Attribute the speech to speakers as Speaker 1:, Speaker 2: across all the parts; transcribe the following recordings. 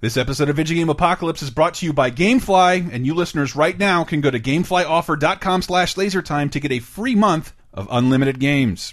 Speaker 1: This episode of Video Game Apocalypse is brought to you by GameFly, and you listeners right now can go to gameflyoffer.com slash lasertime to get a free month of unlimited games.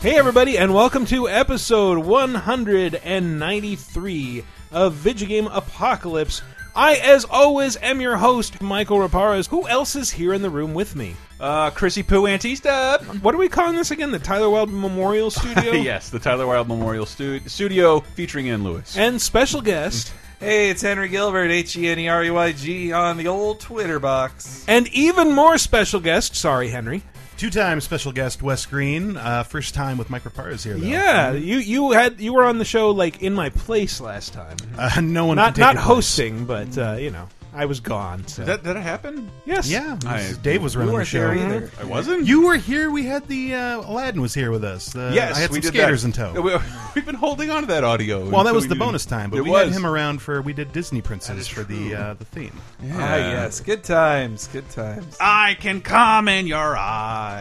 Speaker 2: Hey, everybody, and welcome to episode 193 of Video Game Apocalypse. I, as always, am your host, Michael Raparez. Who else is here in the room with me?
Speaker 1: Uh, Chrissy Poo Antista.
Speaker 2: What are we calling this again? The Tyler Weld Memorial Studio?
Speaker 1: yes, the Tyler Wilde Memorial stu Studio featuring Ann Lewis.
Speaker 2: And special guest,
Speaker 3: Hey, it's Henry Gilbert, H E N E R E Y G, on the old Twitter box.
Speaker 2: and even more special guest, sorry, Henry.
Speaker 4: Two-time special guest Wes Green, uh, first time with Mike Raparez here. Though.
Speaker 2: Yeah, you you had you were on the show like in my place last time.
Speaker 4: uh, no one
Speaker 2: Not
Speaker 4: can take
Speaker 2: not
Speaker 4: your
Speaker 2: hosting, but uh, you know, I was gone. So.
Speaker 1: Did that, did that happen?
Speaker 2: yes.
Speaker 4: place. Yeah, it was-
Speaker 1: I-
Speaker 4: Dave was running the
Speaker 3: weren't
Speaker 4: show. Mm-hmm.
Speaker 3: there either.
Speaker 1: I wasn't?
Speaker 4: You were here. We had the uh, Aladdin was here with us. The,
Speaker 1: Yes,
Speaker 4: I had
Speaker 1: we
Speaker 4: some
Speaker 1: did
Speaker 4: skaters
Speaker 1: that.
Speaker 4: in tow.
Speaker 1: We, have been holding on to that audio.
Speaker 4: well, that
Speaker 1: until
Speaker 4: was
Speaker 1: we
Speaker 4: the
Speaker 1: didn't-
Speaker 4: bonus time, but
Speaker 1: it
Speaker 4: we
Speaker 1: was.
Speaker 4: had him around for we did Disney Princess for the uh, the theme.
Speaker 3: Ah, yes. Good times, good times.
Speaker 1: I can come in your eyes.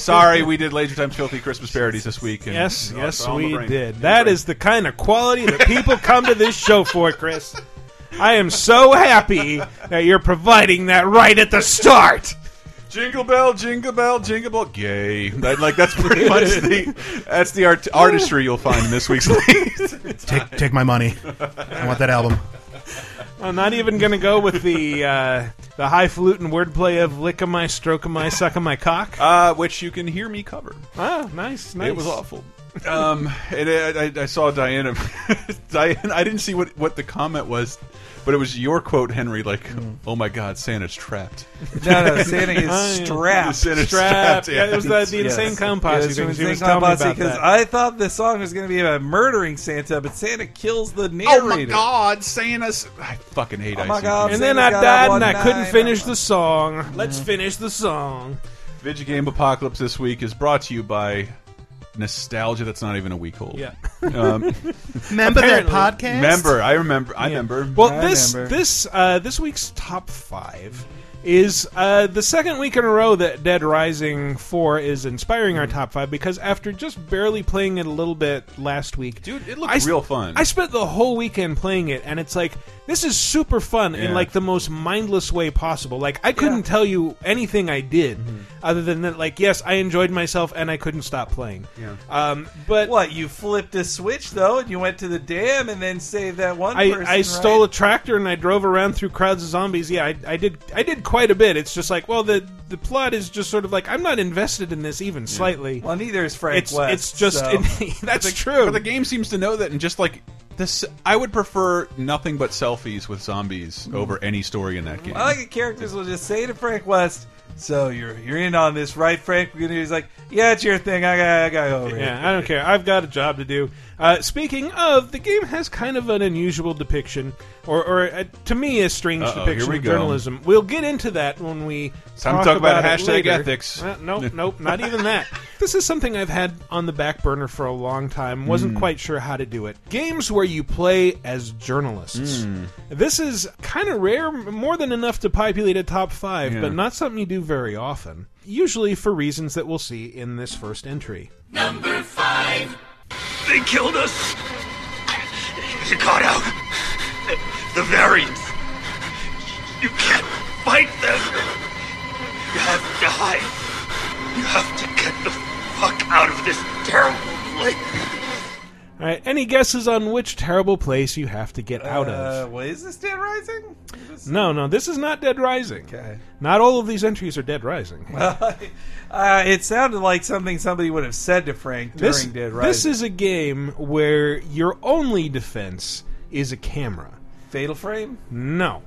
Speaker 1: Sorry, we did Laser Time's filthy Christmas parodies this week. and-
Speaker 2: Yes,
Speaker 1: Oh, it's
Speaker 2: yes,
Speaker 1: all in my
Speaker 2: we
Speaker 1: brain.
Speaker 2: did. That is the kind of quality that people come to this show for, Chris. I am so happy that you're providing that right at the start.
Speaker 1: jingle bell, jingle bell, jingle bell. Gay. That, like that's pretty much the that's the art, artistry you'll find in this week's list.
Speaker 4: Take take my money. I want that album.
Speaker 2: I'm not even going to go with the uh, the highfalutin wordplay of lick 'em my, stroke 'em my, suck 'em my cock.
Speaker 1: uh, which you can hear me cover.
Speaker 2: Ah, nice, nice.
Speaker 1: It was awful. Um, and I, I, I saw Diana. Diana, I didn't see what what the comment was, but it was your quote, Henry. Like,
Speaker 2: Mm.
Speaker 1: oh my God, Santa's trapped.
Speaker 3: No, no, Santa is strapped.
Speaker 1: Santa's
Speaker 2: Strap.
Speaker 1: trapped.
Speaker 2: Yeah, it was the, the
Speaker 3: Yes.
Speaker 2: insane clown
Speaker 3: Yeah,
Speaker 2: posse
Speaker 3: it's
Speaker 2: thing.
Speaker 3: from
Speaker 2: She was
Speaker 3: Insane
Speaker 2: telling
Speaker 3: Clown
Speaker 2: me
Speaker 3: Posse,
Speaker 2: about
Speaker 3: 'cause
Speaker 2: that.
Speaker 3: I thought this song was going to be about murdering Santa, but Santa kills the narrator.
Speaker 1: Oh my God, Santa's! I fucking hate.
Speaker 3: Oh my
Speaker 1: ICP.
Speaker 3: God.
Speaker 2: and then
Speaker 3: Santa
Speaker 2: I
Speaker 3: got
Speaker 2: died
Speaker 3: one
Speaker 2: and I couldn't
Speaker 3: night
Speaker 2: finish
Speaker 3: on-
Speaker 2: the song.
Speaker 1: Mm.
Speaker 2: Let's finish the song.
Speaker 1: Video Game Apocalypse this week is brought to you by nostalgia that's not even a week old.
Speaker 2: Yeah.
Speaker 1: Um,
Speaker 4: Remember
Speaker 2: Apparently.
Speaker 4: that podcast?
Speaker 1: remember, I remember. I remember.
Speaker 2: Well,
Speaker 3: I
Speaker 2: this
Speaker 3: remember.
Speaker 2: this uh, this week's top five is uh, the second week in a row that Dead Rising Four is inspiring
Speaker 1: Hmm.
Speaker 2: our top five because after just barely playing it a little bit last week,
Speaker 1: dude, it looked
Speaker 2: I s-
Speaker 1: real fun.
Speaker 2: I spent the whole weekend playing it, and it's like this is super fun
Speaker 1: Yeah.
Speaker 2: in like the most mindless way possible. Like I couldn't tell you anything I did
Speaker 1: Hmm.
Speaker 2: other than that. Like yes, I enjoyed myself, and I couldn't stop playing.
Speaker 1: Yeah. Uh,
Speaker 2: Um, but
Speaker 3: What, you flipped a switch, though, and you went to the dam and then saved that one
Speaker 2: I,
Speaker 3: person.
Speaker 2: I stole
Speaker 3: right?
Speaker 2: a tractor and I drove around through crowds of zombies. Yeah, I, I did. I did quite a bit. It's just like, well, the the plot is just sort of like I'm not invested in this even slightly.
Speaker 3: Well, neither is Frank
Speaker 2: it's
Speaker 3: West.
Speaker 2: it's just
Speaker 3: so-
Speaker 2: that's
Speaker 1: But
Speaker 2: true.
Speaker 1: the game seems to know that, and just like this, I would prefer nothing but selfies with zombies over any story in that game.
Speaker 3: I like it. Characters will just say to Frank West, "So you're you're in on this, right, Frank?" And he's like, "Yeah, it's your thing. I got I got over it."
Speaker 2: yeah, I don't care. I've got a job to do. Uh, speaking of, the game has kind of an unusual depiction, or, or uh, to me, a strange
Speaker 1: Uh-oh,
Speaker 2: depiction
Speaker 1: here we
Speaker 2: of
Speaker 1: go.
Speaker 2: journalism. We'll get into that when we
Speaker 1: Time to talk about
Speaker 2: it
Speaker 1: hashtag
Speaker 2: later.
Speaker 1: ethics.
Speaker 2: Uh, nope, nope, not even that. This is something I've had on the back burner for a long time. Wasn't
Speaker 1: Hmm.
Speaker 2: quite sure how to do it. Games where you play as journalists.
Speaker 1: Hmm.
Speaker 2: This is kind of rare, m- more than enough to populate a top five,
Speaker 1: Yeah.
Speaker 2: but not something you do very often. Usually for reasons that we'll see in this first entry.
Speaker 5: They killed us! You got out! The variants! You can't fight them! You have to hide! You have to get the fuck out of this terrible place!
Speaker 2: All right. Any guesses on which terrible place you have to get out
Speaker 3: Uh,
Speaker 2: of?
Speaker 3: what is this Dead Rising? Is this-
Speaker 2: No, no, this is not Dead Rising.
Speaker 3: Okay.
Speaker 2: Not all of these entries are Dead Rising.
Speaker 3: Uh, it sounded like something somebody would have said to Frank during
Speaker 2: this,
Speaker 3: Dead Rising.
Speaker 2: this is a game where your only defense is a camera.
Speaker 3: Fatal Frame.
Speaker 2: No.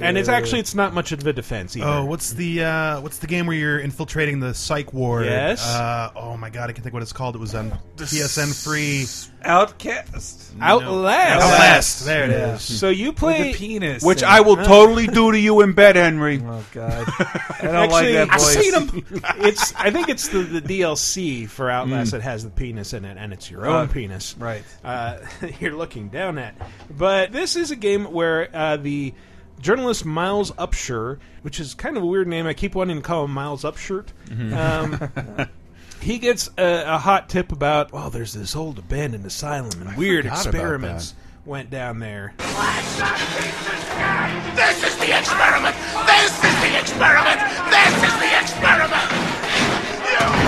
Speaker 2: and
Speaker 3: Uh.
Speaker 2: it's actually it's not much of a defense either.
Speaker 4: Oh, what's the uh, what's the game where you're infiltrating the psych ward?
Speaker 2: Yes.
Speaker 4: Uh, oh my god, I can think what it's called. It was on PSN free.
Speaker 3: Outcast.
Speaker 2: Outlast.
Speaker 4: Outlast. There it is.
Speaker 2: So you play
Speaker 3: The penis.
Speaker 1: Which
Speaker 3: and-
Speaker 1: I will totally do to you in bed, Henry.
Speaker 3: Oh God. I don't
Speaker 2: Actually,
Speaker 3: like that voice.
Speaker 2: it's I think it's the, the DLC for Outlast that has the penis in it, and it's your own
Speaker 3: Mm. Uh,
Speaker 2: penis.
Speaker 3: Right.
Speaker 2: uh, you're looking down at. But this is a game where uh, the journalist Miles Upshur, which is kind of a weird name, I keep wanting to call him Miles Upshirt.
Speaker 3: Mm-hmm.
Speaker 2: Um, he gets a, a hot tip about, well, there's this old abandoned asylum and weird
Speaker 1: forgot about
Speaker 2: experiments went down there.
Speaker 5: This is the experiment! This is the experiment! This is the experiment!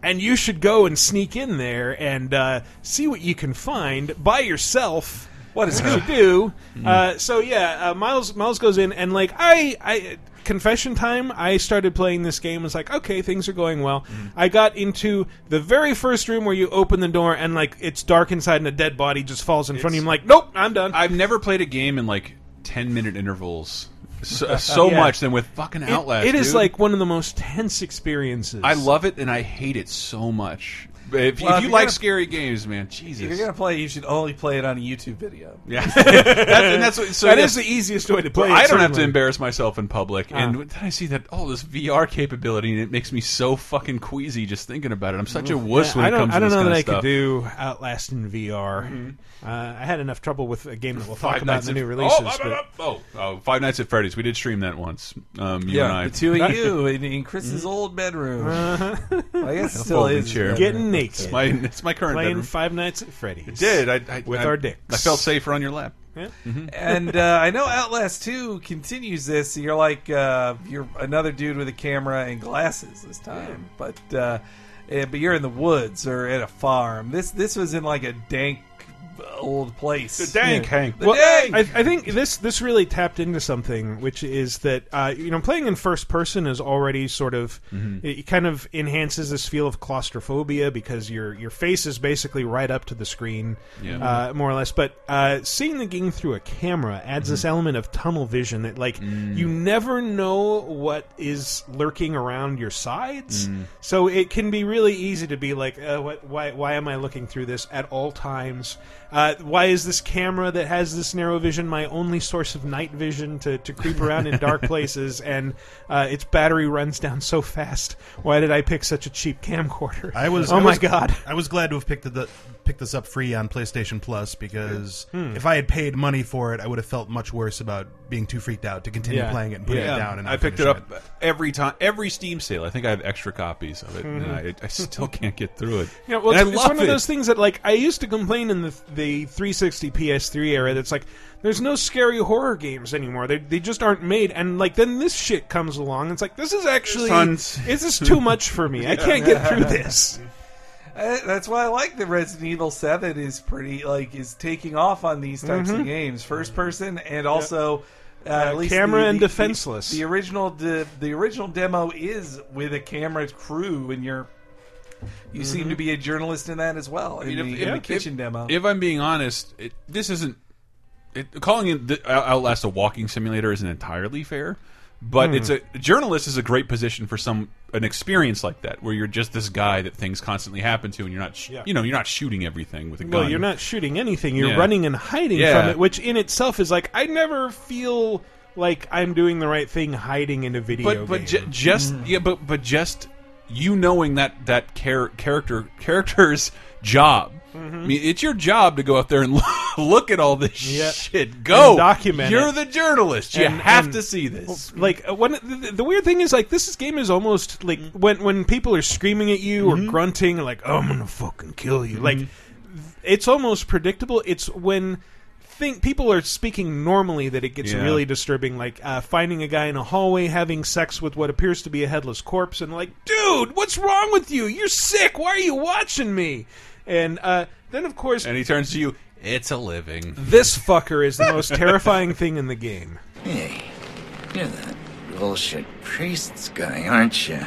Speaker 2: And you should go and sneak in there and uh, see what you can find by yourself.
Speaker 3: What is
Speaker 2: That's what you do.
Speaker 1: Hmm.
Speaker 2: Uh, so yeah, uh, Miles Miles goes in and like I I confession time. I started playing this game. Was like okay, things are going well.
Speaker 1: Hmm.
Speaker 2: I got into the very first room where you open the door and like it's dark inside and a dead body just falls in front of you. I'm like nope, I'm done.
Speaker 1: I've never played a game in like ten minute intervals so, so
Speaker 2: Yeah.
Speaker 1: much than with fucking
Speaker 2: It-
Speaker 1: Outlast.
Speaker 2: it is
Speaker 1: dude.
Speaker 2: like one of the most tense experiences.
Speaker 1: I love it and I hate it so much. If, if
Speaker 3: Well, if
Speaker 1: you
Speaker 3: you're
Speaker 1: like
Speaker 3: gonna-
Speaker 1: scary games, man,
Speaker 3: If you're
Speaker 1: Jesus.
Speaker 3: gonna play, it, you should only play it on a YouTube video.
Speaker 1: Yeah, That's- and that's what, so
Speaker 2: That
Speaker 1: yeah.
Speaker 2: is the easiest way to play.
Speaker 1: Well,
Speaker 2: it,
Speaker 1: I don't have to
Speaker 2: certainly. Ah.
Speaker 1: embarrass myself in public. And then I see that all this VR capability, and it makes me so fucking queasy just thinking about it. I'm such a wuss
Speaker 2: Yeah,
Speaker 1: when
Speaker 2: I
Speaker 1: it
Speaker 2: don't,
Speaker 1: comes
Speaker 2: I
Speaker 1: to
Speaker 2: don't
Speaker 1: this
Speaker 2: know
Speaker 1: kind
Speaker 2: that
Speaker 1: of
Speaker 2: I
Speaker 1: stuff.
Speaker 2: could do Outlast in VR. Uh, I had enough trouble with a game that we'll talk
Speaker 1: Mm-hmm. Five
Speaker 2: about in
Speaker 1: Nights
Speaker 2: the
Speaker 1: at-
Speaker 2: new releases.
Speaker 1: Oh, blah, blah,
Speaker 2: but-
Speaker 1: blah. oh, oh, Five Nights at Freddy's. We did stream that once. Um, you and I.
Speaker 3: the two of you in, in Chris's
Speaker 2: Mm-hmm.
Speaker 3: old bedroom. I guess it still
Speaker 1: folding
Speaker 3: is.
Speaker 1: chair.
Speaker 2: Uh-huh. Getting naked,
Speaker 1: my, it's my current
Speaker 2: playing
Speaker 1: bedroom.
Speaker 2: Five Nights at Freddy's.
Speaker 1: did I, I
Speaker 2: With
Speaker 1: I-
Speaker 2: our dicks.
Speaker 1: I felt safer on your lap.
Speaker 2: Yeah.
Speaker 3: and uh, I know Outlast Two continues this. You're like uh, you're another dude with a camera and glasses this time, but uh, eh, but you're in the woods or at a farm. This this was in like a dank uh, old place.
Speaker 1: Dank Hank.
Speaker 3: The dank!
Speaker 2: I, I think this this really tapped into something, which is that uh, you know playing in first person is already sort of
Speaker 3: Mm-hmm.
Speaker 2: it kind of enhances this feel of claustrophobia because your your face is basically right up to the screen,
Speaker 1: Yeah.
Speaker 2: uh, more or less. But uh, seeing the game through a camera adds this
Speaker 3: Mm-hmm.
Speaker 2: element of tunnel vision that like you
Speaker 3: Mm.
Speaker 2: never know what is lurking around your sides,
Speaker 4: Mm.
Speaker 2: so it can be really easy to be like, uh, what, why why am I looking through this at all times? Uh, why is this camera that has this narrow vision my only source of night vision to, to creep around in dark places and uh, its battery runs down so fast? Why did I pick such a cheap camcorder?
Speaker 4: I was.
Speaker 2: oh
Speaker 4: I
Speaker 2: my
Speaker 4: was-
Speaker 2: god.
Speaker 4: I was glad to have picked the picked this up free on PlayStation Plus because if I had paid money for it, I would have felt much worse about being too freaked out to continue
Speaker 2: Yeah.
Speaker 4: playing it and putting it down. And not
Speaker 1: I picked it
Speaker 4: finish
Speaker 1: up every time, every Steam sale. I think I have extra copies of it, and I, I still can't get through it.
Speaker 2: Mm-hmm. Yeah, well,
Speaker 1: And
Speaker 2: it's,
Speaker 1: I
Speaker 2: it's
Speaker 1: love
Speaker 2: one of
Speaker 1: it.
Speaker 2: those things that, like, I used to complain in the the 360 PS3 era. That's like, there's no scary horror games anymore. They they just aren't made. And like, then this shit comes along. And it's like, this is actually,
Speaker 1: Tons.
Speaker 2: this is too much for me. I can't get through this.
Speaker 3: Uh, that's why I like that Resident Evil Seven is pretty like is taking off on these types of games, first person and also uh, at least
Speaker 2: camera
Speaker 3: the-
Speaker 2: and
Speaker 3: the-
Speaker 2: defenseless.
Speaker 3: The, the original de- the original demo is with a camera crew, and you're you seem to be a journalist in that as well in,
Speaker 1: mean,
Speaker 3: the,
Speaker 1: if-
Speaker 3: in
Speaker 1: if-
Speaker 3: the kitchen
Speaker 1: if-
Speaker 3: demo.
Speaker 1: If I'm being honest, it, this isn't it, calling it the, Out- Outlast a walking simulator isn't entirely fair. But
Speaker 3: Hmm.
Speaker 1: it's a journalist is a great position for some an experience like that where you're just this guy that things constantly happen to, and you're not sh
Speaker 2: Yeah.
Speaker 1: you know you're not shooting everything with a gun.
Speaker 2: Well, you're not shooting anything. You're
Speaker 1: Yeah.
Speaker 2: running and hiding
Speaker 1: Yeah.
Speaker 2: from it, which in itself is like, I never feel like I'm doing the right thing hiding in a video
Speaker 1: but but
Speaker 2: game.
Speaker 1: ju- just
Speaker 2: Mm-hmm.
Speaker 1: yeah, but but just you knowing that that char- character character's job. I mean, it's your job to go out there and look at all this
Speaker 2: Yeah.
Speaker 1: shit. Go
Speaker 2: And document
Speaker 1: You're
Speaker 2: it.
Speaker 1: the journalist. You
Speaker 2: And-
Speaker 1: have
Speaker 2: and-
Speaker 1: to see this.
Speaker 2: like uh, when the, the weird thing is like this is- game is almost like
Speaker 1: Mm-hmm.
Speaker 2: when when people are screaming at you or grunting like I'm gonna fucking kill you like th-
Speaker 1: Mm-hmm.
Speaker 2: it's almost predictable. It's when think people are speaking normally that it gets
Speaker 1: Yeah.
Speaker 2: really disturbing. Like uh, finding a guy in a hallway having sex with what appears to be a headless corpse and like, dude, what's wrong with you? You're sick. Why are you watching me? And uh, then of course
Speaker 1: And he turns to you. It's a living.
Speaker 2: this fucker is the most terrifying thing in the game.
Speaker 6: Hey, you're that bullshit priest's guy, aren't you?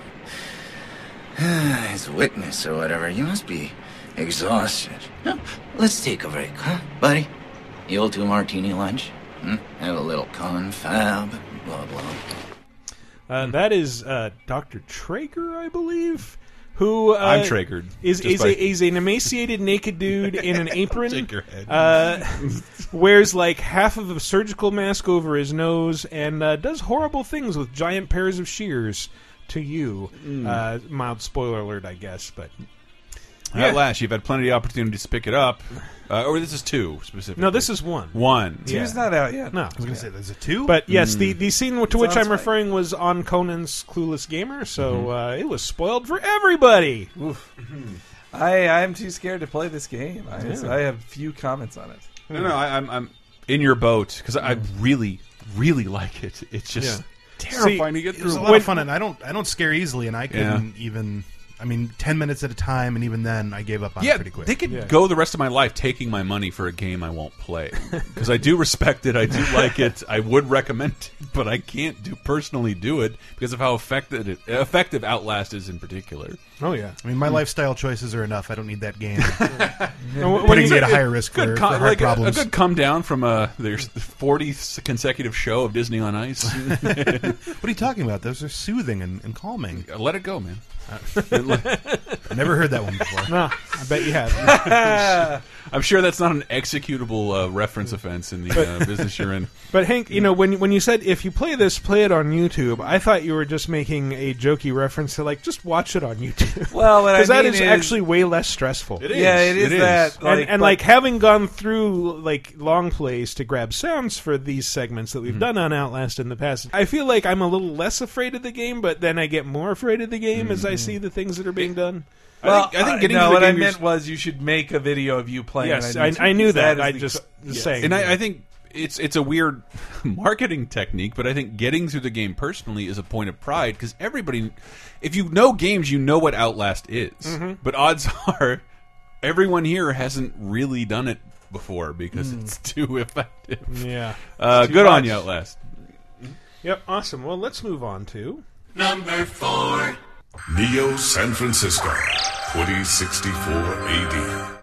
Speaker 6: His witness or whatever, you must be exhausted. No, let's take a break, huh, buddy? The old two martini lunch? Hmm? Have a little confab, blah, blah.
Speaker 2: Uh,
Speaker 1: Hmm.
Speaker 2: that is uh, Dr. Traeger, I believe. Who uh,
Speaker 1: I'm Traegered,
Speaker 2: Is
Speaker 1: just
Speaker 2: is,
Speaker 1: by-
Speaker 2: a, is an emaciated naked dude in an apron.
Speaker 1: Shake your head.
Speaker 2: Uh, wears like half of a surgical mask over his nose and uh, does horrible things with giant pairs of shears to you.
Speaker 1: Hmm.
Speaker 2: Uh, mild spoiler alert, I guess, but
Speaker 1: At last, you've had plenty of opportunities to pick it up. Uh, or this is two specifically.
Speaker 2: no, this is one.
Speaker 1: one.
Speaker 2: Yeah.
Speaker 3: Two's not out yet.
Speaker 2: No,
Speaker 4: was gonna say there's a two,
Speaker 2: but yes,
Speaker 1: Hmm.
Speaker 2: the the scene to which
Speaker 3: Sounds
Speaker 2: I'm
Speaker 3: like-
Speaker 2: referring was on Conan's Clueless Gamer, so
Speaker 1: Mm-hmm.
Speaker 2: uh, it was spoiled for everybody.
Speaker 3: I I'm too scared to play this game. I, I have few comments on it.
Speaker 1: No, no, I, I'm, I'm in your boat because I really, really like it. It's just
Speaker 2: Mm. Yeah.
Speaker 1: terrifying to get
Speaker 4: it was a
Speaker 1: through.
Speaker 4: lot
Speaker 2: When-
Speaker 4: of fun, and I don't I don't scare easily, and I couldn't even. I mean, ten minutes at a time, and even then, I gave up on it
Speaker 1: Yeah,
Speaker 4: pretty quick.
Speaker 1: they could
Speaker 2: Yeah.
Speaker 1: go the rest of my life taking my money for a game I won't play because I do respect it. I do like it. I would recommend it, but I can't do personally do it because of how effective it, effective Outlast is in particular.
Speaker 2: Oh yeah,
Speaker 4: I mean, my lifestyle choices are enough. I don't need that game
Speaker 2: And wh- when
Speaker 4: putting
Speaker 2: you-
Speaker 4: me at a higher risk for,
Speaker 1: Good,
Speaker 4: for
Speaker 1: com-
Speaker 4: heart
Speaker 1: like a- a,
Speaker 4: problems.
Speaker 1: good come down from uh, their 40th consecutive show of Disney on Ice.
Speaker 4: what are you talking about? Those are soothing and, and calming.
Speaker 1: Let it go, man.
Speaker 4: I never heard that one before.
Speaker 2: No, Ah, I bet you have.
Speaker 1: I'm sure that's not an executable uh, reference offense in the uh, business you're in.
Speaker 2: but Hank, you know when when you said if you play this, play it on YouTube. I thought you were just making a jokey reference to like just watch it on YouTube.
Speaker 3: Well, what I
Speaker 2: because that
Speaker 3: mean
Speaker 2: is
Speaker 3: is-
Speaker 2: actually way less stressful.
Speaker 1: It is.
Speaker 3: Yeah, it is that.
Speaker 2: And,
Speaker 3: Like,
Speaker 2: and
Speaker 3: but-
Speaker 2: like having gone through like long plays to grab sounds for these segments that we've done on Outlast in the past, I feel like I'm a little less afraid of the game, but then I get more afraid of the game as I see the things that are being done.
Speaker 1: I think, I think getting
Speaker 3: uh, no,
Speaker 1: to the
Speaker 3: what
Speaker 1: game
Speaker 3: I
Speaker 1: you're-
Speaker 3: meant was you should make a video of you playing.
Speaker 2: Yes,
Speaker 3: it
Speaker 2: I,
Speaker 3: on YouTube.
Speaker 2: I knew that.
Speaker 3: is
Speaker 2: I
Speaker 3: the-
Speaker 2: just saying.
Speaker 1: and I, I think it's it's a weird marketing technique, but I think getting through the game personally is a point of pride because everybody, if you know games, you know what Outlast is.
Speaker 3: Mm-hmm.
Speaker 1: But odds are, everyone here hasn't really done it before because it's too effective.
Speaker 2: yeah.
Speaker 1: Uh,
Speaker 3: Hmm. too
Speaker 1: good on
Speaker 3: much.
Speaker 1: you, Outlast.
Speaker 2: Yep. Awesome. Well, let's move on to.
Speaker 7: Number four.
Speaker 8: Neo San Francisco, 2064 AD.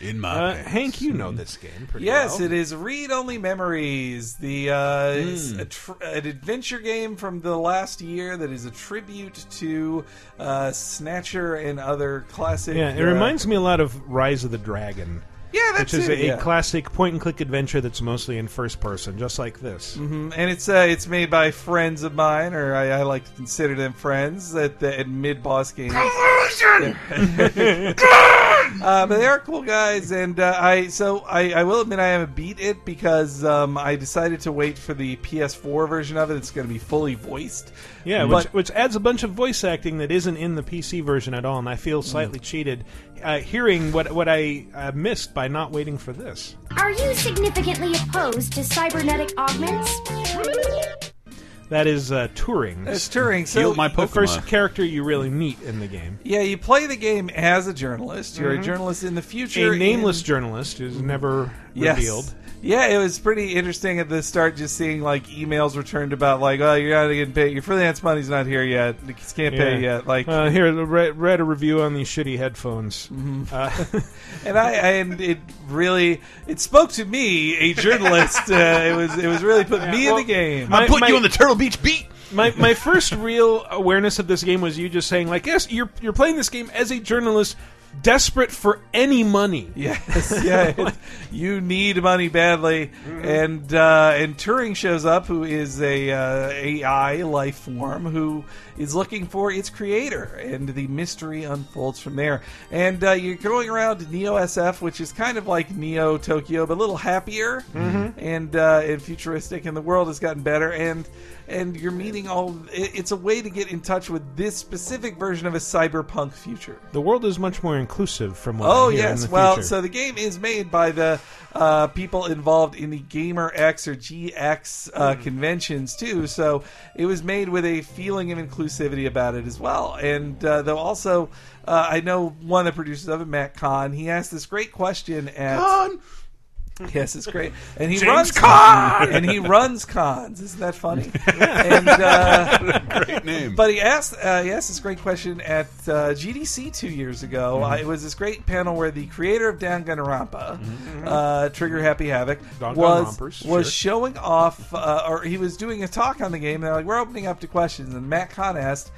Speaker 1: In my
Speaker 2: Uh,
Speaker 1: pants.
Speaker 2: Hank, you know this game pretty
Speaker 3: Yes,
Speaker 2: well.
Speaker 3: it is Read Only Memories, the uh, it's a tr- an adventure game from the last year that is a tribute to uh, Snatcher and other classic.
Speaker 2: Yeah, it
Speaker 3: uh,
Speaker 2: reminds me a lot of Rise of the Dragon,
Speaker 3: Yeah, that's
Speaker 2: which is
Speaker 3: it.
Speaker 2: a,
Speaker 3: yeah.
Speaker 2: a classic point and click adventure that's mostly in first person, just like this.
Speaker 3: and it's uh, it's made by friends of mine, or I, I like to consider them friends at the at mid boss games. uh, but they are cool guys, and uh, I so I, I will admit I haven't beat it because um, I decided to wait for the PS4 version of it. It's going to be fully voiced.
Speaker 2: Yeah,
Speaker 3: Mm-hmm. But-
Speaker 2: which, which adds a bunch of voice acting that isn't in the PC version at all, and I feel
Speaker 3: Mm-hmm.
Speaker 2: slightly cheated uh, hearing what what I uh, missed by not waiting for this.
Speaker 9: Are you significantly opposed to cybernetic augments?
Speaker 2: That is uh, touring.
Speaker 3: It's Turing. So
Speaker 1: Heal my
Speaker 2: the
Speaker 1: Pokemon.
Speaker 2: first character you really meet in the game.
Speaker 3: yeah, you play the game as a journalist. You're a journalist in the future.
Speaker 2: Mm-hmm. a nameless
Speaker 3: in-
Speaker 2: journalist who's never
Speaker 3: Yes.
Speaker 2: revealed.
Speaker 3: Yeah, it was pretty interesting at the start, just seeing like emails returned about like, oh, you're not getting paid. Your freelance money's not here yet. You can't pay yet. Like,
Speaker 2: uh, here, read, read a review on these shitty headphones.
Speaker 3: Mm-hmm.
Speaker 2: Uh,
Speaker 3: and I and it really it spoke to me, a journalist. uh, it was it was really put me
Speaker 2: well,
Speaker 3: in the game.
Speaker 2: my-
Speaker 1: Put
Speaker 2: my-
Speaker 1: you on the Turtle Beach beat.
Speaker 2: My my first real awareness of this game was you just saying like, yes, you're you're playing this game as a journalist, desperate for any money.
Speaker 3: Yes, yeah. it- you need money badly, and uh, and Turing shows up, who is a uh, AI life form who is looking for its creator, and the mystery unfolds from there. And uh, you're going around Neo SF, which is kind of like Neo Tokyo, but a little happier and uh, and futuristic, and the world has gotten better. And and you're meeting all. It, it's a way to get in touch with this specific version of a cyberpunk future.
Speaker 2: The world is much more inclusive from what
Speaker 3: Oh
Speaker 2: I hear
Speaker 3: yes,
Speaker 2: in the
Speaker 3: well,
Speaker 2: future.
Speaker 3: so the game is made by the uh, people involved in the Gamer X or GX uh,
Speaker 2: Hmm.
Speaker 3: conventions too. So it was made with a feeling of inclusivity about it as well. And uh, though also, uh, I know one of the producers of it, Matt Kahn, he asked this great question at Yes, it's great, and he runs cons, and he runs cons. Isn't that funny? and, uh,
Speaker 1: Great name.
Speaker 3: but he asked uh, he asked this great question at uh, GDC two years ago.
Speaker 1: Mm-hmm.
Speaker 3: Uh, it was this great panel where the creator of Danganronpa,
Speaker 1: Mm-hmm.
Speaker 3: uh, Trigger Happy Havoc, was
Speaker 2: Danganronpers,
Speaker 3: was
Speaker 2: sure.
Speaker 3: showing off, uh, or he was doing a talk on the game. And they're like, "We're opening up to questions." And Matt Kahn asked.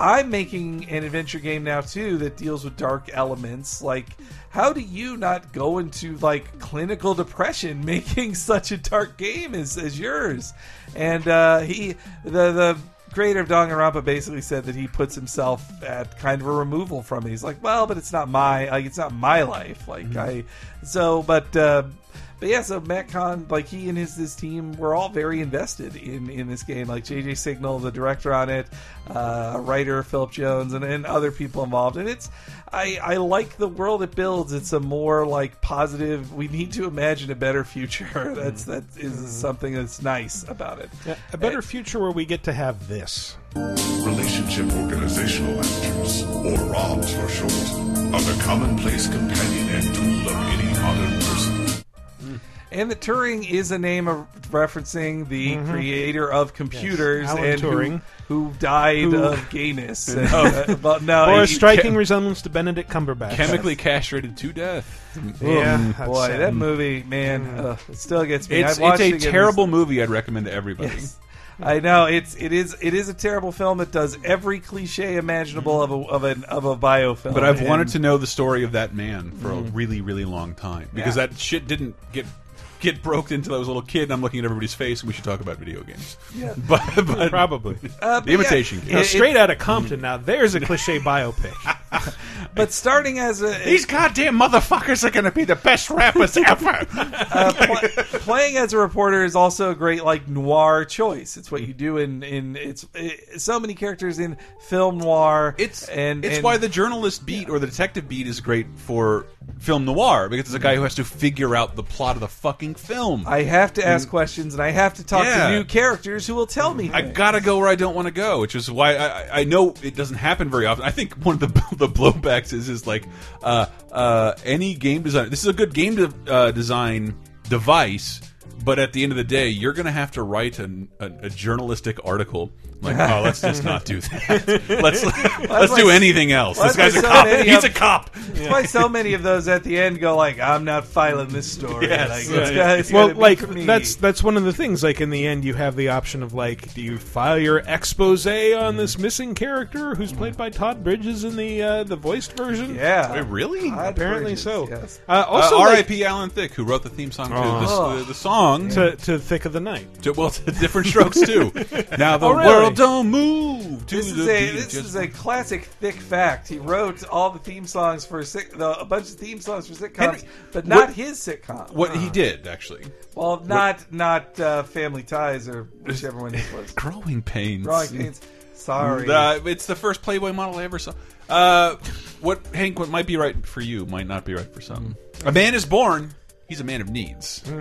Speaker 3: I'm making an adventure game now too that deals with dark elements. Like, how do you not go into like clinical depression making such a dark game as, as yours? And uh, he, the the creator of Danganronpa basically said that he puts himself at kind of a removal from it. He's like, well, but it's not my like it's not my life. Like I so but uh but yeah, so Matt Kahn, like he and his his team, were all very invested in in this game. Like JJ Signal, the director on it, uh, writer Philip Jones, and, and other people involved. And it's, I I like the world it builds. It's a more like positive. We need to imagine a better future.
Speaker 2: Mm-hmm.
Speaker 3: That's that is something that's nice about it.
Speaker 2: A better future where we get to have this.
Speaker 8: Relationship organizational managers, or ROBs for short, are the commonplace companion and tool of any modern person.
Speaker 3: And that Turing is a name of referencing the creator of computers
Speaker 2: Mm-hmm. Alan
Speaker 3: and who-
Speaker 2: Turing.
Speaker 3: Who, died
Speaker 2: Who-
Speaker 3: of gayness. And, uh, but no,
Speaker 2: Or a
Speaker 3: he-
Speaker 2: striking resemblance to Benedict Cumberbatch.
Speaker 1: Chemically castrated to death.
Speaker 2: Yeah, that's
Speaker 3: Oh, boy,
Speaker 2: sad.
Speaker 3: that movie, man, ugh, it still gets me.
Speaker 1: It's,
Speaker 3: I watched
Speaker 1: it's a
Speaker 3: it again
Speaker 1: terrible movie. I'd recommend to everybody.
Speaker 3: recently. Yes. I know it's it is it is a terrible film. It does every cliche imaginable of a of an of a biofilm.
Speaker 1: But I've wanted
Speaker 3: And-
Speaker 1: to know the story of that man for a really, really long time because
Speaker 3: Yeah.
Speaker 1: that shit didn't get get broke until I was a little kid. and I'm looking at everybody's face, and we should talk about video games. Yeah, but, but
Speaker 2: Probably.
Speaker 3: uh, but
Speaker 1: the imitation
Speaker 3: yeah,
Speaker 1: game.
Speaker 2: Now,
Speaker 3: it-
Speaker 2: straight out of Compton. Now there's a cliche biopic.
Speaker 3: But starting as a
Speaker 1: These goddamn motherfuckers are going to be the best rappers ever.
Speaker 3: uh, pl- playing as a reporter is also a great like noir choice. It's what you do in in it's it, so many characters in film noir.
Speaker 1: It's
Speaker 3: and
Speaker 1: it's
Speaker 3: and-
Speaker 1: why the journalist beat or the detective beat is great for film noir because it's a guy who has to figure out the plot of the fucking film. I,
Speaker 3: I have to ask questions and I have to talk
Speaker 1: Mm. Yeah.
Speaker 3: to new characters who will tell me. things.
Speaker 1: gotta go where I don't want to go, which is why I, I- I know it doesn't happen very often. I think one of the the blowbacks is is like uh, uh, any game design. This is a good game de uh, design device. But at the end of the day, you're going to have to write an, a, a journalistic article. Like, oh, let's just not do that. Let's let's, do
Speaker 3: like-
Speaker 1: anything else. This
Speaker 3: that's
Speaker 1: guy's a
Speaker 3: like so
Speaker 1: cop.
Speaker 3: many
Speaker 1: He's
Speaker 3: of-
Speaker 1: a cop.
Speaker 3: That's why so many of those at the end go like, "I'm not filing this story."
Speaker 1: Yes.
Speaker 3: like,
Speaker 1: Right.
Speaker 3: it's gotta, it's
Speaker 2: well,
Speaker 3: gotta be
Speaker 2: like
Speaker 3: for me.
Speaker 2: that's that's one of the things. Like in the end, you have the option of like, do you file your expose on this missing character who's played by Todd Bridges in the uh, the voiced version?
Speaker 1: Wait,
Speaker 3: yeah.
Speaker 1: really?
Speaker 3: Todd
Speaker 2: apparently
Speaker 3: Bridges,
Speaker 2: so.
Speaker 3: yes.
Speaker 2: Uh, also,
Speaker 1: Also,
Speaker 2: like,
Speaker 1: R.I.P. Alan Thicke, who wrote the theme song to the, the, the song.
Speaker 2: to, to thick of the night.
Speaker 1: To, well, to different strokes too. now the
Speaker 2: Oh, really?
Speaker 1: world don't move. To
Speaker 3: This
Speaker 1: the
Speaker 3: is a
Speaker 1: beat of
Speaker 3: this
Speaker 1: just-
Speaker 3: is a classic thick fact. He wrote all the theme songs for sick, the, a bunch of theme songs for sitcoms,
Speaker 1: Henry,
Speaker 3: but not
Speaker 1: what-
Speaker 3: his sitcom.
Speaker 1: what he did actually.
Speaker 3: Well, not not uh, Family Ties or whichever one this was.
Speaker 1: Growing pains.
Speaker 3: Growing Pains. Sorry.
Speaker 1: Uh, it's the first Playboy model I ever saw. Uh, what Hank? What might be right for you might not be right for some. Hmm. A man is born. He's a man of needs.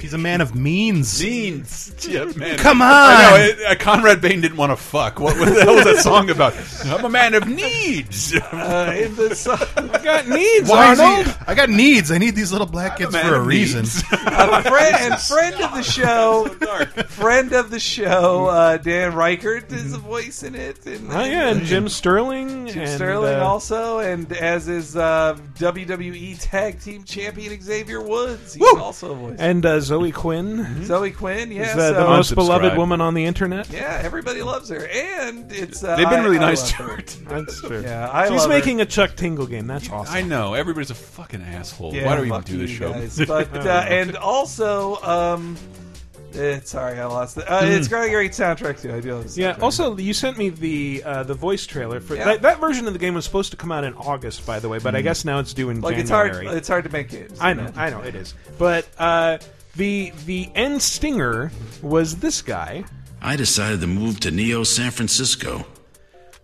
Speaker 4: He's a man of means.
Speaker 1: Needs. Yeah, man.
Speaker 4: Come on.
Speaker 1: I know, it- uh, Conrad Bain didn't want to fuck. What was- the hell was that song about? I'm a man of needs.
Speaker 3: Uh, in the song,
Speaker 2: I got needs,
Speaker 4: Why is he-
Speaker 2: Arnold.
Speaker 4: I got needs. I need these little black kids
Speaker 1: man
Speaker 4: for a
Speaker 1: of
Speaker 4: reason.
Speaker 1: needs.
Speaker 3: a friend and friend of the show,
Speaker 1: Dark.
Speaker 3: friend of the show, uh, Dan Reichert is a voice in it. And,
Speaker 2: Mm-hmm. Oh yeah, and Jim Sterling.
Speaker 3: Jim
Speaker 2: and,
Speaker 3: Sterling
Speaker 2: uh,
Speaker 3: also, and as is uh, WWE Tag Team Champion Xavier Woods. He's also a voice.
Speaker 2: and uh, Zoe Quinn,
Speaker 3: Zoe Quinn, Mm-hmm. yeah.
Speaker 2: is the, the
Speaker 3: so-
Speaker 2: most beloved
Speaker 1: Unsubscribe.
Speaker 2: woman on the internet.
Speaker 3: yeah, everybody loves her, and it's uh,
Speaker 1: They've been
Speaker 3: I-
Speaker 1: really
Speaker 3: I
Speaker 1: nice to
Speaker 3: love
Speaker 1: her.
Speaker 3: her.
Speaker 2: That's true.
Speaker 3: Yeah, I
Speaker 2: She's
Speaker 3: love her.
Speaker 2: making a Chuck Tingle game. That's awesome.
Speaker 1: I know everybody's a fucking asshole.
Speaker 3: Yeah,
Speaker 1: Why do we even
Speaker 3: fuck
Speaker 1: do this
Speaker 3: you
Speaker 1: show?
Speaker 3: guys. But uh, and also, um, eh, sorry, I lost it. Uh, It's got a great soundtrack too. I do. Love the
Speaker 2: Mm. Yeah.
Speaker 3: soundtrack.
Speaker 2: Also, you sent me the uh, the voice trailer for
Speaker 3: Yeah. Hmm.
Speaker 2: that, that version of the game was supposed to come out in August, by the way, but I guess now it's due in
Speaker 3: like it's
Speaker 2: January.
Speaker 3: hard. It's hard to make games.
Speaker 2: I know, I know, it is. But uh, the the end stinger was this guy,
Speaker 7: I decided to move to Neo San Francisco.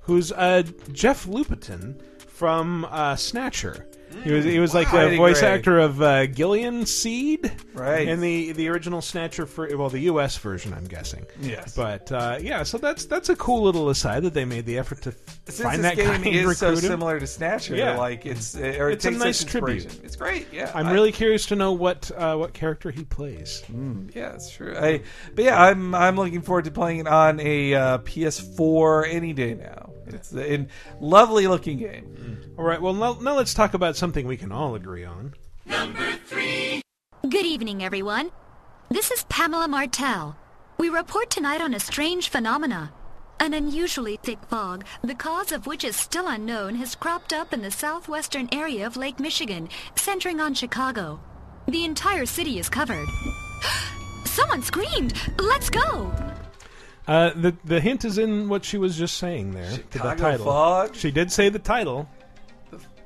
Speaker 2: who's uh, Jeff Lupitan from uh, Snatcher. He was he was like
Speaker 3: Wow.
Speaker 2: the voice
Speaker 3: Great.
Speaker 2: actor of uh, Gillian Seed,
Speaker 3: Right.
Speaker 2: In the the original Snatcher for well the U.S. version, I'm guessing.
Speaker 3: Yes.
Speaker 2: but uh, yeah, so that's that's a cool little aside that they made the effort to
Speaker 3: Since
Speaker 2: find that
Speaker 3: this
Speaker 2: guy
Speaker 3: game
Speaker 2: and
Speaker 3: is so
Speaker 2: recruit him.
Speaker 3: similar to Snatcher,
Speaker 2: Yeah.
Speaker 3: like it's it, or it
Speaker 2: It's a
Speaker 3: takes
Speaker 2: nice
Speaker 3: such
Speaker 2: tribute.
Speaker 3: inspiration. It's great. Yeah,
Speaker 2: I'm
Speaker 3: I- Mm.
Speaker 2: really curious to know what uh, what character he plays.
Speaker 3: Yeah, it's true. I, but yeah, I'm I'm looking forward to playing it on a uh, PS4 any day now. It's a and lovely looking game.
Speaker 2: All right, well now, now let's talk about something we can all agree on.
Speaker 10: Good evening, everyone. This is Pamela Martell. We report tonight on a strange phenomena. An unusually thick fog, the cause of which is still unknown, has cropped up in the southwestern area of Lake Michigan, centering on Chicago. The entire city is covered. Someone screamed! Let's go!
Speaker 2: Uh, the the hint is in what she was just saying there. to the
Speaker 3: Chicago
Speaker 2: title.
Speaker 3: fog?
Speaker 2: She did say the title.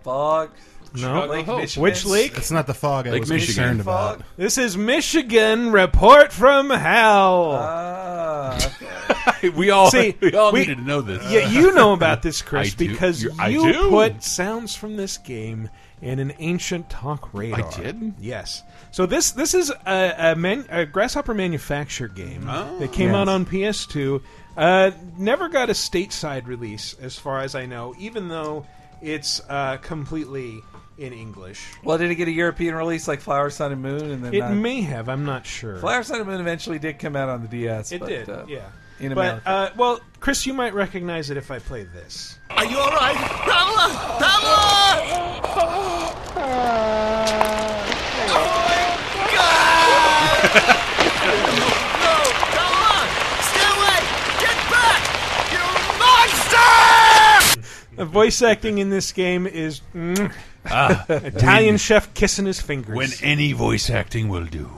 Speaker 3: Fog.
Speaker 2: No.
Speaker 3: Lake
Speaker 1: Hope.
Speaker 3: Michigan.
Speaker 2: Which lake?
Speaker 4: It's not the fog I
Speaker 1: Lake
Speaker 4: was
Speaker 1: Michigan.
Speaker 4: concerned about.
Speaker 3: Fog.
Speaker 2: This is Michigan report from hell.
Speaker 1: Uh,
Speaker 3: Ah, okay.
Speaker 1: we all
Speaker 2: See,
Speaker 1: we all
Speaker 2: we-
Speaker 1: needed to know this. Uh,
Speaker 2: yeah, you know about this, Chris,
Speaker 1: I do.
Speaker 2: because
Speaker 1: You- I
Speaker 2: you
Speaker 1: do.
Speaker 2: put sounds from this game in an ancient talk radar.
Speaker 1: did?
Speaker 2: Yes. So this this is a, a, man, a grasshopper manufacture game
Speaker 1: Oh.
Speaker 2: that came out on PS2. Uh, never got a stateside release, as far as I know, even though it's uh, completely in English.
Speaker 3: well, did it get a European release like Flower, Sun, and Moon? And then
Speaker 2: It
Speaker 3: not-
Speaker 2: may have. I'm not sure.
Speaker 3: Flower, Sun, and Moon eventually did come out on the DS.
Speaker 2: it
Speaker 3: but,
Speaker 2: did.
Speaker 3: uh,
Speaker 2: yeah.
Speaker 3: in
Speaker 2: but
Speaker 3: America.
Speaker 2: uh, well, Chris, you might recognize it if I play this.
Speaker 5: Are you all right, Pamela? Pamela!
Speaker 2: The voice acting in this game is mm,
Speaker 3: Ah.
Speaker 2: Italian chef kissing his fingers.
Speaker 1: when any voice acting will do.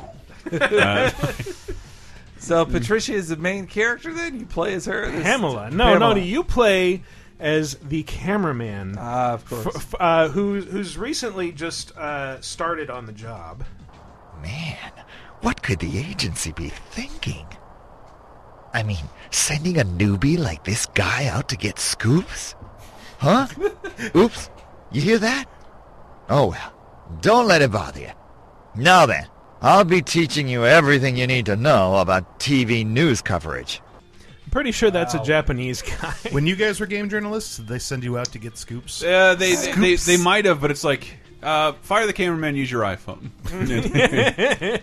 Speaker 3: So Patricia is the main character. Then you play as her. This-
Speaker 2: Pamela, no,
Speaker 3: Pamela.
Speaker 2: no, you play as the cameraman
Speaker 3: Ah, of course.
Speaker 2: f- f- uh, who, who's recently just uh, started on the job.
Speaker 5: Man, what could the agency be thinking? I mean, sending a newbie like this guy out to get scoops? Huh? Oops, you hear that? Oh well, don't let it bother you. Now then, I'll be teaching you everything you need to know about TV news coverage.
Speaker 2: Pretty sure that's a Japanese guy.
Speaker 4: When you guys were game journalists, did they send you out to get scoops?
Speaker 1: Uh, they, they, they they might have, but it's like uh, fire the cameraman, use your iPhone.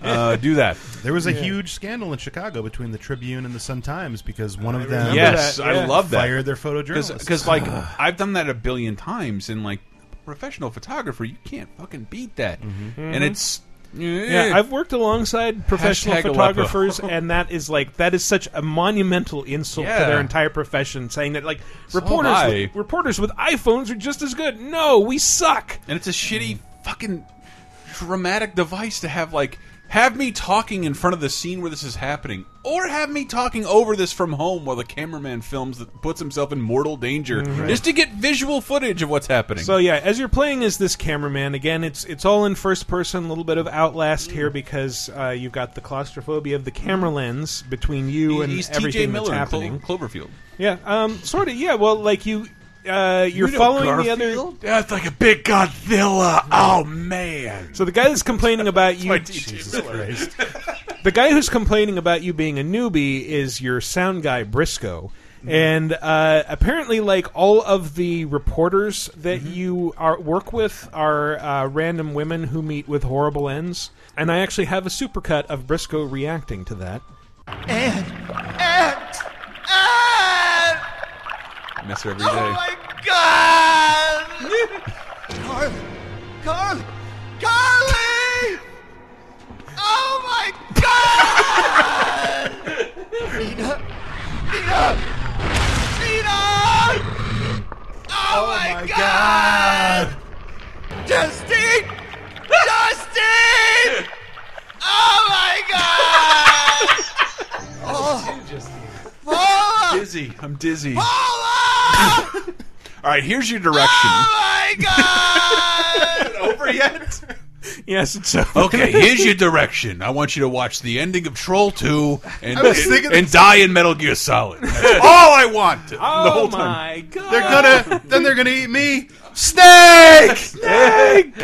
Speaker 1: uh, do that.
Speaker 4: There was a huge scandal in Chicago between the Tribune and the Sun Times because one of them
Speaker 1: Yes,
Speaker 2: that, yeah.
Speaker 1: I love that.
Speaker 4: fired their photojournalist.
Speaker 1: because like
Speaker 2: Ah.
Speaker 1: I've done that a billion times, and like professional photographer, you can't fucking beat that. And it's
Speaker 2: Mm-hmm. Yeah, I've worked alongside professional
Speaker 1: Hashtag Aleppo.
Speaker 2: photographers, and that is like that is such a monumental insult to
Speaker 1: Yeah.
Speaker 2: their entire profession. Saying that like reporters,
Speaker 1: have I.
Speaker 2: with, reporters with iPhones are just as good. No, we suck.
Speaker 1: and it's a shitty fucking dramatic device to have like have me talking in front of the scene where this is happening or have me talking over this from home while the cameraman films that puts himself in mortal danger just to get visual footage of what's happening
Speaker 2: Mm-hmm. So yeah, as you're playing as this cameraman again, it's it's all in first person, a little bit of Outlast here because uh, you've got the claustrophobia of the camera lens between you and
Speaker 1: he's
Speaker 2: everything
Speaker 1: TJ Miller
Speaker 2: that's
Speaker 1: in Clo-
Speaker 2: happening.
Speaker 1: Cloverfield
Speaker 2: yeah, um, sort of. Yeah, well, like you, uh, you're following the other.
Speaker 1: that's like a big Godzilla oh man
Speaker 2: So the guy that's complaining about you, the guy who's complaining about you being a newbie is your sound guy Briscoe. And uh, apparently, like all of the reporters that you are work with are uh, random women who meet with horrible ends. And I actually have a supercut of Briscoe reacting to that.
Speaker 5: And, and, and!
Speaker 1: mess her every day
Speaker 5: Oh, my god! Carly! Carly! Carly! Oh my god! Nina! Nina! Nina! Oh, my, god! Justine! Justine! Oh my god! oh, Paula!
Speaker 1: dizzy I'm dizzy
Speaker 5: Paula!
Speaker 1: alright here's your direction
Speaker 2: Ah!
Speaker 5: my god!
Speaker 1: over yet
Speaker 2: Yes, it's so
Speaker 1: Okay, here's your direction. I want you to watch the ending of Troll 2 and,
Speaker 4: was thinking-
Speaker 1: and die in Metal Gear Solid. That's all I want.
Speaker 2: Oh
Speaker 1: the whole time.
Speaker 2: my god!
Speaker 4: they're gonna then they're gonna eat me.
Speaker 3: Snake!
Speaker 2: Snake!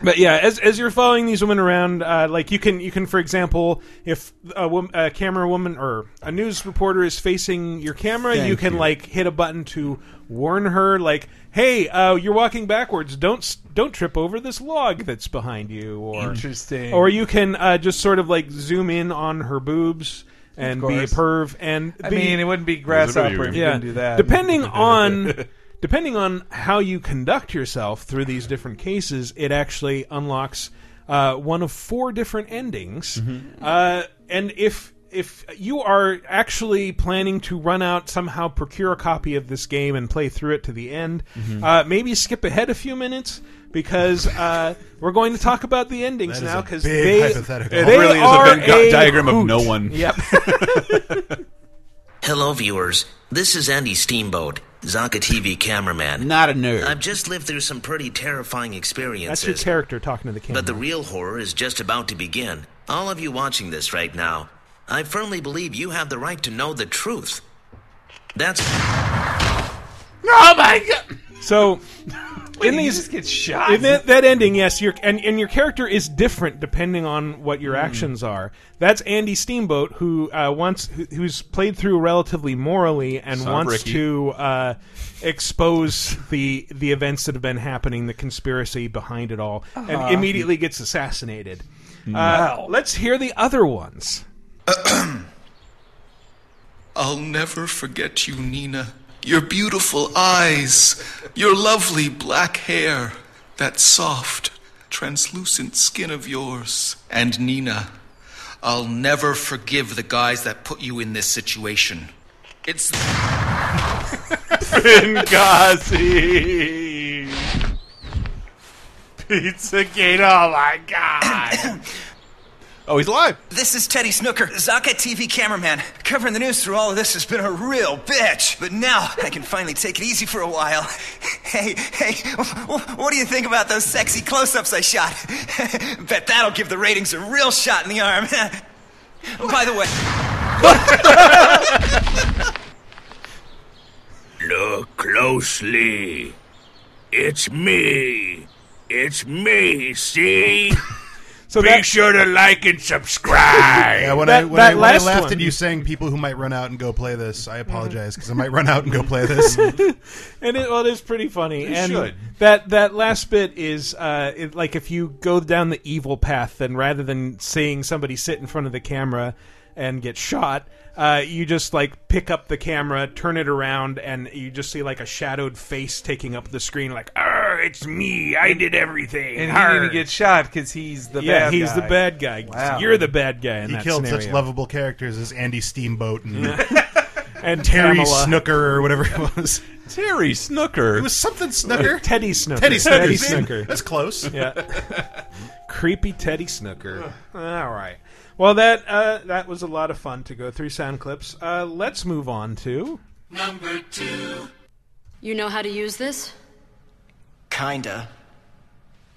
Speaker 2: But yeah, as as you're following these women around, uh, like you can you can, for example, if a, wom- a camera woman or a news reporter is facing your camera,
Speaker 3: Thank
Speaker 2: you can
Speaker 3: you.
Speaker 2: like hit a button to warn her, like, "Hey, uh, you're walking backwards. Don't s- don't trip over this log that's behind you." Or
Speaker 3: Interesting.
Speaker 2: Or you can uh, just sort of like zoom in on her boobs and be a
Speaker 3: course.
Speaker 2: perv. And
Speaker 3: I
Speaker 2: the-
Speaker 3: mean, it wouldn't be grasshopper if you
Speaker 2: yeah.
Speaker 3: didn't do that.
Speaker 2: Depending on depending on how you conduct yourself through these different cases, it actually unlocks uh, one of four different endings. Uh, and if if you are actually planning to run out somehow, procure a copy of this game and play through it to the end, uh, maybe skip ahead a few minutes. Because uh, we're going to talk about the endings
Speaker 4: That is
Speaker 2: now,
Speaker 4: a
Speaker 2: because
Speaker 4: big
Speaker 2: they,
Speaker 4: hypothetical.
Speaker 1: It
Speaker 2: they
Speaker 1: really is a
Speaker 2: are
Speaker 1: Venn di- diagram of
Speaker 2: hoot.
Speaker 1: no one.
Speaker 2: Yep.
Speaker 11: Hello, viewers. This is Andy Steamboat, Zonka TV cameraman.
Speaker 1: Not a nerd.
Speaker 11: I've just lived through some pretty terrifying
Speaker 2: That's your
Speaker 11: experiences,
Speaker 2: character talking to the camera.
Speaker 11: but the real horror is just about to begin. All of you watching this right now, I firmly believe you have the right to know the truth. That's.
Speaker 1: Oh my god!
Speaker 2: So, in
Speaker 3: you
Speaker 2: these
Speaker 3: just get shot?
Speaker 2: in that, that ending, yes, your and and your character is different depending on what your actions are. That's Andy Steamboat, who uh, wants who, who's played through relatively morally and
Speaker 1: Son of
Speaker 2: wants
Speaker 1: Ricky.
Speaker 2: to uh, expose the the events that have been happening, the conspiracy behind it all,
Speaker 3: Uh-huh.
Speaker 2: and immediately gets assassinated. Uh,
Speaker 3: Wow.
Speaker 2: let's hear the other ones.
Speaker 12: I'll never forget you, Nina. Your beautiful eyes, your lovely black hair, that soft, translucent skin of yours. And Nina, I'll never forgive the guys that put you in this situation. It's.
Speaker 1: Oh
Speaker 5: Benghazi. Pizzagate. Oh my god.
Speaker 1: oh, he's alive.
Speaker 13: This is Teddy Snooker, Zaka TV cameraman. Covering the news through all of this has been a real bitch, but now I can finally take it easy for a while. Hey, hey, wh- wh- what do you think about those sexy close ups I shot? Bet that'll give the ratings a real shot in the arm. By the way.
Speaker 14: Look closely. It's me. It's me, see?
Speaker 2: So
Speaker 14: Be sure to like and subscribe.
Speaker 4: Yeah, when I when, I, when I laughed at you saying people who might run out and go play this, I apologize because I might run out and go play this.
Speaker 2: and it, well, it is pretty funny.
Speaker 4: It
Speaker 2: and
Speaker 4: should.
Speaker 2: that that last bit is uh, it, like if you go down the evil path, then rather than seeing somebody sit in front of the camera and get shot, uh, you just like pick up the camera, turn it around, and you just see like a shadowed face taking up the screen, like "Arr, it's me, I did everything."
Speaker 3: And he
Speaker 2: Arr."
Speaker 3: didn't get shot because he's the
Speaker 2: yeah,
Speaker 3: bad
Speaker 2: he's
Speaker 3: guy.
Speaker 2: the bad guy.
Speaker 3: Wow.
Speaker 2: You're the bad guy in
Speaker 4: he
Speaker 2: that
Speaker 4: killed such
Speaker 2: scenario.
Speaker 4: lovable characters as Andy Steamboat and,
Speaker 2: and
Speaker 4: Terry
Speaker 2: Pamela.
Speaker 4: Snooker or whatever it was.
Speaker 1: Terry Snooker.
Speaker 4: It was something Snooker.
Speaker 2: Teddy Snooker.
Speaker 4: Teddy Snooker.
Speaker 2: Teddy
Speaker 4: See?
Speaker 2: Snooker.
Speaker 4: That's close.
Speaker 2: Yeah. Creepy Teddy Snooker. All right. Well, that uh, that was a lot of fun to go through sound clips. Uh, let's move on to.
Speaker 15: Number two. You know how to use this?
Speaker 13: Kinda.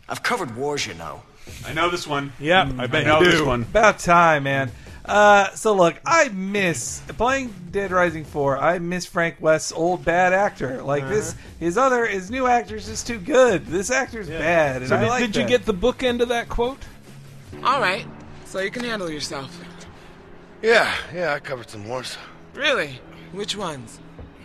Speaker 13: I've covered wars, you know.
Speaker 1: I know this one. Mm,
Speaker 2: Yeah,
Speaker 1: I bet you do. This one.
Speaker 3: About time, man. Uh, so look, I miss playing Dead Rising Four. I miss Frank West's old bad actor. Like this, his other, his new actor's just too good. This actor's bad. And
Speaker 2: So
Speaker 3: I
Speaker 2: did,
Speaker 3: like
Speaker 2: did you
Speaker 3: that.
Speaker 2: get the book end of that quote?
Speaker 16: All right, so you can handle yourself.
Speaker 17: Yeah, yeah, I covered some wars.
Speaker 16: Really? Which ones?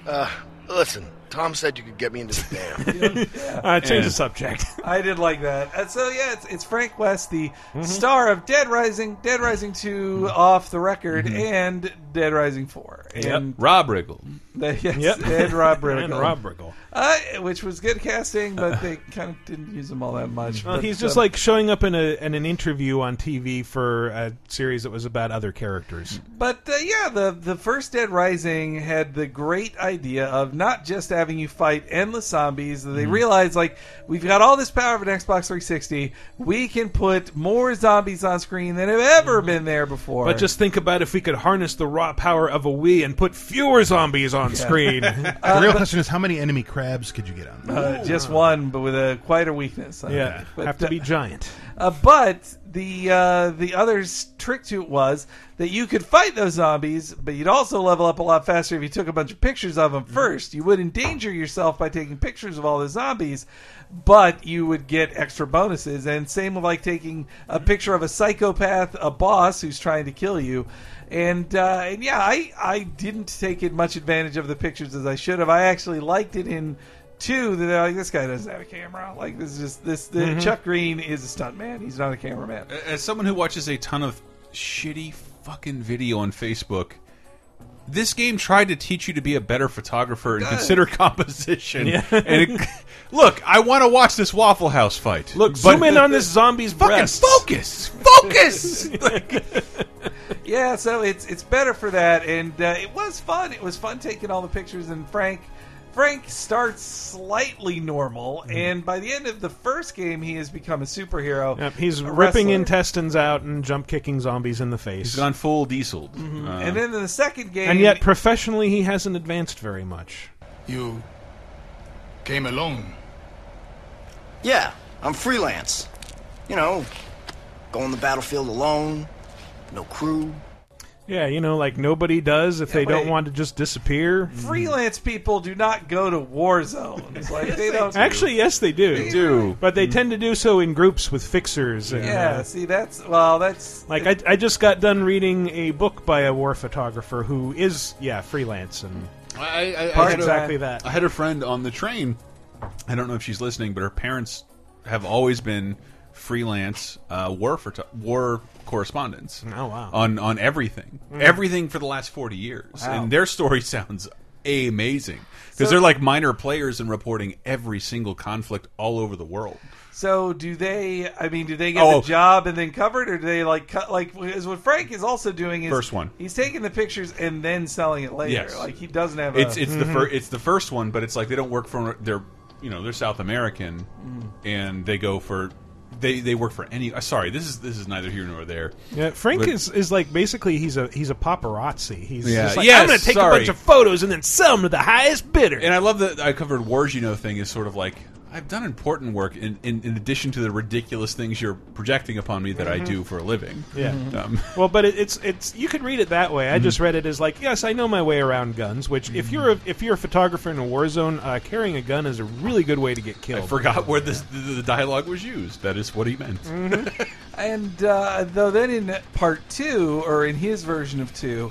Speaker 17: Uh, listen, Tom said you could get me into the dam.
Speaker 2: Uh, change the subject.
Speaker 3: I did like that. And so yeah, it's, it's Frank West, the
Speaker 2: Mm-hmm.
Speaker 3: star of Dead Rising, Dead Rising 2 off the record,
Speaker 2: Mm-hmm.
Speaker 3: and Dead Rising Four. And
Speaker 1: Rob Riggle.
Speaker 3: Yes,
Speaker 1: Yep.
Speaker 3: and Rob Riggle.
Speaker 1: And Rob Riggle.
Speaker 3: Uh, which was good casting, but they kind of didn't use him all that much.
Speaker 2: Well,
Speaker 3: But,
Speaker 2: he's just
Speaker 3: um,
Speaker 2: like showing up in a in an interview on TV for a series that was about other characters.
Speaker 3: But uh, yeah, the the first Dead Rising had the great idea of not just having you fight endless zombies. They
Speaker 2: Mhm.
Speaker 3: realized like we've got all this power of an Xbox 360, we can put more zombies on screen than have ever been there before.
Speaker 2: Mm-hmm. But just think about if we could harness the raw power of a Wii and put fewer zombies on screen.
Speaker 4: the real question is how many enemy crabs could you get on?
Speaker 3: Uh, just one, but with a quite a weakness.
Speaker 2: Yeah, have to be giant.
Speaker 3: Uh, but the uh, the other s- trick to it was that you could fight those zombies, but you'd also level up a lot faster if you took a bunch of pictures of them first. You would endanger yourself by taking pictures of all the zombies, but you would get extra bonuses. And same with like taking a picture of a psychopath, a boss who's trying to kill you. And uh, and yeah, I I didn't take as much advantage of the pictures as I should have. I actually liked it in two that they're like this guy doesn't have a camera. Like this is just this. The,
Speaker 2: Mm-hmm.
Speaker 1: Mhm.
Speaker 3: Chuck Green is a stuntman. He's not a cameraman.
Speaker 1: As someone who watches a ton of shitty fucking video on Facebook, this game tried to teach you to be a better photographer and
Speaker 3: Good.
Speaker 1: consider composition.
Speaker 2: Yeah.
Speaker 1: And it, look, I want to watch this Waffle House fight. Look,
Speaker 2: Zoom in on this zombie's
Speaker 1: fucking
Speaker 2: breasts.
Speaker 1: focus, focus.
Speaker 3: yeah, so it's it's better for that, and uh, it was fun. It was fun taking all the pictures. And Frank, Frank starts slightly normal,
Speaker 2: Mm-hmm.
Speaker 3: and by the end of the first game, he has become a superhero.
Speaker 2: Yep, he's
Speaker 3: a
Speaker 2: ripping
Speaker 3: wrestler.
Speaker 2: intestines out and jump kicking zombies in the face. He's
Speaker 1: gone full dieseled.
Speaker 2: Mm-hmm.
Speaker 1: Uh,
Speaker 3: and then in the second game,
Speaker 2: and yet, professionally, he hasn't advanced very much.
Speaker 12: You came alone.
Speaker 13: Yeah, I'm freelance. You know, go on the battlefield alone, no crew.
Speaker 2: Yeah, you know, like nobody does if they don't
Speaker 3: wait.
Speaker 2: want to just disappear.
Speaker 3: freelance people do not go to war zones. Like they don't
Speaker 2: Actually, yes, they do. Mm.
Speaker 3: They
Speaker 1: do,
Speaker 2: but they tend to do so in groups with fixers. And,
Speaker 3: Yeah,
Speaker 2: uh,
Speaker 3: see, that's well, that's
Speaker 2: like I, I just got done reading a book by a war photographer who is, yeah, freelance and
Speaker 1: I, I,
Speaker 2: Part
Speaker 1: I had
Speaker 2: exactly
Speaker 1: a,
Speaker 2: that.
Speaker 1: I had a friend on the train. I don't know if she's listening, but her parents have always been freelance uh, war for war correspondents.
Speaker 2: Oh, wow.
Speaker 1: On on everything,
Speaker 2: Mm.
Speaker 1: everything for the last forty years,
Speaker 2: Wow.
Speaker 1: and their story sounds amazing because
Speaker 3: So-
Speaker 1: they're like minor players and reporting every single conflict all over the world.
Speaker 3: So do they? I mean, do they get
Speaker 1: Oh.
Speaker 3: the job and then covered, or do they like cut? Like is what Frank is also doing is
Speaker 1: First one.
Speaker 3: He's taking the pictures and then selling it later.
Speaker 1: Yes.
Speaker 3: Like he doesn't have.
Speaker 1: It's
Speaker 3: a,
Speaker 1: it's
Speaker 2: Mm-hmm.
Speaker 1: the first it's the first one, but it's like they don't work for they're you know they're South American,
Speaker 2: Mm.
Speaker 1: and they go for they they work for any. uh, Sorry, this is this is neither here nor there.
Speaker 2: Yeah, Frank
Speaker 1: But-
Speaker 2: is, is like basically he's a he's a paparazzi. He's
Speaker 1: Yeah,
Speaker 2: just like
Speaker 1: yes,
Speaker 2: I'm going to take
Speaker 1: sorry.
Speaker 2: a bunch of photos and then sell them to the highest bidder.
Speaker 1: And I love that I covered wars you know thing is sort of like I've done important work in in, in addition to the ridiculous things you're projecting upon me that I
Speaker 2: Mhm.
Speaker 1: do for a living.
Speaker 2: Yeah.
Speaker 1: Um,
Speaker 2: Well, but it, it's it's you could read it that way.
Speaker 1: Mhm.
Speaker 2: I just read it as like, yes, I know my way around guns. Which, if you're a, if you're a photographer in a war zone, uh, carrying a gun is a really good way to get
Speaker 1: I
Speaker 2: killed.
Speaker 1: forgot where this the, the dialogue was used. That is what he meant.
Speaker 2: Mm-hmm.
Speaker 3: And uh, though then in part two, or in his version of two,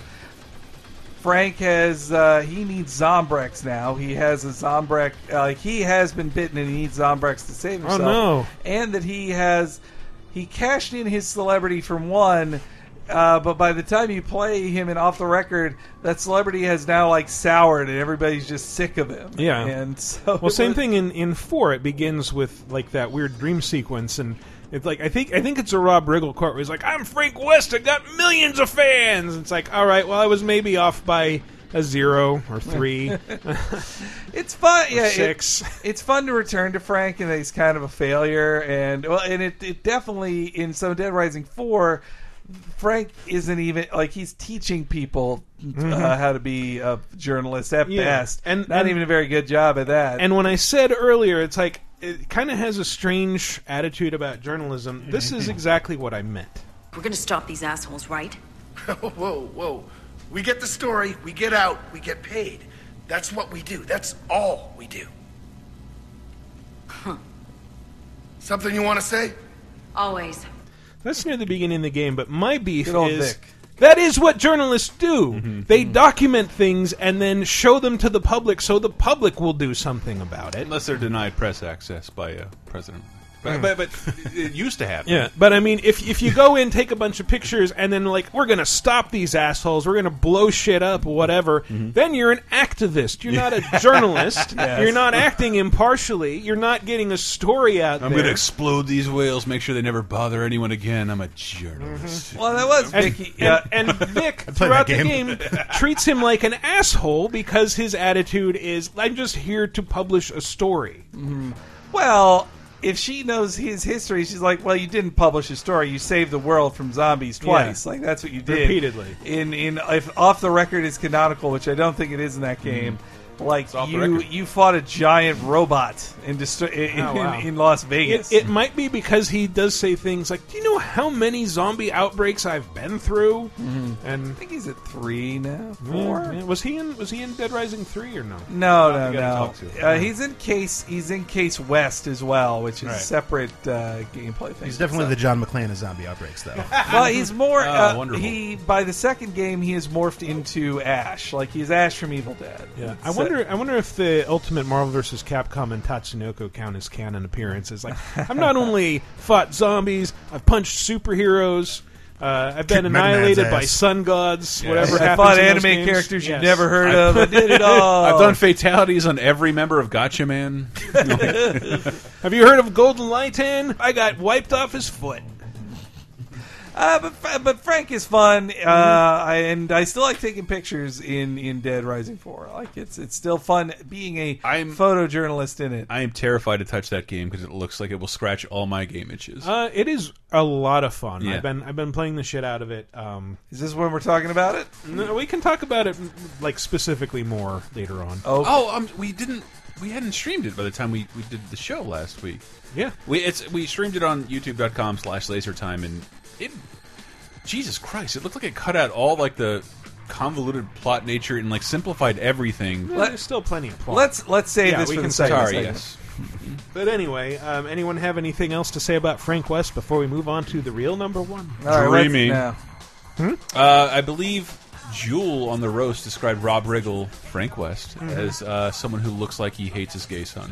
Speaker 3: Frank has uh, he needs Zombrex now. He has a Zombrex. Uh, like he has been bitten, and he needs Zombrex to save
Speaker 2: Oh,
Speaker 3: himself.
Speaker 2: no.
Speaker 3: And that he has he cashed in his celebrity from one. Uh, but by the time you play him in off the record, that celebrity has now like soured, and everybody's just sick of him.
Speaker 2: Yeah.
Speaker 3: and so
Speaker 2: well, same thing in in four. It begins with like that weird dream sequence, and it's like I think I think it's a Rob Riggle quote where he's like, "I'm Frank West. I got millions of fans." It's like, all right, well, I was maybe off by a zero or three.
Speaker 3: It's fun. Yeah, it-
Speaker 2: six.
Speaker 3: it's fun to return to Frank, and he's kind of a failure. And well, and it, it definitely in some Dead Rising four, Frank isn't even like he's teaching people uh,
Speaker 2: Mhm.
Speaker 3: how to be a journalist at
Speaker 2: Yeah.
Speaker 3: best,
Speaker 2: And-
Speaker 3: not
Speaker 2: and-
Speaker 3: even a very good job at that.
Speaker 2: And when I said earlier, it's like it kind of has a strange attitude about journalism. This is exactly what I meant.
Speaker 18: We're gonna stop these assholes, right?
Speaker 17: whoa, whoa. We get the story, we get out, we get paid. That's what we do. That's all we do.
Speaker 18: Huh.
Speaker 17: Something you want to say?
Speaker 18: Always.
Speaker 2: That's near the beginning of the game, but my beef
Speaker 17: Good old
Speaker 2: is
Speaker 17: Vic. Mm-hmm.
Speaker 2: that is what journalists do. They document things and then show them to the public so the public will do something about it.
Speaker 1: Unless they're denied press access by uh, president. But,
Speaker 2: Mm.
Speaker 1: but, but it used to happen.
Speaker 2: Yeah, but I mean, if if you go in, take a bunch of pictures, and then like we're gonna stop these assholes, we're gonna blow shit up, whatever. Then you're an activist. You're not a journalist.
Speaker 1: Mm-hmm. Yes.
Speaker 2: You're not acting impartially. You're not getting a story out
Speaker 1: I'm
Speaker 2: there.
Speaker 1: going to explode these whales, make sure they never bother anyone again. I'm a journalist.
Speaker 2: Mm-hmm.
Speaker 3: Well, that was
Speaker 2: and,
Speaker 3: Vicky.
Speaker 2: and, and Vic
Speaker 1: I played
Speaker 2: throughout
Speaker 1: that
Speaker 2: the
Speaker 1: game.
Speaker 2: game treats him like an asshole because his attitude is I'm just here to publish a story.
Speaker 3: Well, if she knows his history, she's like, "Well, you didn't publish a story. You saved the world from zombies twice.
Speaker 2: Yeah.
Speaker 3: Like that's what you did
Speaker 2: Repeatedly. Mm-hmm.
Speaker 3: In in if off the record is canonical, which I don't think it is in that game. Like
Speaker 1: off the
Speaker 3: you,
Speaker 1: record.
Speaker 3: you fought a giant robot in distro- in,
Speaker 2: Oh, wow.
Speaker 3: in, in Las Vegas.
Speaker 2: It, it might be because he does say things like, "Do you know how many zombie outbreaks I've been through?"
Speaker 1: Mm-hmm.
Speaker 2: And I think
Speaker 3: he's at three now.
Speaker 2: Four? Mm, Was he in? Was he in Dead Rising three or no?
Speaker 3: No,
Speaker 2: Not
Speaker 3: no,
Speaker 2: the guy Mm-hmm. to talk
Speaker 3: no.
Speaker 2: to.
Speaker 3: Uh, he's in case he's in case West as well, which is a
Speaker 4: Right.
Speaker 3: separate uh, gameplay thing.
Speaker 4: He's definitely
Speaker 3: So-
Speaker 4: the John McClane of zombie outbreaks, though.
Speaker 2: Uh-huh.
Speaker 3: well, he's more.
Speaker 4: Oh,
Speaker 3: uh,
Speaker 4: wonderful.
Speaker 3: he by the second game he has morphed into Ash, like he's Ash from Evil Dead.
Speaker 2: Yeah, I
Speaker 3: So-
Speaker 2: wonder. I wonder if the Ultimate Marvel vs. Capcom and Tatsunoko count as canon appearances. Like, I've not only fought zombies, I've punched superheroes, uh, I've been
Speaker 3: Kicked Mega Man's
Speaker 2: annihilated by
Speaker 3: ass.
Speaker 2: sun gods.
Speaker 3: Yes.
Speaker 2: Whatever.
Speaker 3: I
Speaker 2: happens
Speaker 3: fought
Speaker 2: in those
Speaker 3: anime
Speaker 2: games.
Speaker 3: characters you've
Speaker 2: Yes.
Speaker 3: never heard of. I did it all.
Speaker 1: I've done fatalities on every member of Gotcha Man.
Speaker 2: Have you heard of Golden Lighten? I got wiped off his foot.
Speaker 3: Uh, but Fra- but Frank is fun, uh,
Speaker 2: Mm-hmm.
Speaker 3: I, and I still like taking pictures in, in Dead Rising Four. Like it's it's still fun being a photojournalist in it.
Speaker 1: I am terrified to touch that game because it looks like it will scratch all my game itches.
Speaker 2: Uh, it is a lot of fun.
Speaker 1: Yeah.
Speaker 2: I've been I've been playing the shit out of it. Um,
Speaker 3: is this when we're talking about it?
Speaker 2: No, we can talk about it m- like specifically more later on.
Speaker 1: Oh, um, we didn't. We hadn't streamed it by the time we, we did the show last week.
Speaker 2: Yeah.
Speaker 1: we it's we streamed it on YouTube.com slash LaserTime, and it Jesus Christ, it looked like it cut out all like the convoluted plot nature and like simplified everything.
Speaker 2: Eh, there's still plenty of plot.
Speaker 3: Let's- let's save
Speaker 2: Yeah,
Speaker 3: this
Speaker 2: we
Speaker 3: for
Speaker 2: can
Speaker 3: the
Speaker 2: save
Speaker 1: second
Speaker 2: this
Speaker 1: Sorry,
Speaker 2: segment.
Speaker 1: yes.
Speaker 2: But anyway, um, anyone have anything else to say about Frank West before we move on to the real number one?
Speaker 1: Dreamy. Uh, I believe Jewel on the roast described Rob Riggle, Frank West,
Speaker 3: Mhm.
Speaker 1: as uh, someone who looks like he hates his gay son,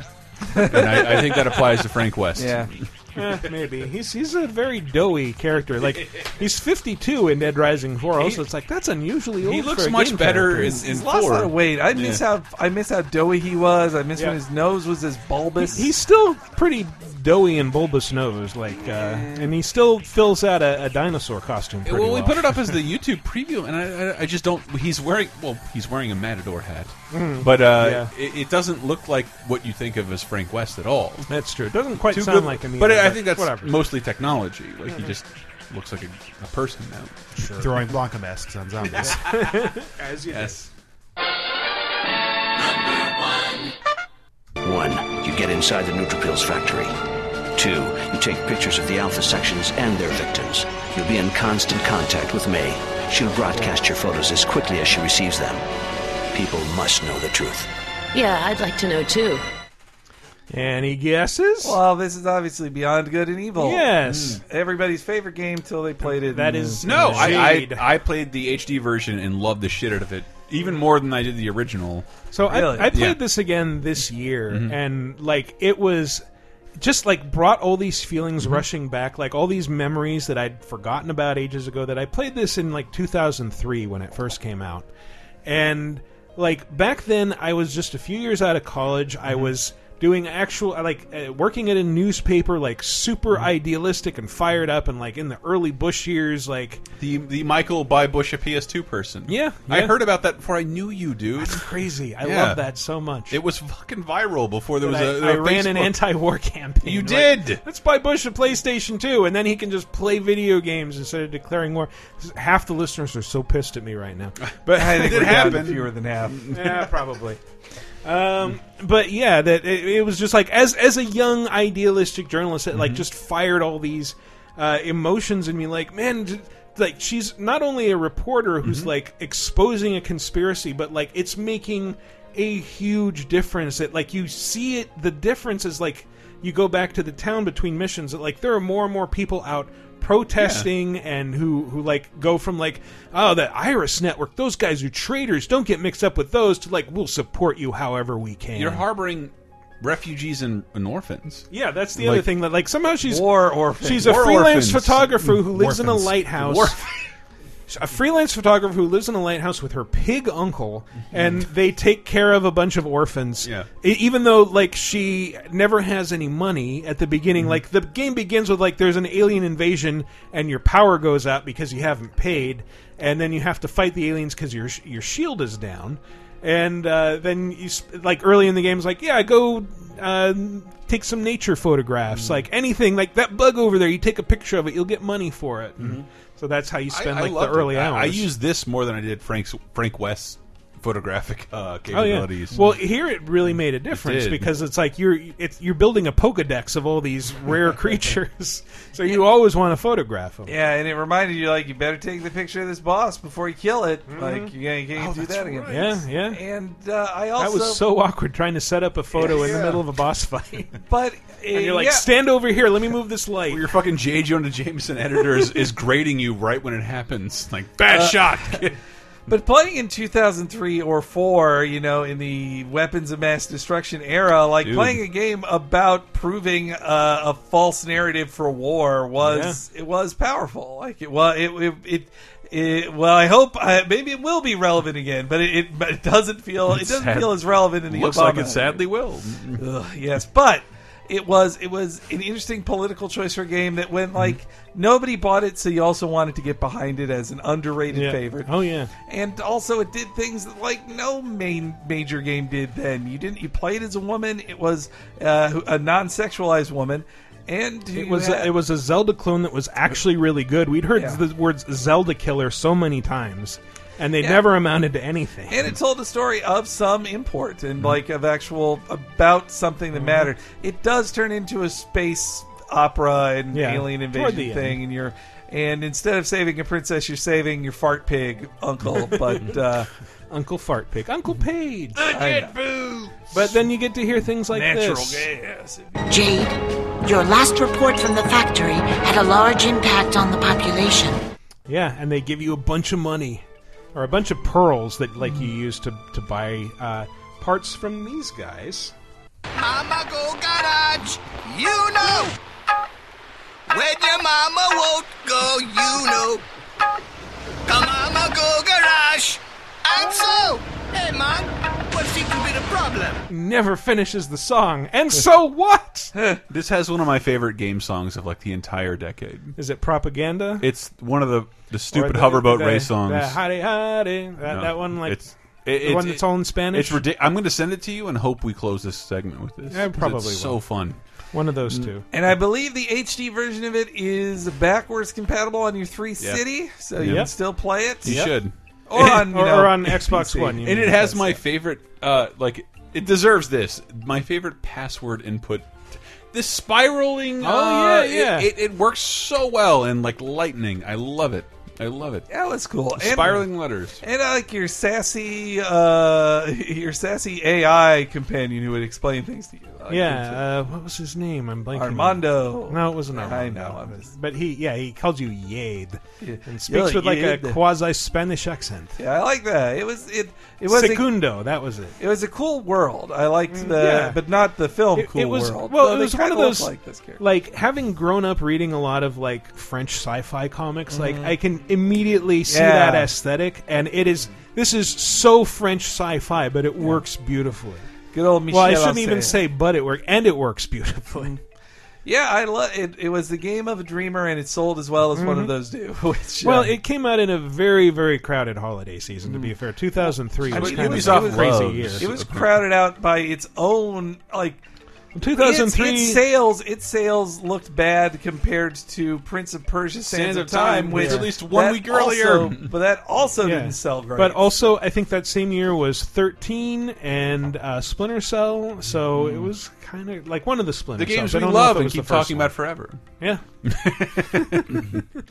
Speaker 1: and I, I think that applies to Frank West.
Speaker 3: Yeah.
Speaker 2: Eh, maybe he's he's a very doughy character. Like he's 52 in Dead Rising 4, so it's like that's unusually old.
Speaker 1: he
Speaker 2: for
Speaker 1: looks
Speaker 2: a
Speaker 1: much
Speaker 2: game
Speaker 1: better
Speaker 2: character.
Speaker 1: in- in
Speaker 3: He's lost a lot of weight. I miss
Speaker 2: Yeah.
Speaker 3: how I miss how doughy he was. I miss
Speaker 2: Yeah.
Speaker 3: when his nose was as bulbous.
Speaker 2: He- he's still pretty doughy and bulbous nose, like, uh, and he still fills out a, a dinosaur costume. Pretty
Speaker 1: Well,
Speaker 2: well,
Speaker 1: we put it up as the YouTube preview, and I, I, I just don't. He's wearing well, he's wearing a matador hat,
Speaker 2: Mm.
Speaker 1: but uh,
Speaker 2: Yeah.
Speaker 1: it, it doesn't look like what you think of as Frank West at all.
Speaker 2: That's true. It doesn't quite
Speaker 1: Too
Speaker 2: sound
Speaker 1: good-
Speaker 2: like him.
Speaker 1: but
Speaker 2: either,
Speaker 1: I think that's
Speaker 2: whatever.
Speaker 1: mostly technology. Like he
Speaker 2: Mhm.
Speaker 1: just looks like a, a person now.
Speaker 2: Sure.
Speaker 4: Throwing Blanca masks on zombies.
Speaker 2: As you
Speaker 1: yes.
Speaker 11: One, you get inside the Nutripills factory. Two, you take pictures of the Alpha sections and their victims. You'll be in constant contact with May. She'll broadcast your photos as quickly as she receives them. People must know the truth.
Speaker 15: Yeah, I'd like to know too.
Speaker 2: Any guesses?
Speaker 3: Well, this is obviously Beyond Good and Evil.
Speaker 2: Yes.
Speaker 3: Mm. everybody's favorite game till they played it.
Speaker 2: That
Speaker 3: in-
Speaker 2: is
Speaker 1: No, I,
Speaker 2: Jade.
Speaker 1: I I played the HD version and loved the shit out of it even more than I did the original.
Speaker 2: So I, I played
Speaker 1: Yeah.
Speaker 2: this again this year,
Speaker 1: Mhm.
Speaker 2: and like it was just like brought all these feelings
Speaker 1: Mm-hmm.
Speaker 2: rushing back, like all these memories that I'd forgotten about ages ago. That I played this in like 2003 when it first came out, and like back then I was just a few years out of college.
Speaker 1: Mm-hmm.
Speaker 2: I was doing actual like uh, working at a newspaper, like super
Speaker 1: Mm-hmm.
Speaker 2: idealistic and fired up, and like in the early Bush years, like
Speaker 1: the the Michael by Bush a PS2 person.
Speaker 2: Yeah,
Speaker 1: I
Speaker 2: yeah.
Speaker 1: heard about that before I knew you, dude. That's
Speaker 2: crazy. I
Speaker 1: Yeah.
Speaker 2: love that so much.
Speaker 1: It was fucking viral before there was
Speaker 2: that
Speaker 1: a.
Speaker 2: I, I
Speaker 1: a
Speaker 2: ran an
Speaker 1: Facebook-
Speaker 2: anti-war campaign.
Speaker 1: You
Speaker 2: Like,
Speaker 1: did.
Speaker 2: Let's buy Bush a PlayStation 2, and then he can just play video games instead of declaring war. Half the listeners are so pissed at me right now, but
Speaker 3: I think
Speaker 2: it
Speaker 3: we're down to
Speaker 2: happened.
Speaker 3: fewer than half.
Speaker 2: yeah, probably. Um, but yeah, that it, it was just like as as a young idealistic journalist, it like just fired all these uh, emotions in me. Like, man, d- like she's not only a reporter who's like exposing a conspiracy, but like it's making a huge difference. That like you see it, the difference is like you go back to the town between missions. That like there are more and more people out protesting and who who like go from like oh that iris network those guys are traitors don't get mixed up with those to like we'll support you however we can
Speaker 1: You're harboring refugees and, and orphans.
Speaker 2: yeah that's the
Speaker 1: Like-
Speaker 2: other thing that like somehow she's
Speaker 3: War orphans.
Speaker 2: she's a
Speaker 1: War
Speaker 2: freelance
Speaker 1: orphans.
Speaker 2: photographer who lives in a
Speaker 1: Orphans.
Speaker 2: lighthouse
Speaker 1: War-
Speaker 2: a freelance photographer who lives in a lighthouse with her pig uncle and they take care of a bunch of orphans
Speaker 1: Yeah.
Speaker 2: E- even though like she never has any money at the beginning like the game begins with like there's an alien invasion and your power goes out because you haven't paid and then you have to fight the aliens because your sh- your shield is down and uh, then you sp- like early in the game is like yeah go uh, take some nature photographs like anything like that bug over there you take a picture of it you'll get money for it so that's how you spend
Speaker 1: I
Speaker 2: like the
Speaker 1: loved it.
Speaker 2: early
Speaker 1: I-
Speaker 2: hours
Speaker 1: I, used this more than I did Frank's Frank West's photographic uh,
Speaker 2: Oh, yeah.
Speaker 1: capabilities.
Speaker 2: Well, here it really made a difference
Speaker 1: did.
Speaker 2: because it's like you're it's, you're building a Pokedex of all these rare creatures, so you always want to photograph them.
Speaker 3: Yeah, and it reminded you like you better take the picture of this boss before you kill it.
Speaker 2: Mhm.
Speaker 3: Like you, you can't do that again.
Speaker 2: Yeah, yeah.
Speaker 3: And uh, I also
Speaker 2: That was so awkward trying to set up a photo in the
Speaker 3: Yeah.
Speaker 2: middle of a boss fight.
Speaker 3: But uh,
Speaker 2: and you're like,
Speaker 3: yeah.
Speaker 2: stand over here. Let me move this light.
Speaker 1: your fucking J. Jonah Jameson editor is, is grading you right when it happens. Like bad
Speaker 3: Uh,
Speaker 1: shot.
Speaker 3: But playing in 2003 or 4, you know, in the weapons of mass destruction era, like
Speaker 1: Dude.
Speaker 3: playing a game about proving uh, a false narrative for war was it was powerful. Like it was it it, it, it- well, I hope I, maybe it will be relevant again, but it, it, but it doesn't feel it
Speaker 1: It's
Speaker 3: doesn't
Speaker 1: sad-
Speaker 3: feel as relevant in the
Speaker 1: looks
Speaker 3: Obama
Speaker 1: like it
Speaker 3: era.
Speaker 1: sadly will.
Speaker 3: Ugh, yes, but it was it was an interesting political choice for a game that
Speaker 1: Mm-hmm.
Speaker 3: went like nobody bought it, so you also wanted to get behind it as an underrated
Speaker 2: Yeah.
Speaker 3: favorite.
Speaker 2: Oh, yeah.
Speaker 3: and also it did things that like no main major game did then. You didn't you played as a woman. It was uh, who- a non-sexualized woman, and
Speaker 2: It
Speaker 3: you
Speaker 2: was
Speaker 3: had-
Speaker 2: a, it was a Zelda clone that was actually really good. We'd heard
Speaker 3: Yeah.
Speaker 2: the words Zelda killer so many times, and they
Speaker 3: Yeah.
Speaker 2: never amounted to anything.
Speaker 3: and it told a story of some import
Speaker 2: Mm-hmm.
Speaker 3: and like of actual about something that mattered. It does turn into a space opera and
Speaker 2: Yeah,
Speaker 3: alien
Speaker 2: toward the
Speaker 3: invasion thing, and you're and instead of saving a princess, you're saving your fart pig uncle, but uh,
Speaker 2: Uncle Fart Pig, Uncle Page.
Speaker 3: I know.
Speaker 2: But then you get to hear things like
Speaker 3: Natural
Speaker 2: this.
Speaker 3: gas.
Speaker 19: Jade, your last report from the factory had a large impact on the population.
Speaker 2: Yeah, and they give you a bunch of money or a bunch of pearls that like
Speaker 1: Mm.
Speaker 2: you use to to buy uh, parts from these guys.
Speaker 5: Mama go garage, you know. When your mama won't go, you know. Come mama go garage. And so, hey man, what seems to be the problem?
Speaker 2: Never finishes the song, and so what?
Speaker 1: this has one of my favorite game songs of like the entire decade.
Speaker 2: Is it propaganda?
Speaker 1: It's one of the the stupid
Speaker 2: Or the-
Speaker 1: hoverboat
Speaker 2: the-
Speaker 1: race songs.
Speaker 2: The howdy, howdy, that,
Speaker 1: No,
Speaker 2: that one, like
Speaker 1: it's-
Speaker 2: the
Speaker 1: it- it's-
Speaker 2: one that's all in Spanish.
Speaker 1: It's ridiculous. I'm going to send it to you and hope we close this segment with this.
Speaker 2: Yeah,
Speaker 1: 'cause
Speaker 2: probably
Speaker 1: it's so
Speaker 2: will.
Speaker 1: fun.
Speaker 2: One of
Speaker 1: Mm.
Speaker 2: those two.
Speaker 3: And I believe the HD version of it is backwards compatible on your three
Speaker 1: Yeah.
Speaker 3: city, so
Speaker 1: Yeah.
Speaker 3: you can still play it.
Speaker 1: You should.
Speaker 3: Or on, you know, PC.
Speaker 1: and Mm, it has my favorite. Uh, like it deserves this. My favorite password input. This spiraling.
Speaker 2: Oh,
Speaker 1: uh,
Speaker 2: yeah, yeah.
Speaker 1: It, it, it works so well and like lightning. I love it. I love it.
Speaker 3: Yeah, that's cool. And-
Speaker 1: Spiraling letters.
Speaker 3: And I like your sassy, uh, your sassy AI companion who would explain things to you. I like him,
Speaker 2: yeah, uh, what was his name? I'm blanking.
Speaker 3: Armando.
Speaker 2: No, it wasn't Armando.
Speaker 3: I know, I'm
Speaker 2: but he, yeah, he called you Yade and speaks
Speaker 3: You're
Speaker 2: with like a
Speaker 3: Yade.
Speaker 2: quasi Spanish accent.
Speaker 3: too. Yeah, I like that. It was it. It was a,
Speaker 2: Secundo. that was it.
Speaker 3: it was a cool world. I liked the,
Speaker 2: Mm, yeah.
Speaker 3: but not the film
Speaker 2: It-
Speaker 3: Oh, cool
Speaker 2: it was,
Speaker 3: world.
Speaker 2: Well,
Speaker 3: Though
Speaker 2: it
Speaker 3: they
Speaker 2: was one
Speaker 3: kinda
Speaker 2: of those
Speaker 3: look like this character.
Speaker 2: like, having grown up reading a lot of like French sci-fi comics. Like
Speaker 3: Mhm.
Speaker 2: I can immediately see
Speaker 3: Yeah.
Speaker 2: that aesthetic, and it is this is so French sci-fi, but it works beautifully.
Speaker 3: Good old
Speaker 2: Well, I
Speaker 3: Michel
Speaker 2: shouldn't even
Speaker 3: Océan.
Speaker 2: say, but it worked, and it works beautifully.
Speaker 3: Mm-hmm. Yeah, I love it. It was the game of a dreamer, and it sold as well as one of
Speaker 2: Mhm.
Speaker 3: those do. Which,
Speaker 2: Well,
Speaker 3: uh,
Speaker 2: it came out in a very, very crowded holiday season. To be fair, 2003
Speaker 3: I
Speaker 2: was
Speaker 3: mean,
Speaker 2: kind
Speaker 3: Mm. it was-
Speaker 2: of
Speaker 3: it
Speaker 2: a
Speaker 3: was- um,
Speaker 2: crazy year.
Speaker 3: It was crowded out by its own like.
Speaker 2: 2003
Speaker 3: its, its sales its sales looked bad compared to Prince of Persia: Sands of Time, which
Speaker 1: was released one
Speaker 3: that
Speaker 1: week
Speaker 3: also-
Speaker 1: earlier.
Speaker 3: but that also
Speaker 2: Yeah.
Speaker 3: didn't sell great.
Speaker 2: But also, I think that same year was 13 and uh, Splinter Cell, so it was kind of like one of the Splinter
Speaker 1: The games
Speaker 2: Cells. I
Speaker 1: we
Speaker 2: don't know if
Speaker 1: love
Speaker 2: it
Speaker 1: and
Speaker 2: was the
Speaker 1: keep
Speaker 2: first
Speaker 1: talking
Speaker 2: one.
Speaker 1: about forever.
Speaker 2: Yeah.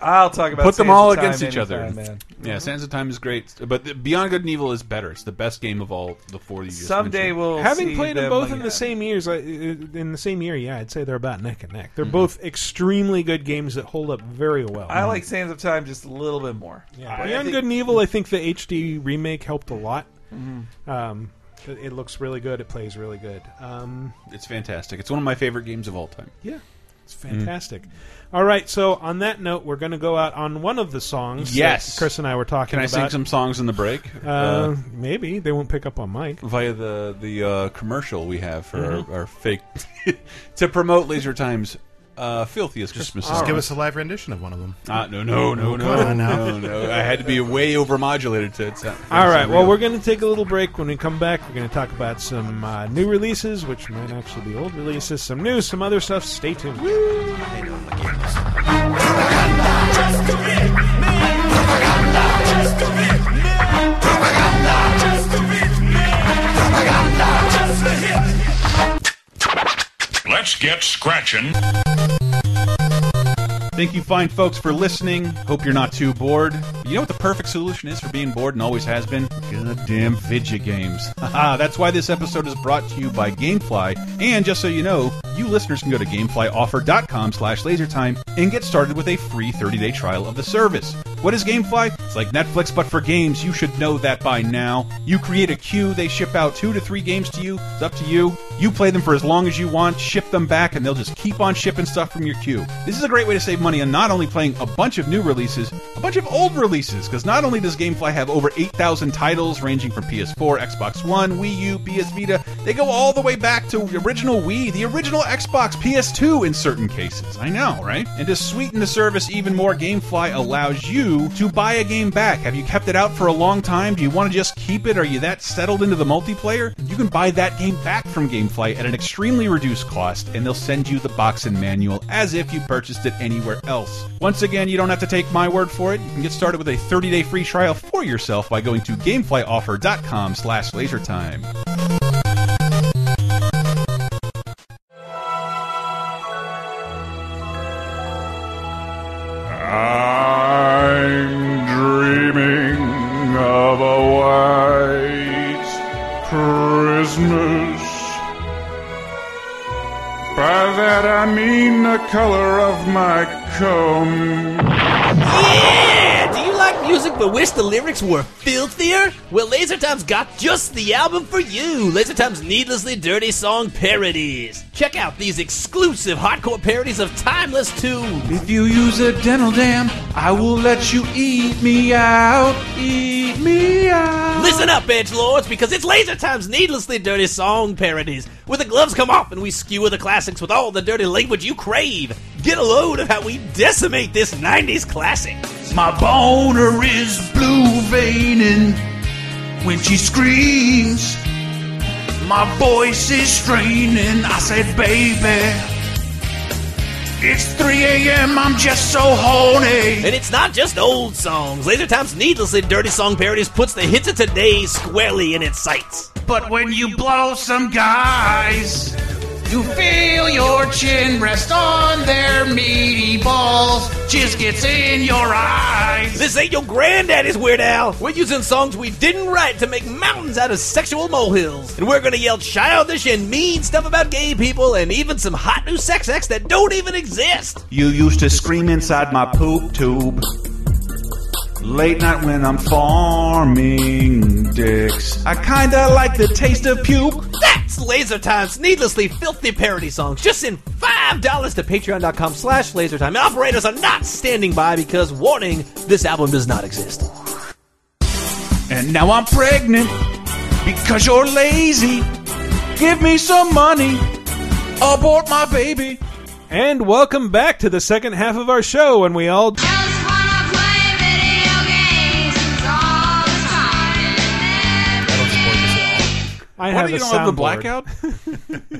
Speaker 3: I'll talk about
Speaker 1: Put them
Speaker 3: Sands
Speaker 1: all
Speaker 3: of Time
Speaker 1: against each other.
Speaker 3: anytime, man. Mm-hmm.
Speaker 1: Yeah, Sands of Time is great, but the- Beyond Good and Evil is better. It's the best game of all the four that you just
Speaker 3: Someday
Speaker 1: mentioned.
Speaker 3: we'll
Speaker 2: Having
Speaker 3: see
Speaker 2: played them
Speaker 3: them
Speaker 2: both
Speaker 3: again.
Speaker 2: in the same years, I- uh, in the same year, yeah, I'd say they're about neck and neck. They're
Speaker 1: Hmm.
Speaker 2: both extremely good games that hold up very well.
Speaker 3: I like Sands of Time just a little bit more.
Speaker 2: Yeah, Beyond Good and Evil, I think the HD remake helped a lot.
Speaker 3: Mhm.
Speaker 1: Mm-hmm.
Speaker 2: Um, it, it looks really good. It plays really good. Um,
Speaker 1: It's fantastic. It's one of my favorite games of all time.
Speaker 2: yeah, it's
Speaker 1: Mm-hmm.
Speaker 2: fantastic. All right, so on that note, we're going to go out on one of the songs. that
Speaker 1: Yes.
Speaker 2: Chris and I were talking
Speaker 1: Can I
Speaker 2: about.
Speaker 1: sing some songs in the break?
Speaker 2: Uh, maybe they won't pick up on mine.
Speaker 1: via the the uh, commercial we have for
Speaker 2: Mhm.
Speaker 1: our, our fake to promote Laser Times. Uh, filthiest Christmas.
Speaker 4: Just give us a live rendition of one of them.
Speaker 1: Uh, no, no, no, no,
Speaker 4: Come on now.
Speaker 1: no, no. I had to be way overmodulated to. It's not,
Speaker 2: All
Speaker 1: it's
Speaker 2: right.
Speaker 1: unreal.
Speaker 2: Well, we're going to take a little break. When we come back, we're going to talk about some uh, new releases, which might actually be old releases, some news, some other stuff. Stay tuned.
Speaker 5: Propaganda. Just do it, man. Propaganda. Just do it, man. Propaganda.
Speaker 8: Get scratching.
Speaker 1: Thank you, fine folks, for listening. Hope you're not too bored. You know what the perfect solution is for being bored and always has been? Goddamn video games. Haha, that's why this episode is brought to you by Gamefly. And just so you know, you listeners can go to gameflyoffer.com slash lasertime and get started with a free 30-day trial of the service. What is Gamefly? It's like Netflix, but for games. You should know that by now. You create a queue, they ship out two to three games to you. It's up to you. You play them for as long as you want, ship them back, and they'll just keep on shipping stuff from your queue. This is a great way to save money on not only playing a bunch of new releases, a bunch of old releases, because not only does Gamefly have over 8,000 titles ranging from PS4, Xbox One, Wii U, PS Vita, they go all the way back to the original Wii, the original Xbox, PS2 in certain cases. I know, right? And to sweeten the service even more, Gamefly allows you to buy a game back. Have you kept it out for a long time? Do you want to just keep it? Are you that settled into the multiplayer? You can buy that game back from Gamefly at an extremely reduced cost, and they'll send you the box and manual as if you purchased it anywhere else. Once again, you don't have to take my word for it. You can get started with a 30-day free trial for yourself by going to gameflyoffer.com slash lasertime.
Speaker 14: I'm dreaming of a white Christmas. By that I mean the color of my cum.
Speaker 20: Yeah! Do you like music but wish the lyrics were filthier? Well, Lasertime's got just the album for you Lasertime's Needlessly Dirty Song Parodies. Check out these exclusive hardcore parodies of timeless tunes.
Speaker 21: If you use a dental dam, I will let you eat me out. Eat me out.
Speaker 20: Listen up, Edge Lords, because it's Laser Time's needlessly dirty song parodies, where the gloves come off and we skewer the classics with all the dirty language you crave. Get a load of how we decimate this '90s classic.
Speaker 21: My boner is blue veining when she screams. My voice is straining. I said, baby. It's 3 a.m. I'm just so horny.
Speaker 20: And it's not just old songs. Laser Time's needlessly dirty song parodies puts the hits of today squarely in its sights.
Speaker 21: But when you blow some guys, you feel your chin rest on their meaty balls. Just gets in your eyes.
Speaker 20: This ain't your granddaddy's Weird Al. We're using songs we didn't write to make mountains out of sexual molehills. And we're gonna yell childish and mean stuff about gay people and even some hot new sex acts that don't even exist.
Speaker 21: You used to scream inside my poop tube. Late night when I'm farming dicks. I kinda like the taste of puke.
Speaker 20: That's Laser Time's needlessly filthy parody songs. Just send five dollars to patreon.com slash lasertime. And operators are not standing by because warning, this album does not exist.
Speaker 21: And now I'm pregnant because you're lazy. Give me some money. Abort my baby.
Speaker 2: And welcome back to the second half of our show when we all. I
Speaker 1: Why
Speaker 2: have
Speaker 1: do
Speaker 2: a
Speaker 1: you don't have the
Speaker 2: soundboard.
Speaker 1: blackout?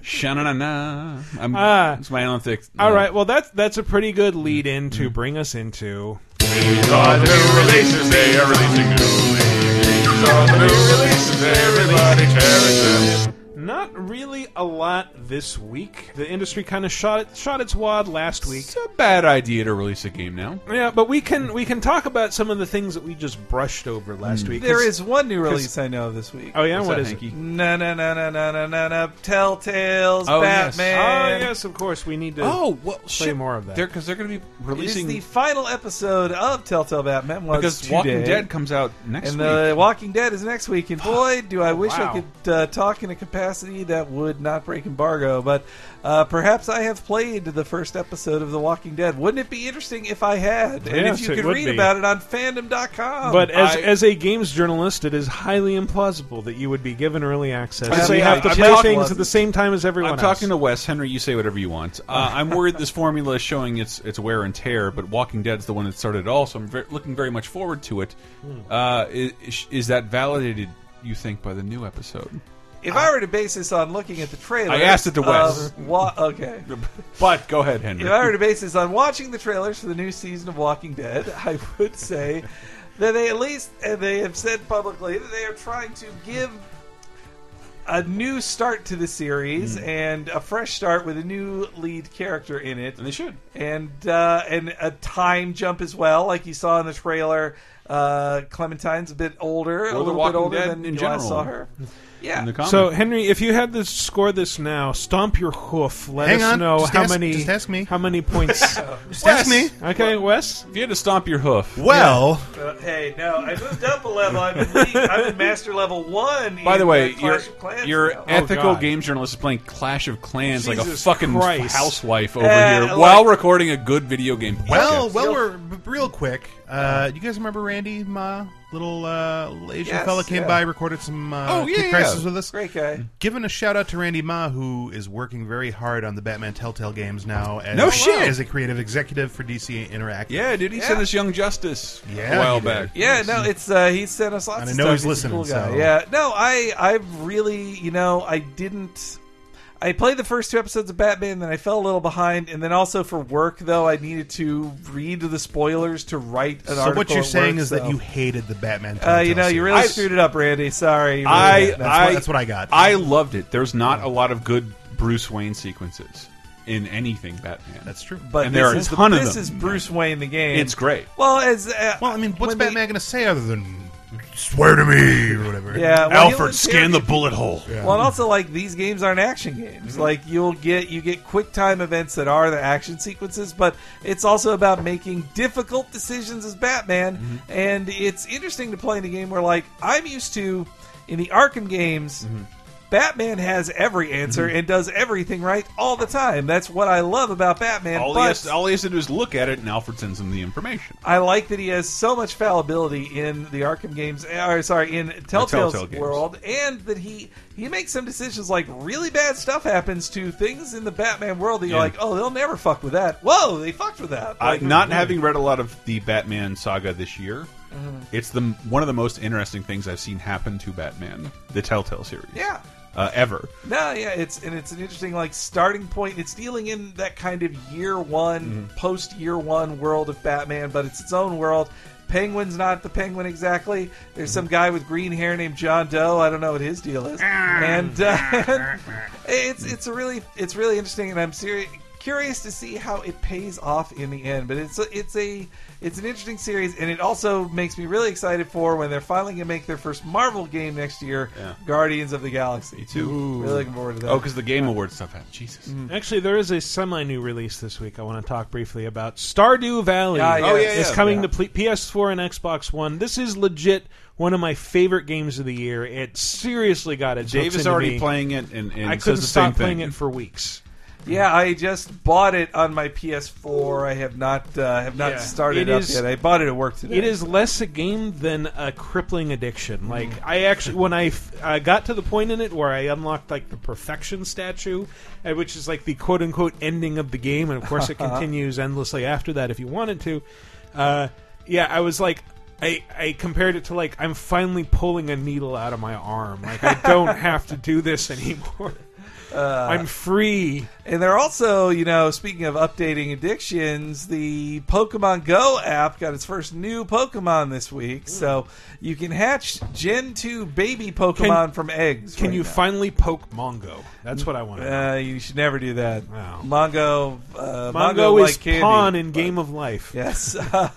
Speaker 1: Shananana. I'm,
Speaker 2: Ah.
Speaker 1: it's my own thing.
Speaker 2: All right, well that's that's a pretty good lead in
Speaker 1: Mm-hmm.
Speaker 2: to bring us into.
Speaker 14: Saw the new releases, they are releasing newly. Saw the new releases, everybody cherishes.
Speaker 2: Not really a lot this week. The industry kind of shot it, shot its wad last week.
Speaker 1: Bad idea to release a game now.
Speaker 2: Yeah, but we can we can talk about some of the things that we just brushed over last week.
Speaker 3: There
Speaker 2: 'Cause-
Speaker 3: is one new
Speaker 2: 'cause-
Speaker 3: release I know of this week.
Speaker 2: Oh, yeah? What's What that, is it? Hanky?
Speaker 3: No, no, no, no, no, no, no, no. Telltale's
Speaker 2: Oh, yes.
Speaker 3: Batman.
Speaker 2: Oh, yes, of course. We need to
Speaker 3: Oh, well,
Speaker 2: play
Speaker 3: shit.
Speaker 2: more of that.
Speaker 1: They're, cause they're going to be releasing
Speaker 3: It is the final episode of Telltale Batman. Was
Speaker 1: because
Speaker 3: today.
Speaker 1: Walking Dead comes out next
Speaker 3: and
Speaker 1: week. Oh,
Speaker 3: The Walking Dead is next week, and boy, do I wish
Speaker 1: wow.
Speaker 3: I could uh, talk in a capacity that would not break embargo. But uh, perhaps I have played the first episode of The Walking Dead. Wouldn't it be interesting if I had? and
Speaker 2: Yes,
Speaker 3: if
Speaker 2: it
Speaker 3: you could
Speaker 2: would
Speaker 3: read
Speaker 2: be.
Speaker 3: about it on fandom.com.
Speaker 2: But as,
Speaker 3: I-
Speaker 2: as a games journalist, it is highly implausible that you would be given early access.
Speaker 1: I
Speaker 2: so
Speaker 1: mean,
Speaker 2: you have
Speaker 1: I-
Speaker 2: to
Speaker 1: I'm
Speaker 2: play
Speaker 1: talking-
Speaker 2: things at the same time as everyone
Speaker 1: I'm
Speaker 2: else.
Speaker 1: talking to Wes Henry. You say whatever you want. Uh, I'm worried this formula is showing its its wear and tear, but Walking Dead's the one that started it all, so I'm ver looking very much forward to it.
Speaker 3: Hmm.
Speaker 1: Uh, i- is, is that validated? You think by the new episode?
Speaker 3: if I were to base this on looking at the trailer,
Speaker 1: I asked it to Wes.
Speaker 3: Wa- okay.
Speaker 1: But go ahead, Henry.
Speaker 3: If I were to base this on watching the trailers for the new season of Walking Dead, I would say that they at least, and they have said publicly, that they are trying to give a new start to the series
Speaker 1: Hmm.
Speaker 3: and a fresh start with a new lead character in it. And
Speaker 1: they should.
Speaker 3: And uh, and a time jump as well, like you saw in the trailer. Uh, Clementine's a bit older,
Speaker 1: Or The
Speaker 3: a little bit
Speaker 1: Walking
Speaker 3: older
Speaker 1: Dead
Speaker 3: than
Speaker 1: in
Speaker 3: you
Speaker 1: general.
Speaker 3: last saw her. Yeah.
Speaker 2: So Henry, if you had to score this now, stomp your hoof. Let
Speaker 4: Hang
Speaker 2: us
Speaker 4: on,
Speaker 2: know
Speaker 4: just
Speaker 2: how
Speaker 4: ask-
Speaker 2: many.
Speaker 4: just ask me.
Speaker 2: How many points?
Speaker 4: Just ask me.
Speaker 2: Okay, Wes.
Speaker 1: If you had to stomp your hoof.
Speaker 4: Well,
Speaker 3: Uh, hey, no, I moved up a level. I'm in, league, I'm in master level one.
Speaker 1: By
Speaker 3: in,
Speaker 1: the
Speaker 3: uh,
Speaker 1: way, your,
Speaker 3: Clash of Clans
Speaker 1: your
Speaker 3: now.
Speaker 4: Oh,
Speaker 1: ethical game journalist is playing Clash of Clans like a
Speaker 3: Jesus
Speaker 1: fucking
Speaker 3: Christ.
Speaker 1: housewife over
Speaker 4: Uh,
Speaker 1: here
Speaker 4: like-
Speaker 1: while recording a good video game.
Speaker 4: Well,
Speaker 1: podcast.
Speaker 4: well, we're b- real quick. Uh, you guys remember Randy Ma? Little, uh, little Asian
Speaker 3: Yes,
Speaker 4: fella came
Speaker 3: yeah.
Speaker 4: by, recorded some uh,
Speaker 3: Oh, yeah,
Speaker 4: Kid
Speaker 3: yeah.
Speaker 4: Crisis with us.
Speaker 3: Great guy.
Speaker 4: Giving a shout out to Randy Ma, who is working very hard on the Batman Telltale games now. As,
Speaker 1: No shit.
Speaker 4: as a creative executive for DC Interactive.
Speaker 1: yeah, dude, he
Speaker 4: Yeah.
Speaker 1: sent us Young Justice
Speaker 4: Yeah,
Speaker 1: a while
Speaker 4: he did.
Speaker 1: back.
Speaker 3: Yeah, no, it's uh, he sent us lots.
Speaker 4: And I
Speaker 3: of
Speaker 4: know
Speaker 3: stuff.
Speaker 4: he's
Speaker 3: a cool
Speaker 4: listening,
Speaker 3: guy.
Speaker 4: so-
Speaker 3: Yeah, no, I I've really you know I didn't. I played the first two episodes of Batman, then I fell a little behind, and then also for work though I needed to read the spoilers to write an
Speaker 4: So
Speaker 3: article.
Speaker 4: what you're
Speaker 3: at
Speaker 4: saying
Speaker 3: work,
Speaker 4: is
Speaker 3: so-
Speaker 4: that you hated the Batman. Telltale
Speaker 3: Uh, you know, you really
Speaker 4: series.
Speaker 3: screwed it up, Randy. Sorry. You really
Speaker 1: I,
Speaker 3: did.
Speaker 1: I
Speaker 4: what- that's what I got.
Speaker 1: I loved it. There's not a lot of good Bruce Wayne sequences in anything Batman. That's
Speaker 4: true.
Speaker 1: But and there
Speaker 3: this
Speaker 1: are a
Speaker 3: is the-
Speaker 1: ton of
Speaker 3: this
Speaker 1: them.
Speaker 3: is Bruce Wayne the game.
Speaker 1: It's great.
Speaker 3: Well, as uh,
Speaker 4: well, I mean, what's Batman going to say other than swear to me or whatever?
Speaker 3: Yeah, well, he'll
Speaker 4: Alfred,
Speaker 3: interrogate
Speaker 4: scan the bullet hole.
Speaker 3: Well, and also like these games aren't action games.
Speaker 1: Mm-hmm.
Speaker 4: Mhm.
Speaker 3: Like you'll get you get quick time events that are the action sequences, but it's also about making difficult decisions as Batman.
Speaker 1: Mm-hmm.
Speaker 3: And it's interesting to play in a game where like I'm used to in the Arkham games.
Speaker 1: Mm-hmm.
Speaker 3: Batman has every answer and does everything right all the time. That's what I love about Batman.
Speaker 1: all,
Speaker 3: but
Speaker 1: he has, all he has to do is look at it, and Alfred sends him the information.
Speaker 3: I like that he has so much fallibility in the Arkham games, eh, or sorry, in Telltale's
Speaker 1: Telltale games.
Speaker 3: world, and that he he makes some decisions like really bad stuff happens to things in the Batman world that you're
Speaker 1: Yeah.
Speaker 3: like, oh, they'll never fuck with that. Whoa, they fucked with that.
Speaker 1: I,
Speaker 3: Like,
Speaker 1: not having read a lot of the Batman saga this year,
Speaker 2: Mm-hmm.
Speaker 3: Mhm.
Speaker 1: it's the one of the most interesting things I've seen happen to Batman, the Telltale series,
Speaker 3: Yeah.
Speaker 1: uh, ever.
Speaker 3: No, yeah, it's and it's an interesting like starting point. It's dealing in that kind of year one, post year one world of Batman, but it's its own world. Penguin's not the Penguin exactly. There's some guy with green hair named John Doe. I don't know what his deal is, and uh, it's it's a really it's really interesting, and I'm serious. Curious to see how it pays off in the end, but it's a, it's a it's an interesting series, and it also makes me really excited for when they're finally gonna make their first Marvel game next year, Guardians of the Galaxy. Me
Speaker 1: too.
Speaker 3: Really looking forward to that.
Speaker 1: Oh, because the Game Award stuff happened. Jesus.
Speaker 2: Actually, there is a semi-new release this week. I want to talk briefly about Stardew Valley.
Speaker 1: Ah, yes. Oh, yeah,
Speaker 2: It's
Speaker 1: yeah.
Speaker 2: coming
Speaker 1: Yeah.
Speaker 2: to ple- PS4 and Xbox One. This is legit one of my favorite games of the year. It seriously got it.
Speaker 1: Dave is already playing it and- and
Speaker 2: I
Speaker 1: says
Speaker 2: couldn't
Speaker 1: the
Speaker 2: stop
Speaker 1: same thing.
Speaker 2: playing it for weeks.
Speaker 3: Yeah, I just bought it on my PS4. I have not uh, have not
Speaker 2: Yeah.
Speaker 3: started
Speaker 2: It
Speaker 3: up
Speaker 2: is-
Speaker 3: yet. I bought it at work today.
Speaker 2: It is less a game than a crippling
Speaker 3: Mm.
Speaker 2: addiction. Like I actually, when I, f- I got to the point in it where I unlocked like the perfection statue, uh, which is like the quote unquote ending of the game, and of course it continues endlessly after that if you wanted to. Uh, yeah, I was like. I, I compared it to like I'm finally pulling a needle out of my arm. Like I don't have to do this anymore.
Speaker 3: Uh,
Speaker 2: I'm free.
Speaker 3: And they're also, you know, speaking of updating addictions, the Pokemon Go app got its first new Pokemon this week. So you can hatch Gen 2 baby Pokemon from eggs.
Speaker 2: Can
Speaker 3: right
Speaker 2: you
Speaker 3: now.
Speaker 2: finally poke Mongo? That's what I want. to
Speaker 3: Uh, you should never do that. Mongo,
Speaker 2: Mongo
Speaker 3: uh, Mongo
Speaker 2: is
Speaker 3: like candy.
Speaker 2: pawn in Game of Life.
Speaker 3: Yes, uh,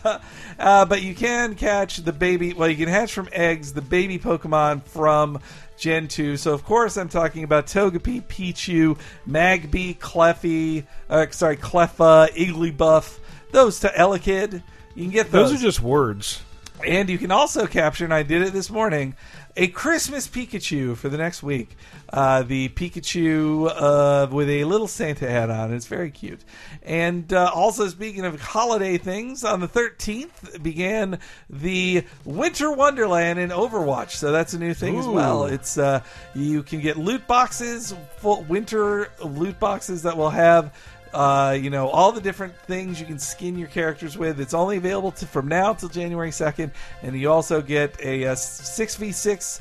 Speaker 3: but you can catch the baby. Well, you can hatch from eggs the baby Pokemon from Gen two. So of course, I'm talking about Togepi, Pichu, Magby, Cleffy. Uh, sorry, Cleffa, Igglybuff. Those to Elekid. You can get
Speaker 2: Those
Speaker 3: those.
Speaker 2: are just words.
Speaker 3: And you can also capture, and I did it this morning, a Christmas Pikachu for the next week. Uh, the Pikachu uh, with a little Santa hat on. It's very cute. And uh, also, speaking of holiday things, on the 13th began the Winter Wonderland in Overwatch. So that's a new thing as
Speaker 2: Ooh.
Speaker 3: well. It's uh, You can get loot boxes, full winter loot boxes that will have uh, you know all the different things you can skin your characters with. It's only available to, from now till January second, and you also get a six v six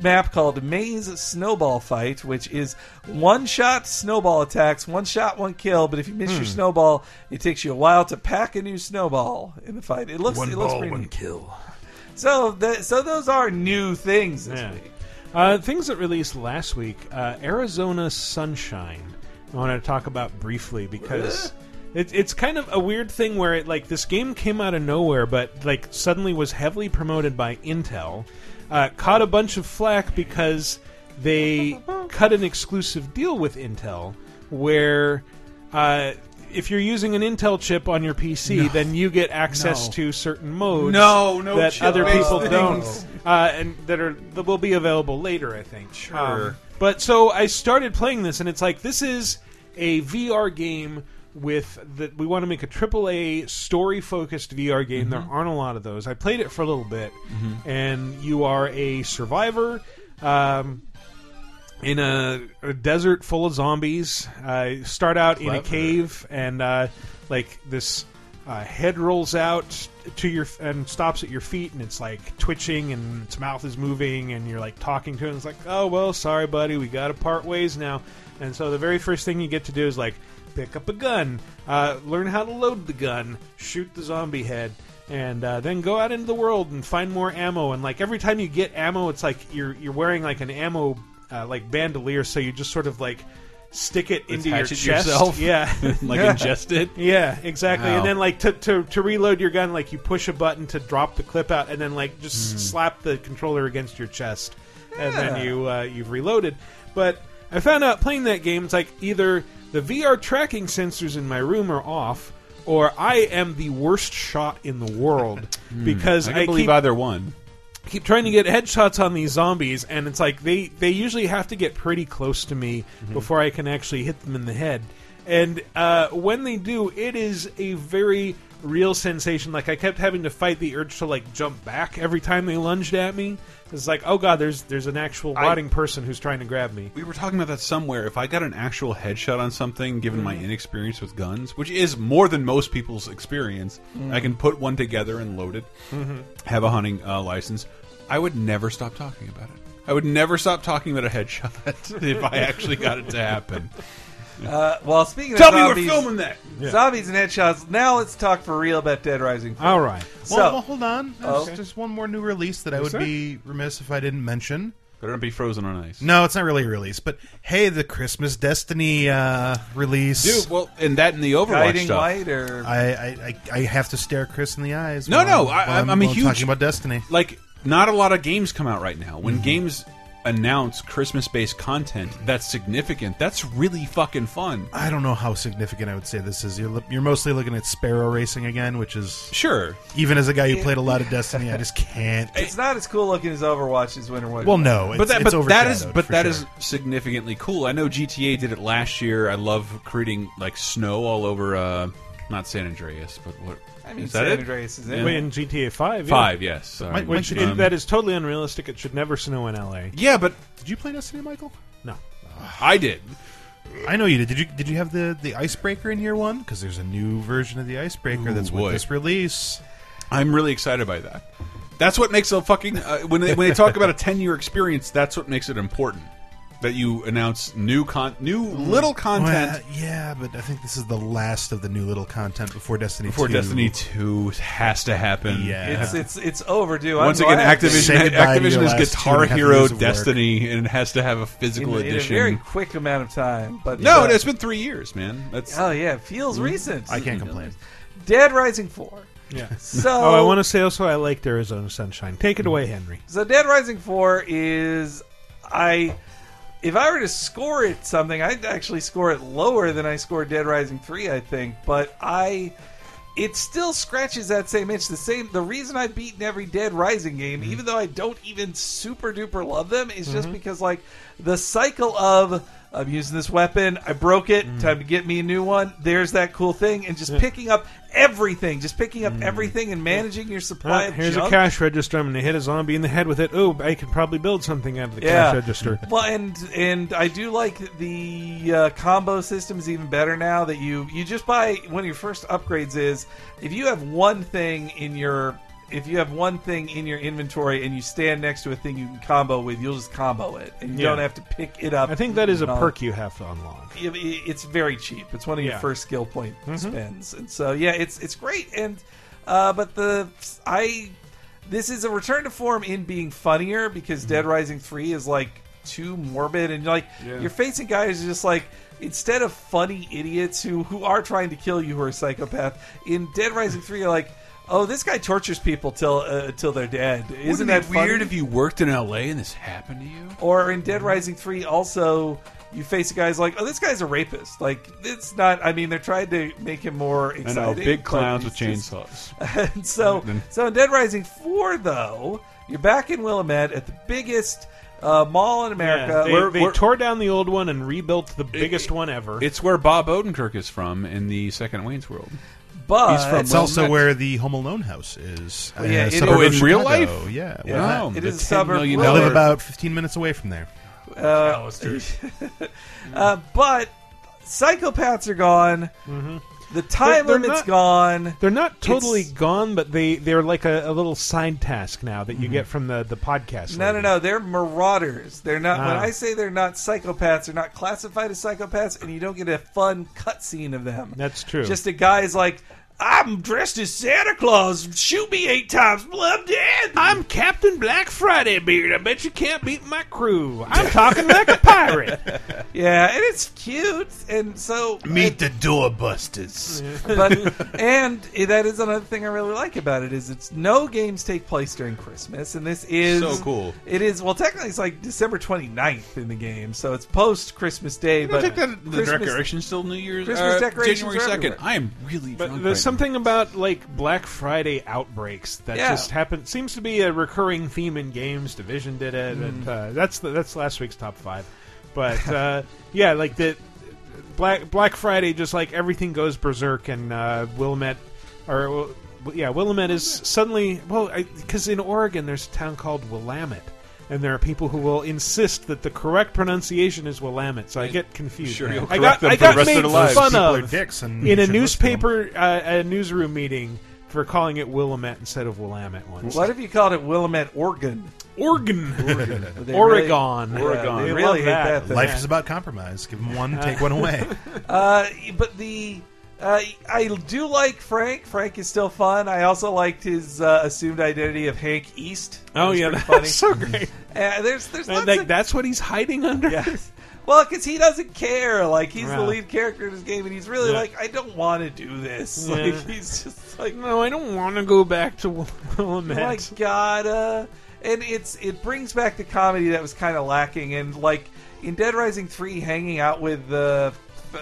Speaker 3: map called Maze Snowball Fight, which is one shot snowball attacks, one shot, one kill. But if you miss
Speaker 2: Hmm.
Speaker 3: your snowball, it takes you a while to pack a new snowball in the fight. It looks
Speaker 2: One
Speaker 3: it looks
Speaker 2: ball,
Speaker 3: pretty
Speaker 2: one
Speaker 3: kill. So that so those are new things this week.
Speaker 2: Uh, things that released last week uh, Arizona Sunshine. I wanted to talk about briefly because. It, it's kind of a weird thing where it like this game came out of nowhere, but like suddenly was heavily promoted by Intel, uh, caught a bunch of flack because they cut an exclusive deal with Intel where uh, if you're using an Intel chip on your PC, then you get access
Speaker 3: No.
Speaker 2: to certain modes
Speaker 3: No, no
Speaker 2: that
Speaker 3: chip
Speaker 2: other
Speaker 3: based
Speaker 2: people
Speaker 3: things.
Speaker 2: don't, uh, and that are that will be available later, I think. Sure.
Speaker 3: Sure.
Speaker 2: but so I started playing this, and it's like this is a VR game with that we want to make a AAA story focused VR game. There
Speaker 3: Mhm.
Speaker 2: aren't a lot of those. I played it for a little bit,
Speaker 3: Mm-hmm.
Speaker 2: and you are a survivor. Um, in a, a desert full of zombies. Uh, you start out in a
Speaker 3: Clever.
Speaker 2: cave, and uh, like this uh, head rolls out to your and stops at your feet, and it's like twitching, and its mouth is moving, and you're like talking to it. And it's like, oh well, sorry, buddy, we got to part ways now. And so the very first thing you get to do is like pick up a gun, uh, learn how to load the gun, shoot the zombie head. And uh, then go out into the world and find more ammo. And like every time you get ammo, it's like you're you're wearing like an ammo uh, like bandolier, so you just sort of like stick it
Speaker 1: Let's
Speaker 2: into your
Speaker 1: hatchet
Speaker 2: chest.
Speaker 1: yourself?
Speaker 2: Yeah,
Speaker 1: Like ingest it?
Speaker 2: Yeah, exactly.
Speaker 1: Wow.
Speaker 2: And then like to, to to reload your gun, like you push a button to drop the clip out, and then like just
Speaker 1: Hmm.
Speaker 3: Mm.
Speaker 2: slap the controller against your chest, and
Speaker 3: Yeah.
Speaker 2: then you uh, you've reloaded. But I found out playing that game, it's like either the VR tracking sensors in my room are off. Or I am the worst shot in the world
Speaker 1: Hmm.
Speaker 2: because
Speaker 1: I
Speaker 2: I,
Speaker 1: can believe
Speaker 2: keep-
Speaker 1: either one.
Speaker 2: keep trying to get headshots on these zombies and it's like they they usually have to get pretty close to me
Speaker 1: Mhm.
Speaker 2: before I can actually hit them in the head. And uh, when they do, it is a very real sensation. Like I kept having to fight the urge to like jump back every time they lunged at me. It's like, oh god, there's there's an actual
Speaker 1: I-
Speaker 2: rotting person who's trying to grab me.
Speaker 1: We were talking about that somewhere. If I got an actual headshot on something, given my inexperience with guns, which is more than most people's experience,
Speaker 3: Mm.
Speaker 1: I can put one together and load it.
Speaker 3: Mhm.
Speaker 1: Have a hunting uh, license. I would never stop talking about it. I would never stop talking about a headshot if I actually got it to happen.
Speaker 3: Uh, well, speaking
Speaker 1: Tell
Speaker 3: of
Speaker 1: me we're
Speaker 3: zombies,
Speaker 1: filming that. Yeah.
Speaker 3: zombies and headshots. Now let's talk for real about Dead Rising. 4.
Speaker 2: All right.
Speaker 3: So Oh.
Speaker 4: Well, well, hold on. There's
Speaker 3: Okay.
Speaker 4: just one more new release that I
Speaker 3: Yes,
Speaker 4: would
Speaker 3: sir.
Speaker 4: be remiss if I didn't mention.
Speaker 1: Better not be frozen on ice.
Speaker 4: No, it's not really a release, but hey, the Christmas Destiny uh, release.
Speaker 1: Dude, well, and that and the Overwatch
Speaker 3: Guiding
Speaker 1: stuff.
Speaker 3: Light or
Speaker 4: I, I, I, I have to stare Chris in the eyes.
Speaker 1: No,
Speaker 4: while-
Speaker 1: no,
Speaker 4: while
Speaker 1: I, I'm, I'm a
Speaker 4: while
Speaker 1: huge
Speaker 4: talking about Destiny. Mm-hmm.
Speaker 1: Like, not a lot of games come out right now. When games announce Christmas-based content that's significant, that's really fucking fun.
Speaker 4: I don't know how significant I would say this is. You're, lo- you're mostly looking at Sparrow Racing again, which is
Speaker 1: sure.
Speaker 4: Even as a guy who played a lot of Destiny, I just can't.
Speaker 3: it's not as cool looking as Overwatch as Winter Wonderland.
Speaker 4: Well, no, it's-
Speaker 1: but that,
Speaker 4: it's
Speaker 1: but that is,
Speaker 4: overshadowed,
Speaker 1: but
Speaker 4: for
Speaker 1: that
Speaker 4: sure.
Speaker 1: is significantly cool. I know GTA did it last year. I love creating like snow all over, uh, not San Andreas, but what?
Speaker 3: I mean,
Speaker 1: is that
Speaker 3: San
Speaker 1: it?
Speaker 3: Andreas is
Speaker 1: Yeah.
Speaker 2: Wait, in GTA Five, yeah.
Speaker 1: Five, yes. Sorry.
Speaker 2: which
Speaker 1: Um,
Speaker 2: it- that is totally unrealistic. It should never snow in LA.
Speaker 1: Yeah, but
Speaker 4: did you play Destiny, Michael?
Speaker 2: No.
Speaker 1: I did.
Speaker 4: I know you did. Did you did you have the the icebreaker in year one? Because there's a new version of the icebreaker
Speaker 1: Ooh,
Speaker 4: that's
Speaker 1: boy.
Speaker 4: with this release.
Speaker 1: I'm really excited by that. That's what makes a fucking uh, when they when they talk about a ten year experience. That's what makes it important that you announce new con new little content
Speaker 4: Well, yeah, but I think this is the last of the new little content before Destiny.
Speaker 1: before
Speaker 4: 2.
Speaker 1: Destiny Two has to happen.
Speaker 4: Yeah.
Speaker 3: It's it's it's overdue.
Speaker 1: Once
Speaker 3: I'm
Speaker 1: again,
Speaker 3: glad.
Speaker 4: Say
Speaker 1: Activision
Speaker 4: goodbye to
Speaker 1: Activision
Speaker 4: your
Speaker 1: is
Speaker 4: last two
Speaker 1: Guitar
Speaker 4: and a half
Speaker 1: Hero
Speaker 4: years of work.
Speaker 1: Destiny, and it has to have a physical
Speaker 3: in, in a
Speaker 1: edition.
Speaker 3: very quick amount of time. But
Speaker 1: no,
Speaker 3: but-
Speaker 1: it's been three years, man. That's
Speaker 3: oh yeah, it feels recent.
Speaker 4: I can't complain.
Speaker 3: Dead Rising Four.
Speaker 2: Yeah.
Speaker 3: So
Speaker 2: oh, I want to say also I liked Arizona Sunshine. Take it away, Henry.
Speaker 3: So Dead Rising Four is I. If I were to score it something, I'd actually score it lower than I scored Dead Rising Three. I think, but I. It still scratches that same itch. The same. The reason I've beaten every Dead Rising game,
Speaker 2: Mm-hmm.
Speaker 3: even though I don't even super duper love them, is just
Speaker 2: Mhm.
Speaker 3: because like the cycle of I'm using this weapon, I broke it,
Speaker 2: Mm.
Speaker 3: time to get me a new one. There's that cool thing, and just picking up everything, just picking up everything and managing your supply.
Speaker 2: Ah,
Speaker 3: of
Speaker 2: Mm. here's a
Speaker 3: junk.
Speaker 2: cash register. I'm going to hit a zombie in the head with it. Oh, I could probably build something out of the cash register.
Speaker 3: Well, and and I do like that the uh, combo system is even better now that you you just buy one of your first upgrades is if you have one thing in your if you have one thing in your inventory and you stand next to a thing you can combo with, you'll just combo it, and you
Speaker 2: Yeah.
Speaker 3: don't have to pick it up.
Speaker 2: I think that is a
Speaker 3: and all-
Speaker 2: perk you have to unlock.
Speaker 3: it- it- it's very cheap. It's one of your
Speaker 2: Yeah.
Speaker 3: first skill
Speaker 1: Mm-hmm.
Speaker 3: point
Speaker 2: Mhm.
Speaker 3: spends, and so yeah, it's it's great. And uh, but the I This is a return to form in being funnier because
Speaker 1: Mm-hmm.
Speaker 3: Dead Rising Three is like too morbid and like
Speaker 14: Yeah.
Speaker 3: you're facing guys who just like instead of funny idiots who who are trying to kill you who are a psychopath in Dead Rising Three you're like. Oh, this guy tortures people till uh, till they're dead. Isn't
Speaker 1: Wouldn't
Speaker 3: that
Speaker 1: it be weird
Speaker 3: funny?
Speaker 1: if you worked in L.A. and this happened to you?
Speaker 3: Or in Dead Rising 3, also, you face a guy's like, oh, this guy's a rapist. Like, it's not, I mean, they're trying to make him more
Speaker 1: I
Speaker 3: exciting.
Speaker 1: know, big
Speaker 3: but
Speaker 1: clowns with
Speaker 3: he's just-
Speaker 1: chainsaws.
Speaker 3: and so, so in Dead Rising 4, though, you're back in Willamette at the biggest uh, mall in America.
Speaker 2: Yeah, they, they tore down the old one and rebuilt the biggest one ever.
Speaker 1: It's where Bob Odenkirk is from in the second Wayne's World.
Speaker 3: But-
Speaker 1: he's from
Speaker 4: it's also
Speaker 1: Wilmette.
Speaker 4: where the Home Alone house is.
Speaker 1: Well, Oh, yeah,
Speaker 4: a
Speaker 1: it
Speaker 4: suburb
Speaker 1: is-
Speaker 4: of
Speaker 1: in real
Speaker 4: Chicago.
Speaker 1: life?
Speaker 4: Yeah,
Speaker 1: Yeah.
Speaker 4: well,
Speaker 1: Wow,
Speaker 4: the
Speaker 1: it is a
Speaker 4: $10
Speaker 1: suburb
Speaker 4: million
Speaker 1: of
Speaker 4: I live
Speaker 1: Wilmette.
Speaker 4: about 15 minutes away from there.
Speaker 3: uh, uh, but psychopaths are gone.
Speaker 1: Mm-hmm.
Speaker 3: The time
Speaker 2: They're- they're
Speaker 3: limit's
Speaker 2: not-
Speaker 3: gone.
Speaker 2: They're not totally
Speaker 3: It's-
Speaker 2: gone, but they they're like a, a little side task now that you get from the the podcast.
Speaker 3: Mm-hmm. No, no, no. They're marauders. They're not. When
Speaker 2: Ah.
Speaker 3: I say they're not psychopaths, they're not classified as psychopaths, and you don't get a fun cutscene of them.
Speaker 2: That's true.
Speaker 3: Just a guy's like, I'm dressed as Santa Claus. Shoot me eight times. Well, I'm dead.
Speaker 2: I'm Captain Black Friday Beard. I bet you can't beat my crew. I'm talking like a pirate.
Speaker 3: Yeah, and it's cute, and so
Speaker 4: Meet the doorbusters.
Speaker 3: but and that is another thing I really like about it is it's no games take place during Christmas, and this is
Speaker 1: So cool.
Speaker 3: It is well, technically, it's like December 29th in the game, so it's post Christmas Day.
Speaker 1: I
Speaker 3: But
Speaker 1: think that the
Speaker 3: Christmas-
Speaker 1: decorations still New Year's.
Speaker 3: Christmas
Speaker 1: uh,
Speaker 3: decorations
Speaker 1: January
Speaker 3: are
Speaker 1: second.
Speaker 3: everywhere.
Speaker 1: I am really
Speaker 2: But
Speaker 1: drunk.
Speaker 2: there's
Speaker 1: right
Speaker 2: something about like Black Friday outbreaks that
Speaker 1: Yeah.
Speaker 2: just happen. Seems to be a recurring theme in games. Division did it,
Speaker 1: Mm.
Speaker 2: and uh, that's the, that's last week's top five. But uh, yeah, like the Black Black Friday, just like everything goes berserk, and uh, Willamette or well, yeah, Willamette is suddenly well because in Oregon there's a town called Willamette. And there are people who will insist that the correct pronunciation is Willamette, so I get confused.
Speaker 1: sure you'll
Speaker 2: I
Speaker 1: correct
Speaker 2: got,
Speaker 1: them
Speaker 2: I
Speaker 1: for the
Speaker 2: got
Speaker 1: rest of
Speaker 2: made
Speaker 1: their lives.
Speaker 2: fun
Speaker 1: People
Speaker 2: of
Speaker 1: are dicks and you
Speaker 2: in a
Speaker 1: should listen to 'em.
Speaker 2: newspaper uh, a newsroom meeting for calling it Willamette instead of Willamette once.
Speaker 3: What if you called it Willamette, Oregon?
Speaker 2: Oregon,
Speaker 3: Oregon,
Speaker 2: Oregon.
Speaker 3: Yeah,
Speaker 2: Oregon.
Speaker 3: they
Speaker 2: We
Speaker 3: really
Speaker 2: love
Speaker 3: hate
Speaker 2: that.
Speaker 3: that. thing.
Speaker 4: Life is about compromise. Give them one, take one away.
Speaker 3: uh, but the uh, I do like Frank. Frank is still fun. I also liked his uh, assumed identity of Hank East.
Speaker 2: Oh,
Speaker 3: was
Speaker 2: yeah,
Speaker 3: pretty
Speaker 2: that's so great.
Speaker 3: Uh, there's there's
Speaker 2: And,
Speaker 3: lots
Speaker 2: like,
Speaker 3: of-
Speaker 2: that's what he's hiding under.
Speaker 3: Yes. Well, because he doesn't care. Like he's
Speaker 2: Yeah.
Speaker 3: the lead character in this game, and he's really
Speaker 2: Yeah.
Speaker 3: like, I don't want to do this.
Speaker 2: Yeah.
Speaker 3: Like he's just like,
Speaker 2: no, I don't want to go back to Wil- Willamette.
Speaker 3: like gotta uh, and it's it brings back the comedy that was kind of lacking and like in dead rising 3 hanging out with the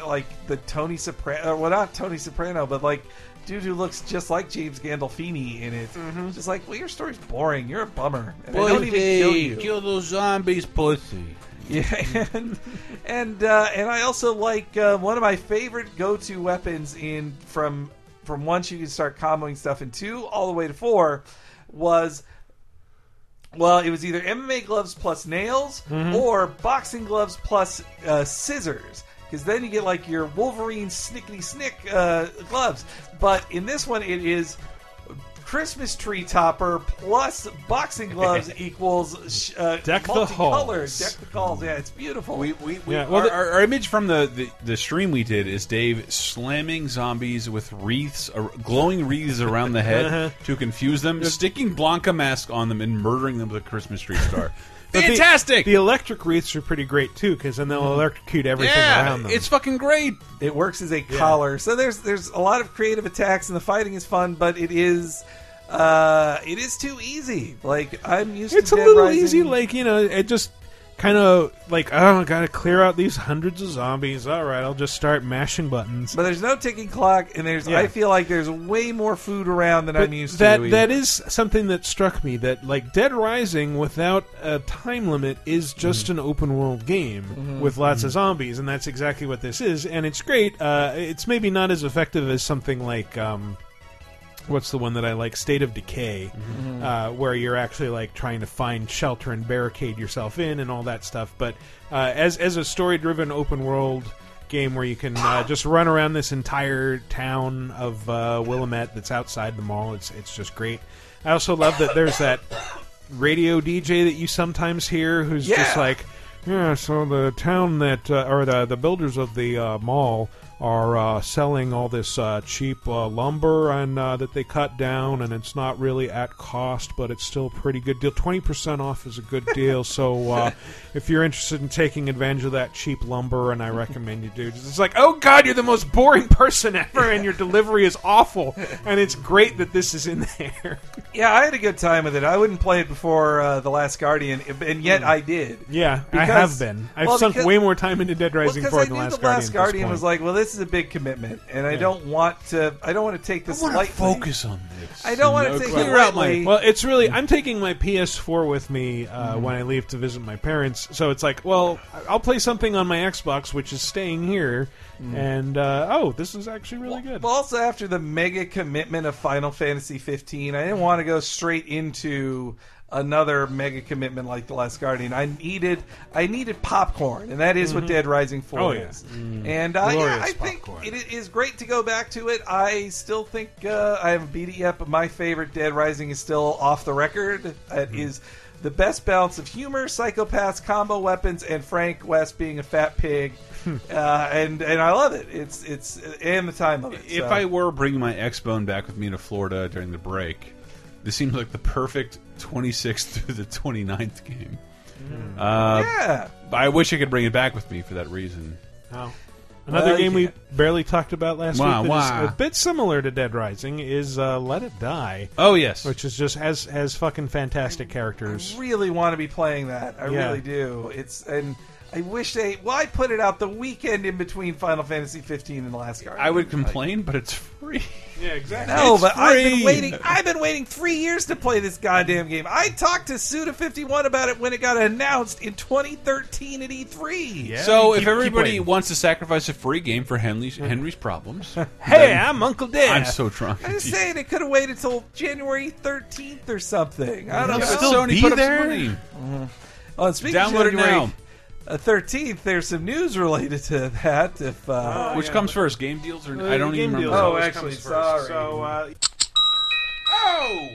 Speaker 3: like the tony soprano uh, well not tony soprano but like dude who looks just like james gandolfini in it just like well your story's boring you're a bummer and I don't even kill you
Speaker 1: those zombies, pussy.
Speaker 3: yeah, and and, uh, and I also like uh, one of my favorite go-to weapons in from from once you can start comboing stuff in two all the way to four was well it was either MMA gloves plus nails
Speaker 2: Mm-hmm.
Speaker 3: or boxing gloves plus uh, scissors because then you get like your Wolverine snickety snick uh, gloves but in this one it is Christmas tree topper plus boxing gloves equals sh- uh,
Speaker 2: Deck the
Speaker 3: multicolored.
Speaker 2: halls.
Speaker 3: Deck the halls. Yeah, it's beautiful.
Speaker 1: We, we, we,
Speaker 2: Yeah, well,
Speaker 1: our,
Speaker 2: the-
Speaker 1: our, our image from the, the, the stream we did is Dave slamming zombies with wreaths, ar- glowing wreaths around the head
Speaker 2: Uh-huh.
Speaker 1: to confuse them, sticking Blanca mask on them, and murdering them with a Christmas tree star.
Speaker 2: But the-
Speaker 1: Fantastic!
Speaker 2: The, electric wreaths are pretty great too, because then they'll electrocute everything
Speaker 1: Yeah,
Speaker 2: around them.
Speaker 1: it's fucking great.
Speaker 3: It works as a collar. So there's there's a lot of creative attacks, and the fighting is fun, but it is uh, it is too easy. Like I'm used
Speaker 2: It's
Speaker 3: to
Speaker 2: a
Speaker 3: Dead
Speaker 2: little
Speaker 3: Rising.
Speaker 2: easy, like you know, it just kind of like oh, I gotta clear out these hundreds of zombies. All right, I'll just start mashing buttons.
Speaker 3: but there's no ticking clock, and there's
Speaker 2: Yeah.
Speaker 3: I feel like there's way more food around than
Speaker 2: But
Speaker 3: I'm used
Speaker 2: that
Speaker 3: to.
Speaker 2: that is something that struck me that like Dead Rising without a time limit is just an open world game with lots of zombies, and that's exactly what this is, and it's great. Uh, it's maybe not as effective as something like. Um, What's the one that I like? State of Decay, uh, where you're actually like trying to find shelter and barricade yourself in and all that stuff. But uh, as as a story driven open world game where you can uh, just run around this entire town of uh, Willamette that's outside the mall, it's it's just great. I also love that there's that radio DJ that you sometimes hear who's just
Speaker 3: Yeah.
Speaker 2: like, yeah, so the town that uh, or the the builders of the uh, mall are uh, selling all this uh, cheap uh, lumber and uh, that they cut down, and it's not really at cost, but it's still a pretty good deal. Twenty percent off is a good deal, so uh, if you're interested in taking advantage of that cheap lumber, and I recommend you do. It's like, oh god, you're the most boring person ever, and your delivery is awful, and it's great that this is in there.
Speaker 3: Yeah, I had a good time with it. I wouldn't play it before uh, The Last Guardian, and
Speaker 2: Hmm.
Speaker 3: yet I did.
Speaker 2: Yeah, I have been. I've
Speaker 3: well,
Speaker 2: sunk
Speaker 3: because-
Speaker 2: way more time into Dead Rising
Speaker 3: because
Speaker 2: 4
Speaker 3: I
Speaker 2: than
Speaker 3: knew
Speaker 2: The Last
Speaker 3: the Last
Speaker 2: Guardian. at this
Speaker 3: Guardian was
Speaker 2: point.
Speaker 3: like, well, this is a big commitment, and I
Speaker 2: Yeah.
Speaker 3: don't want to. I don't want to take this
Speaker 2: wanna
Speaker 3: lightly.
Speaker 2: focus on
Speaker 3: this. I don't want to take it lightly.
Speaker 2: Well, it's really I'm taking my PS4 with me uh, when I leave to visit my parents, so it's like, well, I'll play something on my Xbox, which is staying here,
Speaker 3: Mm.
Speaker 2: and uh, oh, this is actually really good.
Speaker 3: But also after the mega commitment of Final Fantasy 15, I didn't want to go straight into another mega commitment like The Last Guardian. I needed I needed popcorn, and that is what
Speaker 2: Mhm.
Speaker 3: Dead Rising 4
Speaker 2: Oh, yeah.
Speaker 3: is.
Speaker 2: Mm.
Speaker 3: And uh, yeah,
Speaker 2: Glorious
Speaker 3: I think it i- is great to go back to it. I still think uh, I haven't beat it yet, but my favorite Dead Rising is still off the record. It is
Speaker 2: Hmm.
Speaker 3: the best balance of humor, psychopaths, combo weapons, and Frank West being a fat pig.
Speaker 2: Hmm.
Speaker 3: uh, and and I love it. It's it's and the time of it.
Speaker 1: If I were bringing my X Bone back with me to Florida during the break, this seems like the perfect 26th through the 29th game. Uh,
Speaker 3: Yeah.
Speaker 1: but I wish I could bring it back with me for that reason.
Speaker 2: Wow. Another
Speaker 1: Well,
Speaker 2: game
Speaker 1: yeah.
Speaker 2: we barely talked about last
Speaker 1: Wah,
Speaker 2: week that is
Speaker 1: wah.
Speaker 2: a bit similar to Dead Rising is uh, Let It Die.
Speaker 1: Oh yes,
Speaker 2: which is just has has fucking fantastic characters.
Speaker 3: really want to be playing that. I
Speaker 2: Yeah.
Speaker 3: really do. It's and I wish they. Well, I put it out the weekend in between Final Fantasy 15 and The Last Guardian.
Speaker 1: I would complain, but it's free.
Speaker 2: Yeah, exactly.
Speaker 3: No,
Speaker 1: It's
Speaker 3: but I've been
Speaker 1: free.
Speaker 3: waiting. I've been waiting three years to play this goddamn game. I talked to Suda Fifty One about it when it got announced in 2013 at E E3.
Speaker 1: so if everybody wants to sacrifice a free game for Henley's, Henry's problems,
Speaker 3: Hey,
Speaker 1: then
Speaker 3: I'm Uncle Dan.
Speaker 1: I'm so drunk.
Speaker 3: I'm just saying it could have waited till January 13th or something. I don't know.
Speaker 1: It'll still Sony be put up some there. money.
Speaker 3: Mhm. Oh, and speaking
Speaker 1: Download
Speaker 3: of
Speaker 1: it
Speaker 3: January
Speaker 1: now.
Speaker 3: uh, 13th, there's some news related to that. If uh,
Speaker 1: Which comes first, game deals or I don't even remember.
Speaker 3: Oh, actually, sorry.
Speaker 2: So, uh,
Speaker 14: Oh!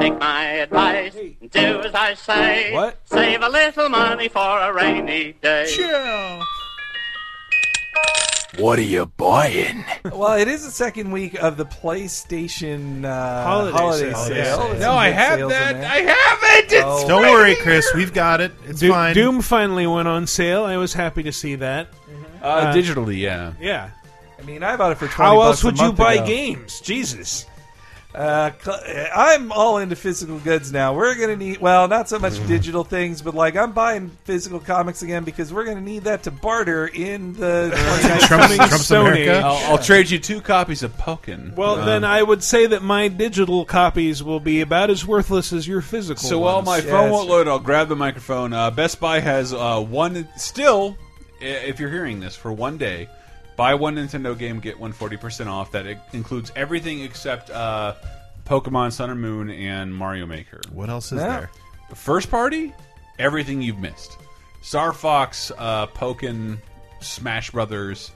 Speaker 6: Take my advice, do as I say.
Speaker 14: What?
Speaker 6: Save a little money for a rainy day.
Speaker 3: Chill.
Speaker 14: What are you buying?
Speaker 3: well, it is the second week of the PlayStation uh,
Speaker 4: Holiday
Speaker 3: holiday,
Speaker 4: sale.
Speaker 3: sale.
Speaker 4: Yeah.
Speaker 3: There's some
Speaker 1: Oh,
Speaker 4: No, I
Speaker 3: good
Speaker 4: have
Speaker 3: sales in
Speaker 4: that.
Speaker 3: there.
Speaker 4: I have it. It's
Speaker 3: Oh.
Speaker 4: Don't worry, Chris. We've got it. It's
Speaker 2: Do-
Speaker 4: fine.
Speaker 2: Doom finally went on sale. I was happy to see that.
Speaker 1: Uh, digitally, yeah.
Speaker 2: Yeah.
Speaker 3: I mean, I bought it for twenty.
Speaker 2: How else
Speaker 3: bucks a
Speaker 2: would you
Speaker 3: month
Speaker 2: buy
Speaker 3: ago.
Speaker 2: games? Jesus.
Speaker 3: Uh, cl- I'm all into physical goods now. We're gonna need well, not so much
Speaker 14: Mm.
Speaker 3: digital things, but like I'm buying physical comics again because we're gonna need that to barter in the
Speaker 2: Trump's- Trump's Sony. America.
Speaker 4: Oh.
Speaker 1: I'll, I'll trade you two copies of Pokken.
Speaker 2: Well,
Speaker 1: Um,
Speaker 2: then I would say that my digital copies will be about as worthless as your physical.
Speaker 1: So while
Speaker 2: ones.
Speaker 1: my phone won't load, I'll grab the microphone. Uh, Best Buy has uh, one still. i- If you're hearing this for one day, buy one Nintendo game, get one 40 percent off. That i- includes everything except uh, Pokemon Sun and Moon and Mario Maker.
Speaker 4: What else is
Speaker 1: Yeah.
Speaker 4: there?
Speaker 1: First party, everything you've missed: Star Fox, uh, Pokken, Smash Brothers,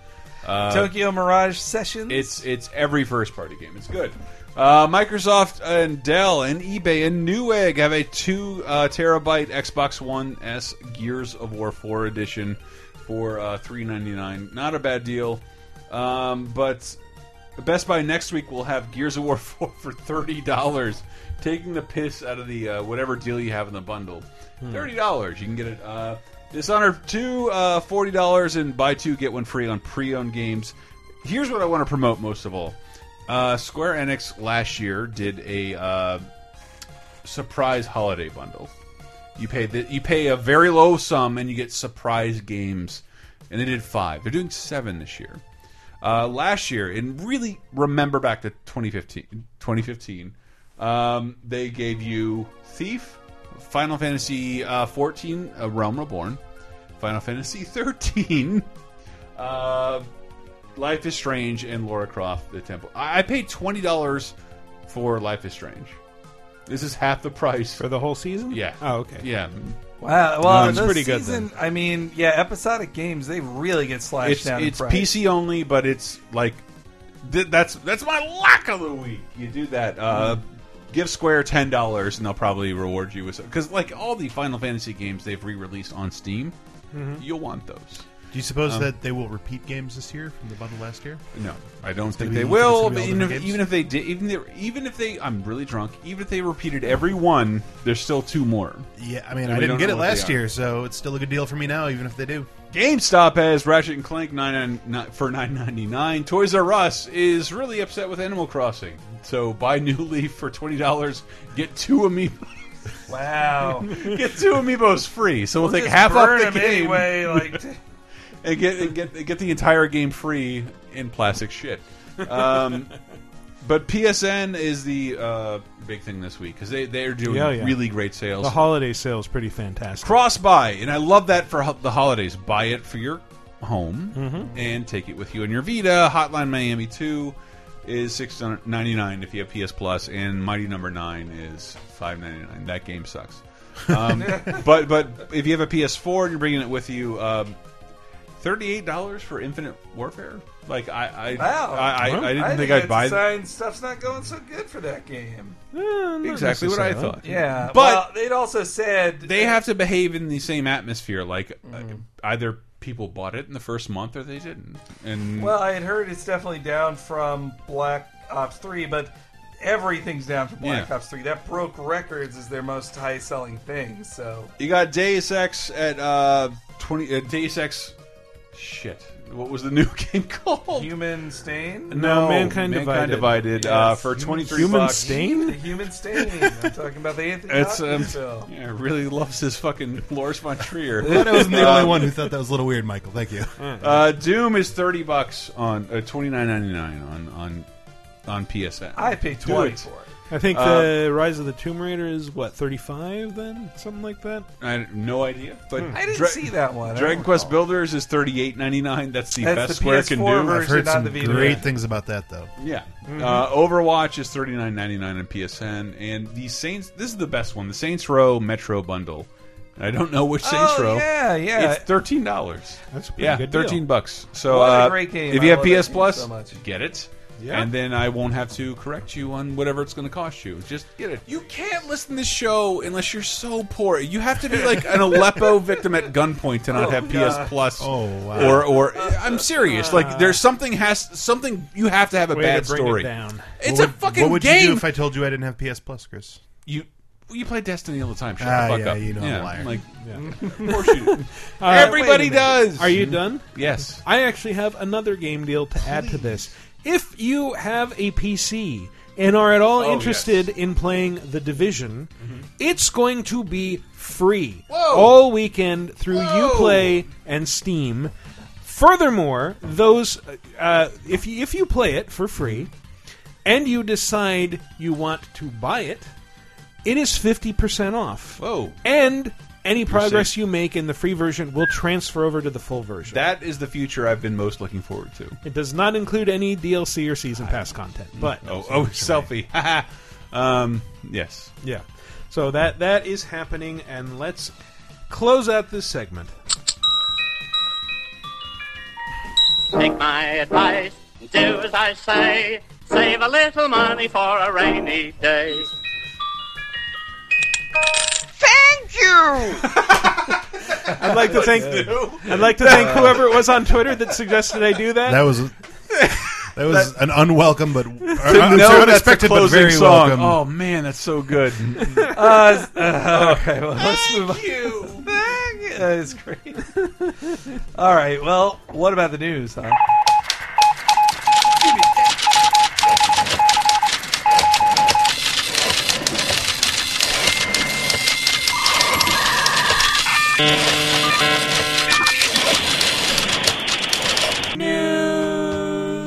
Speaker 1: uh,
Speaker 3: Tokyo Mirage Sessions.
Speaker 1: It's it's every first party game. It's good. Uh, Microsoft and Dell and eBay and Newegg have a two uh, terabyte Xbox One S Gears of War 4 edition for uh, three ninety nine. Not a bad deal. Um, but Best Buy next week will have Gears of War 4 for thirty dollars, taking the piss out of the uh, whatever deal you have in the bundle.
Speaker 14: Hmm.
Speaker 1: Thirty dollars, you can get it. Uh, Dishonored two uh, forty dollars and buy two get one free on pre-owned games. Here's what I want to promote most of all. Uh, Square Enix last year did a uh, surprise holiday bundle. You pay the, you pay a very low sum and you get surprise games, and they did five. They're doing seven this year. Uh, last year, and really remember back to 2015. 2015, um, they gave you Thief, Final Fantasy uh, 14, uh, Realm Reborn, Final Fantasy 13, uh, Life is Strange, and Laura Croft: The Temple. I, I paid twenty dollars for Life is Strange. This is half the price for
Speaker 2: the whole season.
Speaker 1: Yeah.
Speaker 2: Oh, okay.
Speaker 1: Yeah.
Speaker 3: Wow, Uh, well,
Speaker 1: it's
Speaker 3: this
Speaker 1: pretty good.
Speaker 3: season,
Speaker 1: Then.
Speaker 3: I mean, yeah, episodic games they really get slashed
Speaker 1: It's
Speaker 3: down.
Speaker 1: it's
Speaker 3: in price.
Speaker 1: PC only, but it's like th that's that's my lack of the week. You do that. Uh,
Speaker 4: Mm-hmm.
Speaker 1: Give Square ten dollars, and they'll probably reward you with because like all the Final Fantasy games they've re-released on Steam,
Speaker 4: Mm-hmm.
Speaker 14: Mhm.
Speaker 1: you'll want those.
Speaker 4: Do you suppose
Speaker 1: Um,
Speaker 4: that they will repeat games this year from the bundle last year?
Speaker 1: No, I don't
Speaker 4: It's
Speaker 1: think
Speaker 4: gonna
Speaker 1: they
Speaker 4: be-
Speaker 1: will. But
Speaker 4: it's gonna be all
Speaker 1: even,
Speaker 4: different
Speaker 1: if,
Speaker 4: games?
Speaker 1: even if they did, even they, even if they, I'm really drunk. Even if they repeated every one, there's still two more.
Speaker 4: Yeah, I mean,
Speaker 1: And
Speaker 4: I
Speaker 1: we
Speaker 4: didn't
Speaker 1: don't
Speaker 4: get
Speaker 1: know
Speaker 4: it
Speaker 1: what they
Speaker 4: last
Speaker 1: are.
Speaker 4: year, so it's still a good deal for me now, even if they do.
Speaker 1: GameStop has Ratchet and Clank 999 for 9.99. Toys R Us is really upset with Animal Crossing, so buy New Leaf for twenty dollars. Get two amiibo.
Speaker 3: Wow.
Speaker 1: get two amiibos free. So we'll,
Speaker 3: We'll
Speaker 1: take
Speaker 3: just
Speaker 1: half off
Speaker 3: burn
Speaker 1: the
Speaker 3: 'em
Speaker 1: game
Speaker 3: anyway, like-
Speaker 1: and get and get get the entire game free in plastic shit. Um, but PSN is the uh, big thing this week because they they're doing
Speaker 2: Yeah, yeah.
Speaker 1: really great sales.
Speaker 2: The holiday sale's pretty fantastic.
Speaker 1: Cross buy, and I love that for ho- the holidays. Buy it for your home and take it with you on your Vita. Hotline Miami Two is six ninety nine if you have PS Plus, and Mighty Number Nine is five ninety nine. That game sucks. Um, but but if you have a PS4 and you're bringing it with you, um, thirty eight dollars for Infinite Warfare. Like I I
Speaker 3: Wow.
Speaker 1: I, I, I didn't think,
Speaker 3: that's
Speaker 1: I'd
Speaker 3: a
Speaker 1: buy
Speaker 3: sign stuff's not going so good for that game.
Speaker 1: exactly what I thought.
Speaker 3: Yeah,
Speaker 1: but
Speaker 3: but it also said
Speaker 1: they have to behave in the same atmosphere. Like uh, either people bought it in the first month or they didn't. And
Speaker 3: Well, I had heard it's definitely down from Black Ops 3, but everything's down from Black
Speaker 1: Yeah.
Speaker 3: Ops 3. That broke records as their most high selling thing, so.
Speaker 1: you got Deus Ex at uh, twenty. Uh, Deus Ex, shit. What was the new game called?
Speaker 3: Human Stain?
Speaker 1: No, Mankind Mankind Divided, Divided, uh, for 23
Speaker 2: Human
Speaker 1: bucks.
Speaker 2: Stain?
Speaker 3: The Human Stain. I'm talking about the Anthony
Speaker 1: It's um,
Speaker 3: Hopkins film.
Speaker 1: yeah, really loves his fucking Lars von Trier.
Speaker 4: I thought I wasn't the only
Speaker 1: Um,
Speaker 4: one who thought that was a little weird, Michael. Thank you.
Speaker 1: Uh, Doom is thirty bucks on uh, twenty nine ninety nine on on on PSN.
Speaker 3: I paid
Speaker 1: Do
Speaker 3: 20
Speaker 1: it.
Speaker 3: for it.
Speaker 2: I think
Speaker 1: Uh,
Speaker 2: the Rise of the Tomb Raider is what thirty five then something like that.
Speaker 1: I had no idea, but
Speaker 2: Hmm. I didn't see
Speaker 3: that one. I
Speaker 1: Dragon
Speaker 2: don't
Speaker 1: Quest Builders is thirty eight ninety nine. That's the
Speaker 2: Oh, That's
Speaker 1: best
Speaker 2: the
Speaker 1: Square can do.
Speaker 2: PS4 version,
Speaker 4: I've heard
Speaker 2: not
Speaker 4: some
Speaker 2: the Vita.
Speaker 4: great
Speaker 2: Yeah.
Speaker 4: things about that, though.
Speaker 1: Yeah.
Speaker 3: Mm-hmm.
Speaker 2: Mhm.
Speaker 1: Uh, Overwatch is thirty nine ninety nine on PSN, and the Saints. This is the best one. The Saints Row Metro bundle. I don't know which Saints
Speaker 3: Oh,
Speaker 1: Row.
Speaker 3: yeah, yeah.
Speaker 1: It's thirteen dollars.
Speaker 2: That's a pretty
Speaker 1: yeah,
Speaker 2: good deal.
Speaker 1: thirteen bucks. So
Speaker 3: What a
Speaker 1: uh,
Speaker 3: great game.
Speaker 1: If you
Speaker 3: I
Speaker 1: have
Speaker 3: love that
Speaker 1: PS
Speaker 3: game
Speaker 1: Plus,
Speaker 3: so much.
Speaker 1: get it.
Speaker 3: Yeah.
Speaker 1: And then I won't have to correct you on whatever it's going to cost you. Just get it. You can't listen to this show unless you're so poor. You have to be like an Aleppo victim at gunpoint to not
Speaker 4: Oh,
Speaker 1: have
Speaker 4: God.
Speaker 1: PS Plus.
Speaker 4: Oh, wow.
Speaker 1: Or or I'm serious. Like there's something has something you have to have a
Speaker 4: Way to
Speaker 1: bad
Speaker 4: bring it
Speaker 1: story.
Speaker 4: down.
Speaker 1: It's
Speaker 4: What
Speaker 1: a
Speaker 4: would-
Speaker 1: fucking
Speaker 4: What would
Speaker 1: game.
Speaker 4: you do if I told you I didn't have PS Plus, Chris?
Speaker 1: You you play Destiny all the time. Shut
Speaker 4: Ah,
Speaker 1: the fuck
Speaker 4: yeah,
Speaker 1: up.
Speaker 4: you know I'm a liar.
Speaker 1: Like,
Speaker 2: Yeah.
Speaker 1: Of course you do.
Speaker 2: Uh,
Speaker 1: Everybody
Speaker 2: wait a minute.
Speaker 1: does.
Speaker 2: Are you done?
Speaker 1: Yes.
Speaker 2: I actually have another game deal to add to this. If you have a PC and are at all
Speaker 1: Oh, Mm-hmm.
Speaker 2: interested in playing The Division, it's going to be free
Speaker 1: Whoa.
Speaker 2: all weekend through
Speaker 1: Whoa.
Speaker 2: Uplay and Steam. Furthermore, those uh, if you, if you play it for free and you decide you want to buy it, it is fifty percent off.
Speaker 1: Whoa!
Speaker 2: And any progress
Speaker 1: safe.
Speaker 2: you make in the free version will transfer over to the full version.
Speaker 1: That is the future I've been most looking forward to.
Speaker 2: It does not include any DLC or season pass content, but
Speaker 1: oh, oh selfie. Haha. um, yes.
Speaker 2: yeah. So that that is happening, and let's close out this segment.
Speaker 6: Take my advice, do as I say. Save a little money for a rainy day.
Speaker 21: Thank you.
Speaker 2: I'd like to thank I'd like to thank whoever it was on Twitter that suggested I do that.
Speaker 4: That was that was an unwelcome but or,
Speaker 1: To
Speaker 4: I'm
Speaker 1: know
Speaker 4: sorry,
Speaker 1: that's
Speaker 4: unexpected
Speaker 1: the
Speaker 4: but
Speaker 1: closing
Speaker 4: very
Speaker 1: song.
Speaker 4: welcome.
Speaker 1: Oh man, that's so good.
Speaker 3: Uh, uh, okay, well, let's move on. That is great. All right, well, what about the news, huh?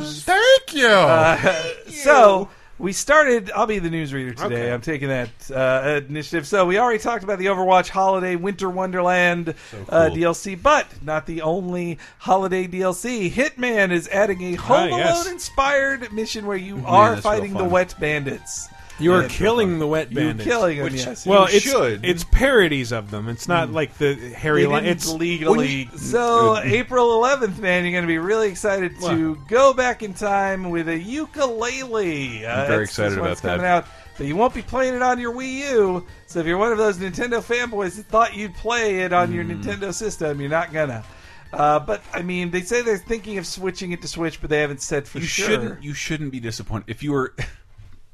Speaker 4: Thank you.
Speaker 3: Uh, so we started. I'll be the newsreader today. I'm tataking that uh, initiative. So we already talked about the Overwatch Holiday Winter Wonderland uh,
Speaker 1: cool.
Speaker 3: DLC, but not the only holiday DLC. Hitman is adding a Home
Speaker 2: Ah, yes.
Speaker 3: Alone inspired mission where you
Speaker 2: Man,
Speaker 3: are
Speaker 2: that's real
Speaker 3: fighting the
Speaker 2: fun.
Speaker 3: wet bandits.
Speaker 2: You are
Speaker 3: And-
Speaker 2: killing the wet
Speaker 3: You're
Speaker 2: bandits.
Speaker 3: killing 'em, Which yes. you
Speaker 2: Well, it's
Speaker 3: should.
Speaker 2: it's parodies of them. It's not like the Harry.
Speaker 3: They
Speaker 2: Lime.
Speaker 3: didn't
Speaker 2: It's
Speaker 3: legally. uh, so
Speaker 1: Mm.
Speaker 3: April 11th, man, you're going to be really excited to go back in time with a ukulele. Uh,
Speaker 1: I'm very
Speaker 3: that's-
Speaker 1: excited
Speaker 3: this
Speaker 1: about
Speaker 3: one's
Speaker 1: that.
Speaker 3: Coming out, but you won't be playing it on your Wii
Speaker 1: Mm.
Speaker 3: U. So if you're one of those Nintendo fanboys that thought you'd play it on your Nintendo system, you're not gonna. Uh, but I mean, they say they're thinking of switching it to Switch, but they haven't said for
Speaker 1: you
Speaker 3: sure.
Speaker 1: shouldn't you shouldn't be disappointed if you were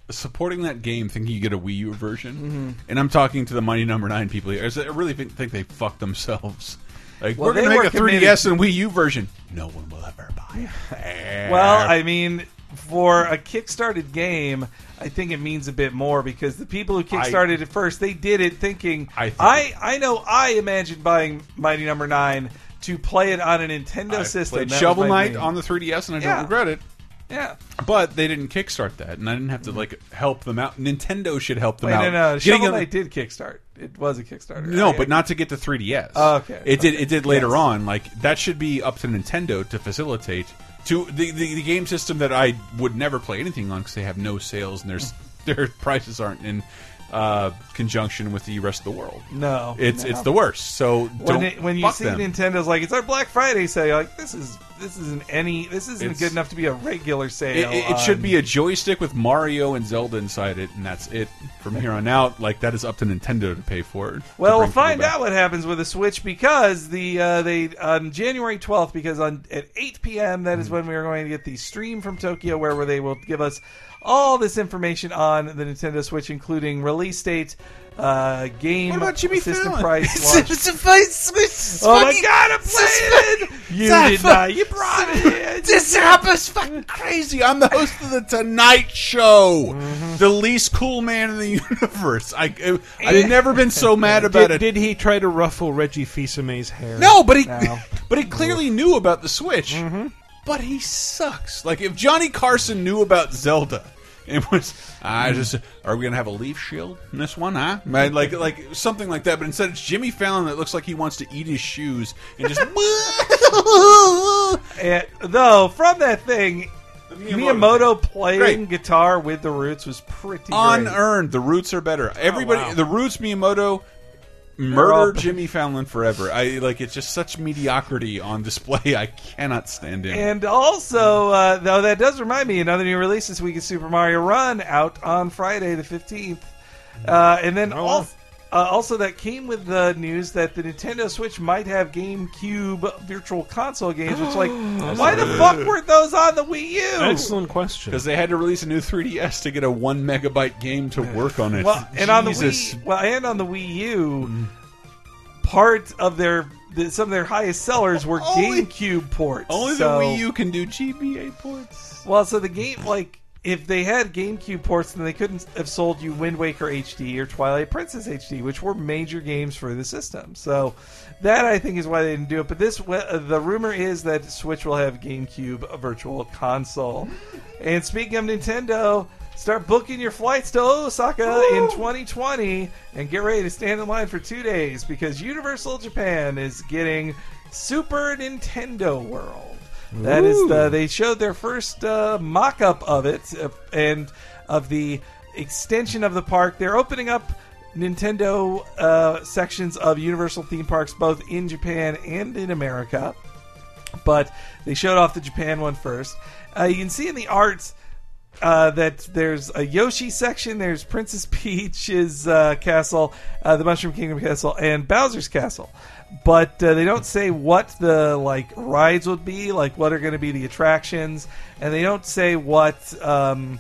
Speaker 1: supporting that game thinking you get a Wii U version.
Speaker 3: Mhm.
Speaker 1: And I'm talking to the Mighty Number Nine people here. I s- I really think, think they fucked themselves. Like
Speaker 3: Well,
Speaker 1: we're gonna
Speaker 3: they
Speaker 1: make
Speaker 3: were
Speaker 1: a 3DS
Speaker 3: committed-
Speaker 1: and Wii U version. No one will ever buy it.
Speaker 3: Well, I mean, for a kickstarted game, I think it means a bit more because the people who kickstarted it first, they did it thinking
Speaker 1: I
Speaker 3: I
Speaker 1: think-
Speaker 3: I, know I imagined buying Mighty Number 9 to play it on a Nintendo
Speaker 1: I
Speaker 3: system.
Speaker 1: played
Speaker 3: That was
Speaker 1: Shovel
Speaker 3: my
Speaker 1: Knight
Speaker 3: dream.
Speaker 1: on the 3DS, and I
Speaker 3: Yeah.
Speaker 1: don't regret it.
Speaker 3: Yeah.
Speaker 1: But they didn't kickstart that, and I didn't have to like help them out. Nintendo should help them
Speaker 3: Wait,
Speaker 1: out.
Speaker 3: no, no,
Speaker 1: Getting
Speaker 3: Shovel
Speaker 1: a-
Speaker 3: Knight did kickstart. It was a Kickstarter.
Speaker 1: No,
Speaker 3: I-
Speaker 1: but not to get to 3DS.
Speaker 3: Oh, okay.
Speaker 1: It did.
Speaker 3: Okay.
Speaker 1: It did later
Speaker 3: Yes.
Speaker 1: on. Like that should be up to Nintendo to facilitate to the the, the game system that I would never play anything on because they have no sales and there's their prices aren't in uh, conjunction with the rest of the world.
Speaker 3: No.
Speaker 1: it's
Speaker 3: No.
Speaker 1: it's the worst. So
Speaker 3: when,
Speaker 1: don't
Speaker 3: it, when you
Speaker 1: fuck
Speaker 3: see
Speaker 1: them.
Speaker 3: Nintendo's like it's our Black Friday sale, you're like this is this isn't any this isn't
Speaker 1: It's-
Speaker 3: good enough to be a regular
Speaker 1: It,
Speaker 3: sale.
Speaker 1: it- it should be a joystick with Mario and Zelda inside it, and that's it. From here on out, like that is up to Nintendo to pay for it.
Speaker 3: Well, we'll
Speaker 1: To bring
Speaker 3: find
Speaker 1: people back.
Speaker 3: out what happens with the Switch because the uh, they on January twelfth because on at eight p.m. that is when we are going to get the stream from Tokyo where, where they will give us all this information on the Nintendo Switch, including release date, uh, game, what about Jimmy system
Speaker 14: Fallon?
Speaker 3: price. launch-
Speaker 14: Oh
Speaker 3: my
Speaker 14: god, I'm playing
Speaker 3: it! You did not. You brought it.
Speaker 14: This app is fucking
Speaker 1: crazy. I'm the host of the Tonight Show,
Speaker 2: Mm-hmm.
Speaker 1: the least cool man in the universe. I, I- I've never been so mad about
Speaker 2: did,
Speaker 1: it.
Speaker 2: Did he try to ruffle Reggie Fils-Aimé's hair?
Speaker 1: No, but he, but he clearly knew about the Switch.
Speaker 2: Mm-hmm.
Speaker 1: But he sucks. Like if Johnny Carson knew about Zelda, it was
Speaker 2: Mm-hmm.
Speaker 1: I just are we gonna have a leaf shield in this one, huh? Right? Like like something like that. But instead, it's Jimmy Fallon that looks like he wants to eat his shoes and just
Speaker 3: And, though from that thing, Miyamoto,
Speaker 1: Miyamoto
Speaker 3: playing
Speaker 1: Great.
Speaker 3: guitar with the Roots was pretty great.
Speaker 1: unearned. The Roots are better. Everybody,
Speaker 3: Oh, wow.
Speaker 1: the Roots, Miyamoto.
Speaker 3: all
Speaker 1: Murder
Speaker 3: better.
Speaker 1: Jimmy Fallon forever. I like it's just such mediocrity on display. I cannot stand it.
Speaker 3: And also, uh, though that does remind me, another new release this week is Super Mario Run out on Friday the fifteenth, uh, and then
Speaker 1: Oh,
Speaker 3: al- uh, also that came with the news that the Nintendo Switch might have GameCube Virtual Console games, which like, why the
Speaker 1: That's
Speaker 3: fuck
Speaker 1: good.
Speaker 3: weren't those on the Wii U?
Speaker 2: question.
Speaker 1: Because they had to release a new 3DS to get a one megabyte game to work on it.
Speaker 3: Well, and on the
Speaker 1: Jesus. Mm-hmm.
Speaker 3: Wii, well, and on the Wii U, part of their the, some of their highest sellers were GameCube ports.
Speaker 1: only the
Speaker 3: so-
Speaker 1: Wii U can do GBA ports.
Speaker 3: Well, so the game, like, if they had GameCube ports, then they couldn't have sold you Wind Waker HD or Twilight Princess HD, which were major games for the system. So that I think is why they didn't do it. But this, uh, the rumor is that Switch will have GameCube Virtual Console. And speaking of Nintendo. Start booking your flights to Osaka in 2020 and get ready to stand in line for two days because Universal Japan is getting Super Nintendo World. That is the
Speaker 2: Ooh.
Speaker 3: they showed their first uh, mock-up of it uh, and of the extension of the park. They're opening up Nintendo uh, sections of Universal theme parks both in Japan and in America, but they showed off the Japan one first. Uh, you can see in the art uh, that there's a Yoshi section, there's Princess Peach's uh, castle, uh, the Mushroom Kingdom castle, and Bowser's castle. But uh, they don't say what the like rides would be, like what are going to be the attractions, and they don't say what. Um,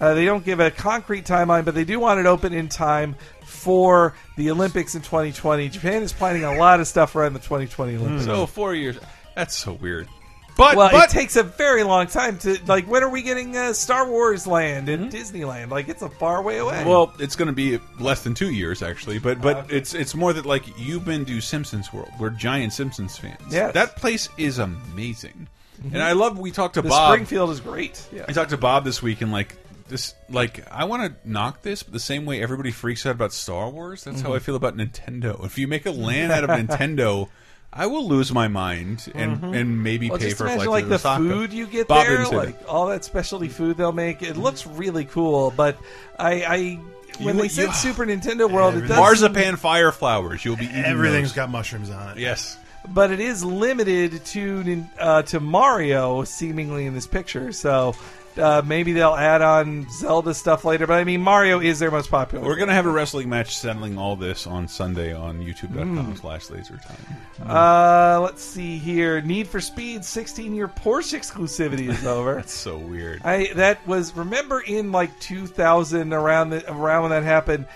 Speaker 3: uh, they don't give a concrete timeline, but they do want it open in time for the Olympics in 2020. Japan is planning a lot of stuff around the 2020 Olympics.
Speaker 1: So Oh, four years. That's so weird.
Speaker 3: But,
Speaker 1: but-
Speaker 3: it takes a very long time to like. When are we getting uh, Star Wars Land and
Speaker 1: Mm-hmm.
Speaker 3: Disneyland? Like it's a far way away.
Speaker 1: Well, it's going to be less than two years actually, but but
Speaker 3: Uh,
Speaker 1: it's it's more that like you've been to Simpsons World. We're giant Simpsons fans.
Speaker 3: Yes.
Speaker 1: that place is amazing,
Speaker 3: Mhm.
Speaker 1: and I love. We talked to
Speaker 3: The
Speaker 1: Bob.
Speaker 3: Springfield is great. Yeah.
Speaker 1: I talked to Bob this week and like this like I want to knock this, but the same way everybody freaks out about Star Wars, that's how
Speaker 3: Mhm.
Speaker 1: I feel about Nintendo. If you make a land out of Nintendo. I will lose my mind and
Speaker 3: Mhm.
Speaker 1: and maybe
Speaker 3: Well,
Speaker 1: pay
Speaker 3: just
Speaker 1: for a
Speaker 3: imagine
Speaker 1: flight
Speaker 3: like
Speaker 1: to
Speaker 3: the
Speaker 1: Osaka.
Speaker 3: food you get
Speaker 1: Bob
Speaker 3: there,
Speaker 1: didn't say that.
Speaker 3: like all that specialty food they'll make. It looks really cool, but I, I when
Speaker 1: You-
Speaker 3: they said
Speaker 1: you-
Speaker 3: Super Nintendo World, it does
Speaker 1: marzipan fire flowers. You'll be eating
Speaker 4: Everything's
Speaker 1: those.
Speaker 4: got mushrooms on it.
Speaker 1: Yes.
Speaker 3: but it is limited to nin- uh, to Mario, seemingly in this picture. So Uh, maybe they'll add on Zelda stuff later, but I mean, Mario is their most popular.
Speaker 1: We're gonna have a wrestling match settling all this on Sunday on
Speaker 3: Hmm.
Speaker 1: YouTube.com slash Laser Time.
Speaker 3: Uh, let's see here. Need for Speed 16 year Porsche exclusivity is over.
Speaker 1: That's so weird.
Speaker 3: I that was remember in like 2000 around the, around when that happened.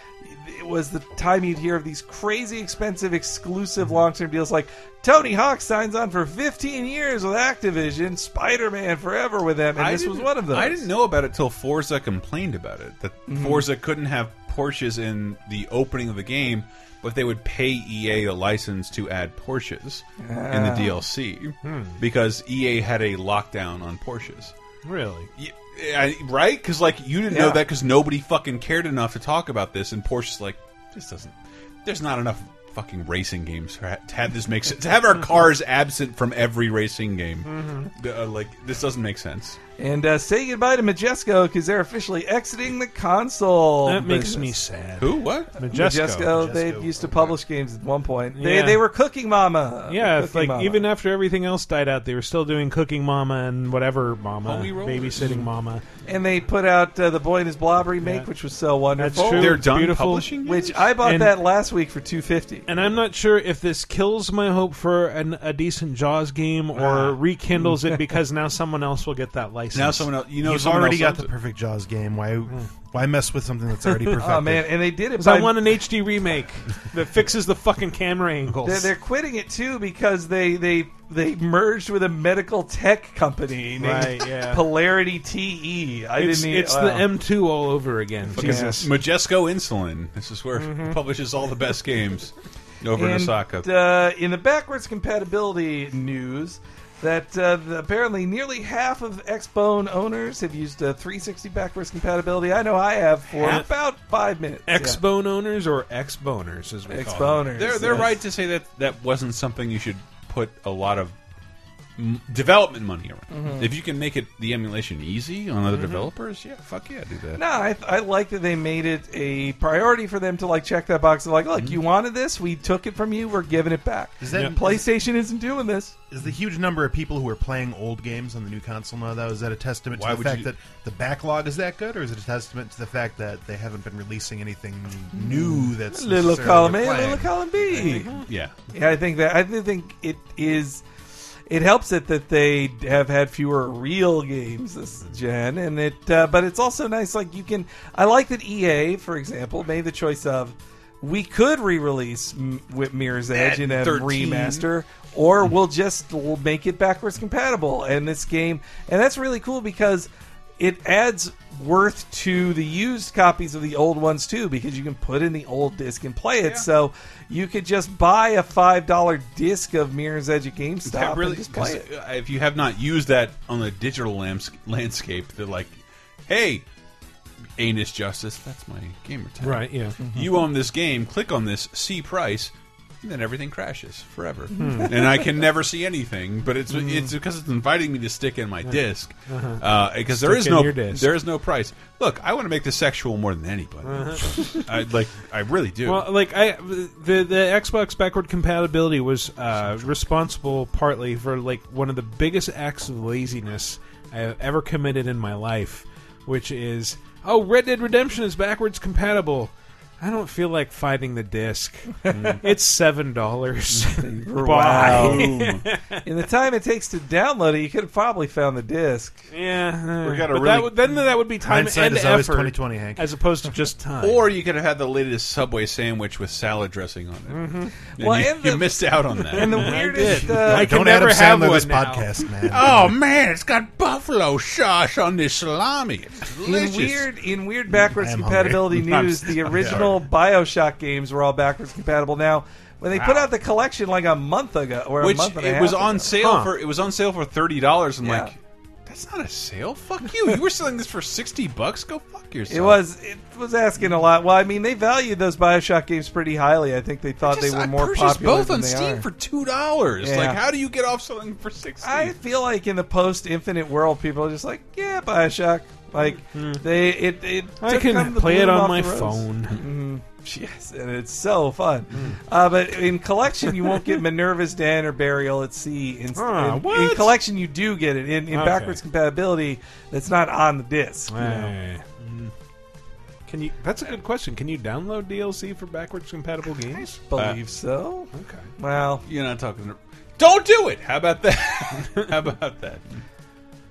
Speaker 3: It was the time you'd hear of these crazy expensive exclusive
Speaker 1: Mm-hmm.
Speaker 3: long term deals like Tony Hawk signs on for 15 years with Activision, Spider Man forever with them, and
Speaker 1: I
Speaker 3: this was
Speaker 1: didn't-
Speaker 3: one of those.
Speaker 1: I didn't know about it till Forza complained about it. That
Speaker 3: Mhm.
Speaker 1: Forza couldn't have Porsches in the opening of the game, but they would pay EA a license to add Porsches in the
Speaker 2: Ah.
Speaker 1: DLC
Speaker 2: Hmm.
Speaker 1: because EA had a lockdown on Porsches.
Speaker 2: Really?
Speaker 1: I, right? Because like you didn't know
Speaker 2: Yeah.
Speaker 1: that because nobody fucking cared enough to talk about this, and Porsche's like, this doesn't. There's not enough fucking racing games for, to have this make sense. to have our cars absent from every racing game,
Speaker 4: Mm-hmm.
Speaker 1: Uh, like this doesn't make sense.
Speaker 3: And uh, say goodbye to Majesco because they're officially exiting the console.
Speaker 1: That makes
Speaker 3: business.
Speaker 1: me sad. Who? What?
Speaker 3: Majesco.
Speaker 1: Majesco.
Speaker 3: They used to publish games at one point. They
Speaker 2: Yeah.
Speaker 3: they were Cooking Mama.
Speaker 2: Yeah,
Speaker 3: Cooking
Speaker 2: it's like
Speaker 3: Mama.
Speaker 2: even after everything else died out, they were still doing Cooking Mama and whatever Mama,
Speaker 3: Holy Rollers.
Speaker 2: babysitting Mama.
Speaker 3: and they put out uh, the Boy and His Blob remake, which was so wonderful.
Speaker 2: That's true. They're done Beautiful. publishing
Speaker 3: Which
Speaker 2: games?
Speaker 3: I bought
Speaker 2: And-
Speaker 3: that last week for two fifty.
Speaker 2: And I'm not sure if this kills my hope for an, a decent Jaws game or rekindles it because now someone else will get that license.
Speaker 4: You've already got the perfect Jaws game. Why? Why mess with something that's already perfect?
Speaker 3: Oh man, and they did it.
Speaker 2: 'Cause I
Speaker 3: By,
Speaker 2: want an HD remake that fixes the fucking camera angles.
Speaker 3: they're, they're quitting it too because they they they merged with a medical tech company named
Speaker 2: Right, yeah.
Speaker 3: Polarity TE. I
Speaker 2: it's
Speaker 3: didn't. e-
Speaker 2: it's
Speaker 3: wow.
Speaker 2: the M2 all over again.
Speaker 1: Look at this.
Speaker 2: Jesus.
Speaker 1: Majesco Insulin. This is where
Speaker 4: Mm-hmm.
Speaker 1: it publishes all the best games over in
Speaker 3: and,
Speaker 1: Osaka.
Speaker 3: Uh, in the backwards compatibility news, that uh, the- apparently nearly half of Xbone owners have used uh, 360 backwards compatibility. I know I have for
Speaker 2: Half?
Speaker 3: about five minutes.
Speaker 2: X bone owners or X boners as we call them.
Speaker 3: Ex-boners,
Speaker 1: They're they're right to say that that wasn't something you should put a lot of m- development money around.
Speaker 3: Mhm.
Speaker 1: If you can make it the emulation easy on other
Speaker 3: Mhm.
Speaker 1: developers, yeah, fuck yeah, do that.
Speaker 3: No, I, I like that they made it a priority for them to like check that box of like,
Speaker 1: Mm-hmm.
Speaker 3: look, you wanted this, we took it from you, we're giving it back.
Speaker 4: Is that- Yeah.
Speaker 3: PlayStation isn't doing this?
Speaker 4: Is the huge number of people who are playing old games on the new console now though is that a testament
Speaker 1: Why
Speaker 4: to the
Speaker 1: would
Speaker 4: fact
Speaker 1: you-
Speaker 4: that the backlog is that good, or is it a testament to the fact that they haven't been releasing anything new that's
Speaker 3: little
Speaker 4: necessarily
Speaker 3: column eh? A,
Speaker 4: playing?
Speaker 3: little column B.
Speaker 1: yeah.
Speaker 3: yeah. I think that I do think it is. It helps it that they have had fewer real games this gen, and it. Uh, but it's also nice, like you can. I like that EA, for example, made the choice of we could re-release M- with Mirror's Edge
Speaker 2: At
Speaker 3: in a
Speaker 2: 13.
Speaker 3: remaster, or we'll just l- make it backwards compatible. And this game, and that's really cool because it adds worth to the used copies of the old ones too, because you can put in the old disc and play it. So you could just buy a five dollar disc of Mirror's Edge at GameStop
Speaker 1: That really,
Speaker 3: and just play it.
Speaker 1: 'cause, uh, if you have not used that on the digital lams- landscape, they're like, hey, Anus Justice, that's my gamer tag.
Speaker 2: Right, yeah.
Speaker 1: You own this game, click on this, see price, and then everything crashes forever.
Speaker 2: Hmm.
Speaker 1: and I can never see anything, but it's
Speaker 2: Mm.
Speaker 1: it's because it's inviting me to stick in my
Speaker 2: Yeah.
Speaker 1: disc.
Speaker 2: Uh-huh.
Speaker 1: Because there
Speaker 2: Stick
Speaker 1: is
Speaker 2: in
Speaker 1: no
Speaker 2: your disc.
Speaker 1: there is no price. Look, I want to make this sexual more than anybody. I like I really do.
Speaker 2: Uh-huh. Well, like I, the the Xbox backward compatibility was uh, responsible partly for like one of the biggest acts of laziness I have ever committed in my life, which is oh, Red Dead Redemption is backwards compatible. I don't feel like finding the disc.
Speaker 1: Mm-hmm.
Speaker 2: it's seven dollars. Bye.
Speaker 3: In the time it takes to download it, you could have probably found the disc.
Speaker 2: Yeah, uh,
Speaker 1: We gotta
Speaker 2: but
Speaker 1: really-
Speaker 2: that would, then that would be time
Speaker 1: Hindsight
Speaker 2: and
Speaker 1: is always
Speaker 2: effort,
Speaker 1: 20/20, Hank.
Speaker 2: as opposed to just time.
Speaker 1: Or you could have had the latest Subway sandwich with salad dressing on it.
Speaker 2: Mhm.
Speaker 1: And
Speaker 2: Well,
Speaker 1: you,
Speaker 2: and
Speaker 1: you
Speaker 2: the-
Speaker 1: missed out on that.
Speaker 2: and the
Speaker 1: I
Speaker 2: weirdest,
Speaker 1: did.
Speaker 2: uh, I can Don't never Adam have Sandler one this now. podcast, man.
Speaker 1: Oh man, it's got buffalo sauce on this salami. It's
Speaker 3: In
Speaker 1: delicious.
Speaker 3: weird, in weird backwards
Speaker 1: I am
Speaker 3: compatibility
Speaker 1: hungry. I'm
Speaker 3: news,
Speaker 1: sorry.
Speaker 3: the original Bioshock games were all backwards compatible. Now, when they put
Speaker 1: Wow.
Speaker 3: out the collection like a month ago, or
Speaker 1: Which
Speaker 3: a month and a
Speaker 1: it
Speaker 3: half
Speaker 1: was
Speaker 3: ago.
Speaker 1: on sale
Speaker 3: Huh.
Speaker 1: for it was on sale for thirty dollars. I'm
Speaker 3: Yeah.
Speaker 1: like, that's not a sale. Fuck you. You were selling this for sixty bucks. Go fuck yourself.
Speaker 3: It was it was asking a lot. Well, I mean, they valued those Bioshock games pretty highly. I think they thought
Speaker 1: Just-
Speaker 3: they were
Speaker 1: I
Speaker 3: more
Speaker 1: purchased
Speaker 3: popular
Speaker 1: both
Speaker 3: than
Speaker 1: on
Speaker 3: they
Speaker 1: Steam
Speaker 3: are.
Speaker 1: for two dollars.
Speaker 3: Yeah.
Speaker 1: Like, how do you get off selling them for sixty?
Speaker 3: I feel like in the post Infinite World, people are just like, yeah, Bioshock. Like they, it, it
Speaker 1: Hmm.
Speaker 2: I
Speaker 3: took
Speaker 2: can
Speaker 3: kind of the
Speaker 2: play it
Speaker 3: bloom
Speaker 2: on
Speaker 3: off
Speaker 2: my
Speaker 3: the rose.
Speaker 2: phone.
Speaker 3: Mhm. Um, yes, and it's so fun.
Speaker 2: Hmm.
Speaker 3: Uh, but in collection, you won't get Minerva's Den or Burial at Sea. In,
Speaker 2: Ah,
Speaker 3: in-
Speaker 2: what?
Speaker 3: in collection, you do get it in, in
Speaker 2: Okay.
Speaker 3: backwards compatibility. That's not on the disc. you know.
Speaker 2: Eh. Mm. Can you? That's a good question. Can you download DLC for backwards compatible games?
Speaker 3: believe so.
Speaker 2: Okay.
Speaker 3: Well,
Speaker 1: you're not talking. To, don't do it. How about that? how about that?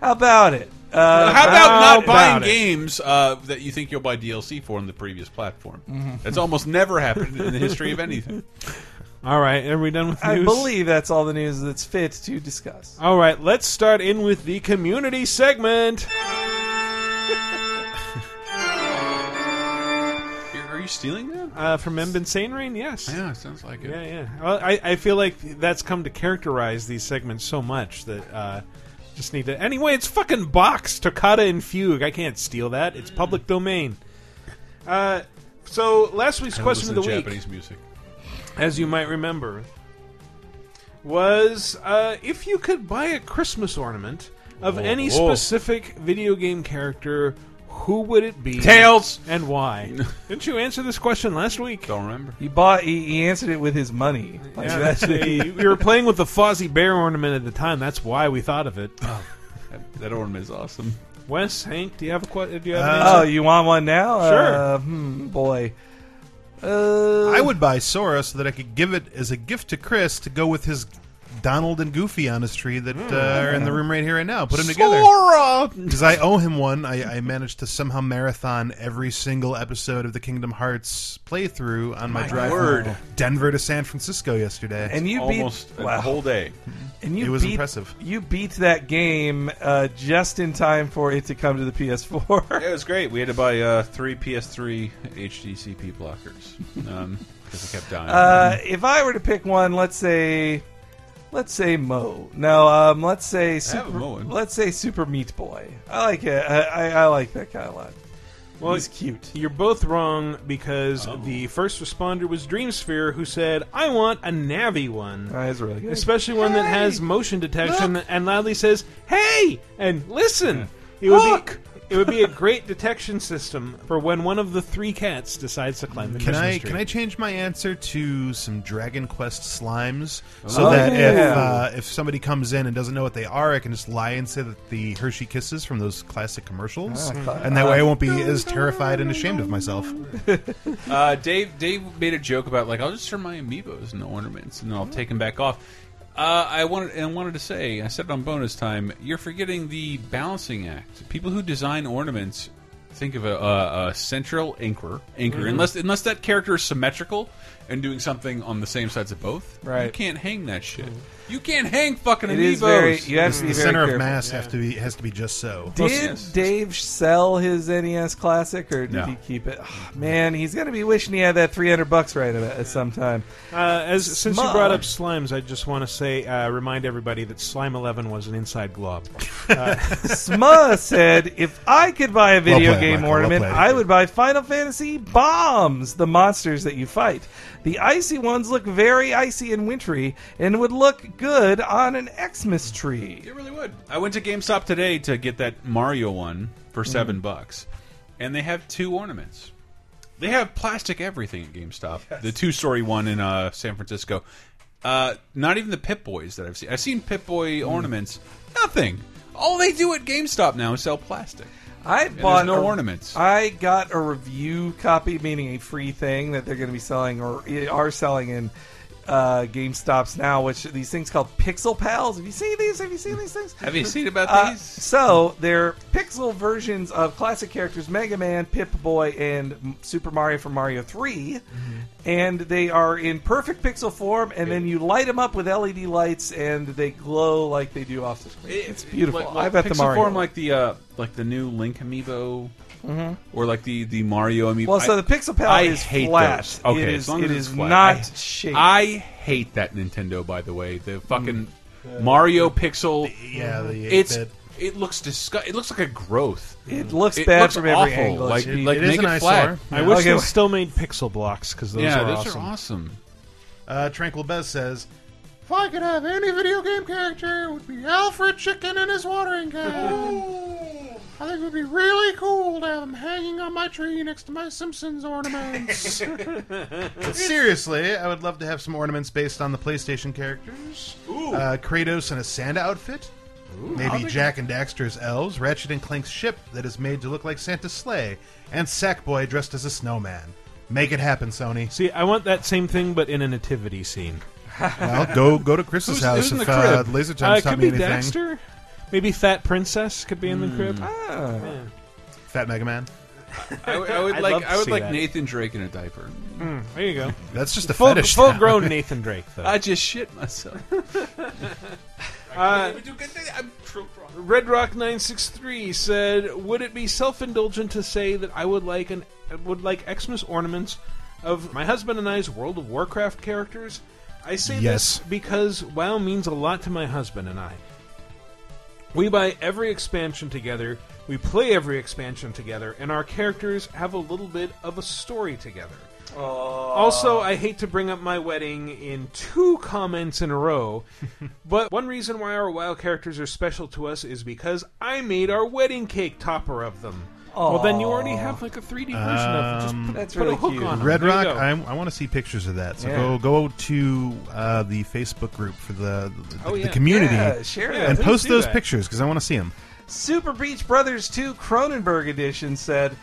Speaker 3: How about it?
Speaker 1: Uh, how about not buying
Speaker 3: it?
Speaker 1: games uh, that you think you'll buy DLC for on the previous platform?
Speaker 3: Mhm.
Speaker 1: That's almost never happened in the history of anything.
Speaker 2: All right, are we done with
Speaker 3: I
Speaker 2: news?
Speaker 3: believe that's all the news that's fit to discuss.
Speaker 2: All right, let's start in with the community segment.
Speaker 1: Are you stealing that?
Speaker 2: Uh, from Mbin Sane Rain, yes.
Speaker 1: Yeah, it sounds like it.
Speaker 2: Yeah, yeah. Well, I, I feel like that's come to characterize these segments so much that uh, just need to. Anyway, it's fucking box Toccata and Fugue. I can't steal that. It's
Speaker 1: Mm.
Speaker 2: public domain. Uh, so last week's
Speaker 1: I don't
Speaker 2: question
Speaker 1: listen
Speaker 2: of the
Speaker 1: to
Speaker 2: week,
Speaker 1: Japanese music.
Speaker 2: as you might remember, was uh, if you could buy a Christmas ornament of
Speaker 1: Whoa,
Speaker 2: any
Speaker 1: whoa.
Speaker 2: specific video game character. Who would it be?
Speaker 1: Tails!
Speaker 2: And why? Didn't you answer this question last week?
Speaker 1: Don't remember.
Speaker 3: He bought. He, he answered it with his money. Like,
Speaker 2: Yeah,
Speaker 3: that's what he-
Speaker 2: we we were playing with the Fozzie Bear ornament at the time. That's why we thought of it.
Speaker 1: Oh. That, that ornament is awesome.
Speaker 2: Wes, Hank, do you have a question? Do you have an
Speaker 1: Uh,
Speaker 3: oh,
Speaker 2: answer?
Speaker 3: you want one now?
Speaker 2: Sure.
Speaker 3: Uh, hmm, boy.
Speaker 4: I would buy Sora so that I could give it as a gift to Chris to go with his Donald and Goofy on his tree that uh, are in the room right here right now. Put them together.
Speaker 2: Sora!
Speaker 4: Because I owe him one. I, I managed to somehow marathon every single episode of the Kingdom Hearts playthrough on my,
Speaker 1: My
Speaker 4: drive
Speaker 1: word.
Speaker 4: from Denver to San Francisco yesterday.
Speaker 3: And you beat- Almost a wow. whole
Speaker 1: day.
Speaker 3: And you
Speaker 4: it was
Speaker 3: beat,
Speaker 4: impressive.
Speaker 3: You beat that game uh, just in time for it to come to the PS4.
Speaker 1: Yeah, it was great. We had to buy uh, three PS3 HDCP blockers because I kept dying.
Speaker 3: Uh, if I were to pick one, let's say, let's say Mo. No, um, let's say
Speaker 1: have a
Speaker 3: Super.
Speaker 1: Mo one.
Speaker 3: Let's say Super Meat Boy. I like it. I, I, I like that guy a lot.
Speaker 1: oh,
Speaker 2: Well,
Speaker 3: he's cute.
Speaker 2: You're both wrong because the first responder was Dreamsphere, who said, "I want a Navi one,
Speaker 1: Uh,
Speaker 3: That is Uh, really good.
Speaker 2: especially one that has motion detection and loudly says, "Hey!" and "Listen." It would be it would be a great detection system for when one of the three cats decides to climb the
Speaker 4: Can
Speaker 2: Christmas
Speaker 4: I
Speaker 2: tree.
Speaker 4: can I change my answer to some Dragon Quest slimes
Speaker 2: Oh,
Speaker 4: so that
Speaker 2: yeah.
Speaker 4: if uh, if somebody comes in and doesn't know what they are, I can just lie and say that the Hershey Kisses from those classic commercials,
Speaker 1: Ah, cla-
Speaker 4: and that way I
Speaker 1: uh,
Speaker 4: won't be as terrified and ashamed of myself.
Speaker 1: Uh, Dave Dave made a joke about like I'll just turn my amiibos into ornaments and then I'll take them back off. Uh, I wanted and wanted to say I said it on bonus time. You're forgetting the balancing act. People who design ornaments think of a, a, a central anchor anchor
Speaker 3: Mhm.
Speaker 1: unless unless that character is symmetrical and doing something on the same sides of both. You
Speaker 3: Right. Mm-hmm.
Speaker 1: can't hang that shit. You can't hang fucking
Speaker 3: It
Speaker 1: amiibos.
Speaker 3: is very- you have
Speaker 4: the
Speaker 3: to be
Speaker 4: the
Speaker 3: very
Speaker 4: center of
Speaker 3: careful.
Speaker 4: mass
Speaker 3: Yeah.
Speaker 4: have to be has to be just so.
Speaker 3: Did Dave sell his NES Classic, or did
Speaker 4: No.
Speaker 3: he keep it? Ah, man, he's gonna be wishing he had that three hundred bucks right about at some time.
Speaker 2: Uh, as since you
Speaker 3: Smug.
Speaker 2: brought up slimes, I just want to say uh, remind everybody that Slime Eleven was an inside glob. Uh,
Speaker 3: Sma said, "If I could buy a video
Speaker 2: played,
Speaker 3: game
Speaker 2: Michael, well
Speaker 3: ornament,
Speaker 2: played.
Speaker 3: I would buy Final Fantasy bombs, the monsters that you fight. The icy ones look very icy and wintry, and would look good on an Xmas tree.
Speaker 1: It really would. I went to GameStop today to get that Mario one for
Speaker 3: Mm-hmm.
Speaker 1: seven bucks, and they have two ornaments. They have plastic everything at GameStop. The two-story one in uh, San Francisco. Uh, not even the Pip Boys that I've seen. I've seen Pip Boy
Speaker 3: Mm.
Speaker 1: ornaments. Nothing. All they do at GameStop now is sell plastic.
Speaker 3: I
Speaker 1: And
Speaker 3: bought
Speaker 1: there's no
Speaker 3: a-
Speaker 1: ornaments.
Speaker 3: I got a review copy, meaning a free thing that they're going to be selling or i- are selling in uh, GameStops now. Which these things called Pixel Pals. Have you seen these? Have you seen these things?
Speaker 1: Have you seen about
Speaker 3: Uh,
Speaker 1: these?
Speaker 3: so they're pixel versions of classic characters Mega Man, Pip Boy, and M- Super Mario from Mario 3
Speaker 1: Mm-hmm.
Speaker 3: and they are in perfect pixel form. And then you light them up with LED lights, and they glow like they do off the screen. It's beautiful.
Speaker 1: Like, like
Speaker 3: I bet the
Speaker 1: pixel
Speaker 3: Mario.
Speaker 1: form like the uh, like the new Link amiibo,
Speaker 3: Mhm.
Speaker 1: or like the the Mario amiibo.
Speaker 3: Well, so the pixel pal
Speaker 1: I
Speaker 3: is
Speaker 1: hate
Speaker 3: flat.
Speaker 1: those. Okay,
Speaker 3: It
Speaker 1: as
Speaker 3: is-
Speaker 1: long as
Speaker 3: it
Speaker 1: it's
Speaker 3: is
Speaker 1: flat.
Speaker 3: not
Speaker 1: I,
Speaker 3: shaped.
Speaker 1: I hate that Nintendo. By the way, the fucking Mario pixel.
Speaker 4: yeah, the
Speaker 1: it's
Speaker 4: 8-bit.
Speaker 1: it looks disgust. It looks like a growth.
Speaker 3: It looks bad from every
Speaker 1: awful.
Speaker 3: angle.
Speaker 1: Like,
Speaker 3: It-
Speaker 1: like
Speaker 3: it is
Speaker 1: make
Speaker 3: an
Speaker 1: it flat.
Speaker 4: eyesore.
Speaker 2: I wish they still made pixel blocks because those
Speaker 1: yeah,
Speaker 2: were
Speaker 1: those
Speaker 2: awesome.
Speaker 1: are awesome.
Speaker 4: Uh, Tranquil Bez says,
Speaker 14: If I could have any video game character, it would be Alfred Chicken in his watering can.
Speaker 9: I think it would be really cool to have them hanging on my tree next to my Simpsons ornaments.
Speaker 4: But seriously, I would love to have some ornaments based on the PlayStation characters.
Speaker 9: Ooh.
Speaker 4: Uh, Kratos in a Santa outfit.
Speaker 9: I'll
Speaker 4: Maybe
Speaker 9: be-
Speaker 4: Jack and Daxter as elves, Ratchet and Clank's ship that is made to look like Santa's sleigh, and Sackboy dressed as a snowman. Make it happen, Sony.
Speaker 2: See, I want that same thing, but in a nativity scene.
Speaker 4: Well, go go to Chris's
Speaker 2: Who's-
Speaker 4: house
Speaker 2: who's in
Speaker 4: if
Speaker 2: the
Speaker 4: uh,
Speaker 2: crib?
Speaker 4: Laser
Speaker 2: Uh,
Speaker 4: Time's
Speaker 2: it
Speaker 4: taught
Speaker 2: could
Speaker 4: me
Speaker 2: be
Speaker 4: anything. Hmm.
Speaker 2: Daxter. Maybe Fat Princess could be in the crib. Ah, Yeah.
Speaker 4: Fat Mega Man.
Speaker 1: I, would- I would
Speaker 2: I'd love
Speaker 1: like
Speaker 2: to
Speaker 1: I would
Speaker 2: see
Speaker 1: like
Speaker 2: that.
Speaker 1: Nathan Drake in a diaper.
Speaker 2: Mm, there you go.
Speaker 4: That's just a
Speaker 2: full,
Speaker 4: fetish
Speaker 2: Full
Speaker 4: now.
Speaker 2: grown Nathan Drake, though.
Speaker 1: I just shit myself.
Speaker 2: Uh, Red Rock nine six three said, "Would it be self indulgent to say that I would like an would like Xmas ornaments of my husband and I's World of Warcraft characters?" I say
Speaker 4: Yes.
Speaker 2: this because WoW means a lot to my husband and I. We buy every expansion together, we play every expansion together, and our characters have a little bit of a story together. Also, I hate to bring up my wedding in two comments in a row, but one reason why our WoW characters are special to us is because I made our wedding cake topper of them. Well, then you already have like a 3D version of it. Just
Speaker 4: Um,
Speaker 2: put, put a hook on 'em.
Speaker 4: Red
Speaker 2: There you
Speaker 4: Rock.
Speaker 2: go.
Speaker 4: I, I want to see pictures of that. So
Speaker 2: Yeah.
Speaker 4: go go to uh, the Facebook group for the the,
Speaker 3: Oh,
Speaker 4: the
Speaker 3: yeah.
Speaker 4: community
Speaker 3: Yeah, share that.
Speaker 4: and
Speaker 3: Please
Speaker 4: post
Speaker 3: do
Speaker 4: those
Speaker 3: that.
Speaker 4: pictures because I want to see them.
Speaker 3: Super Beach Brothers 2 Cronenberg Edition said,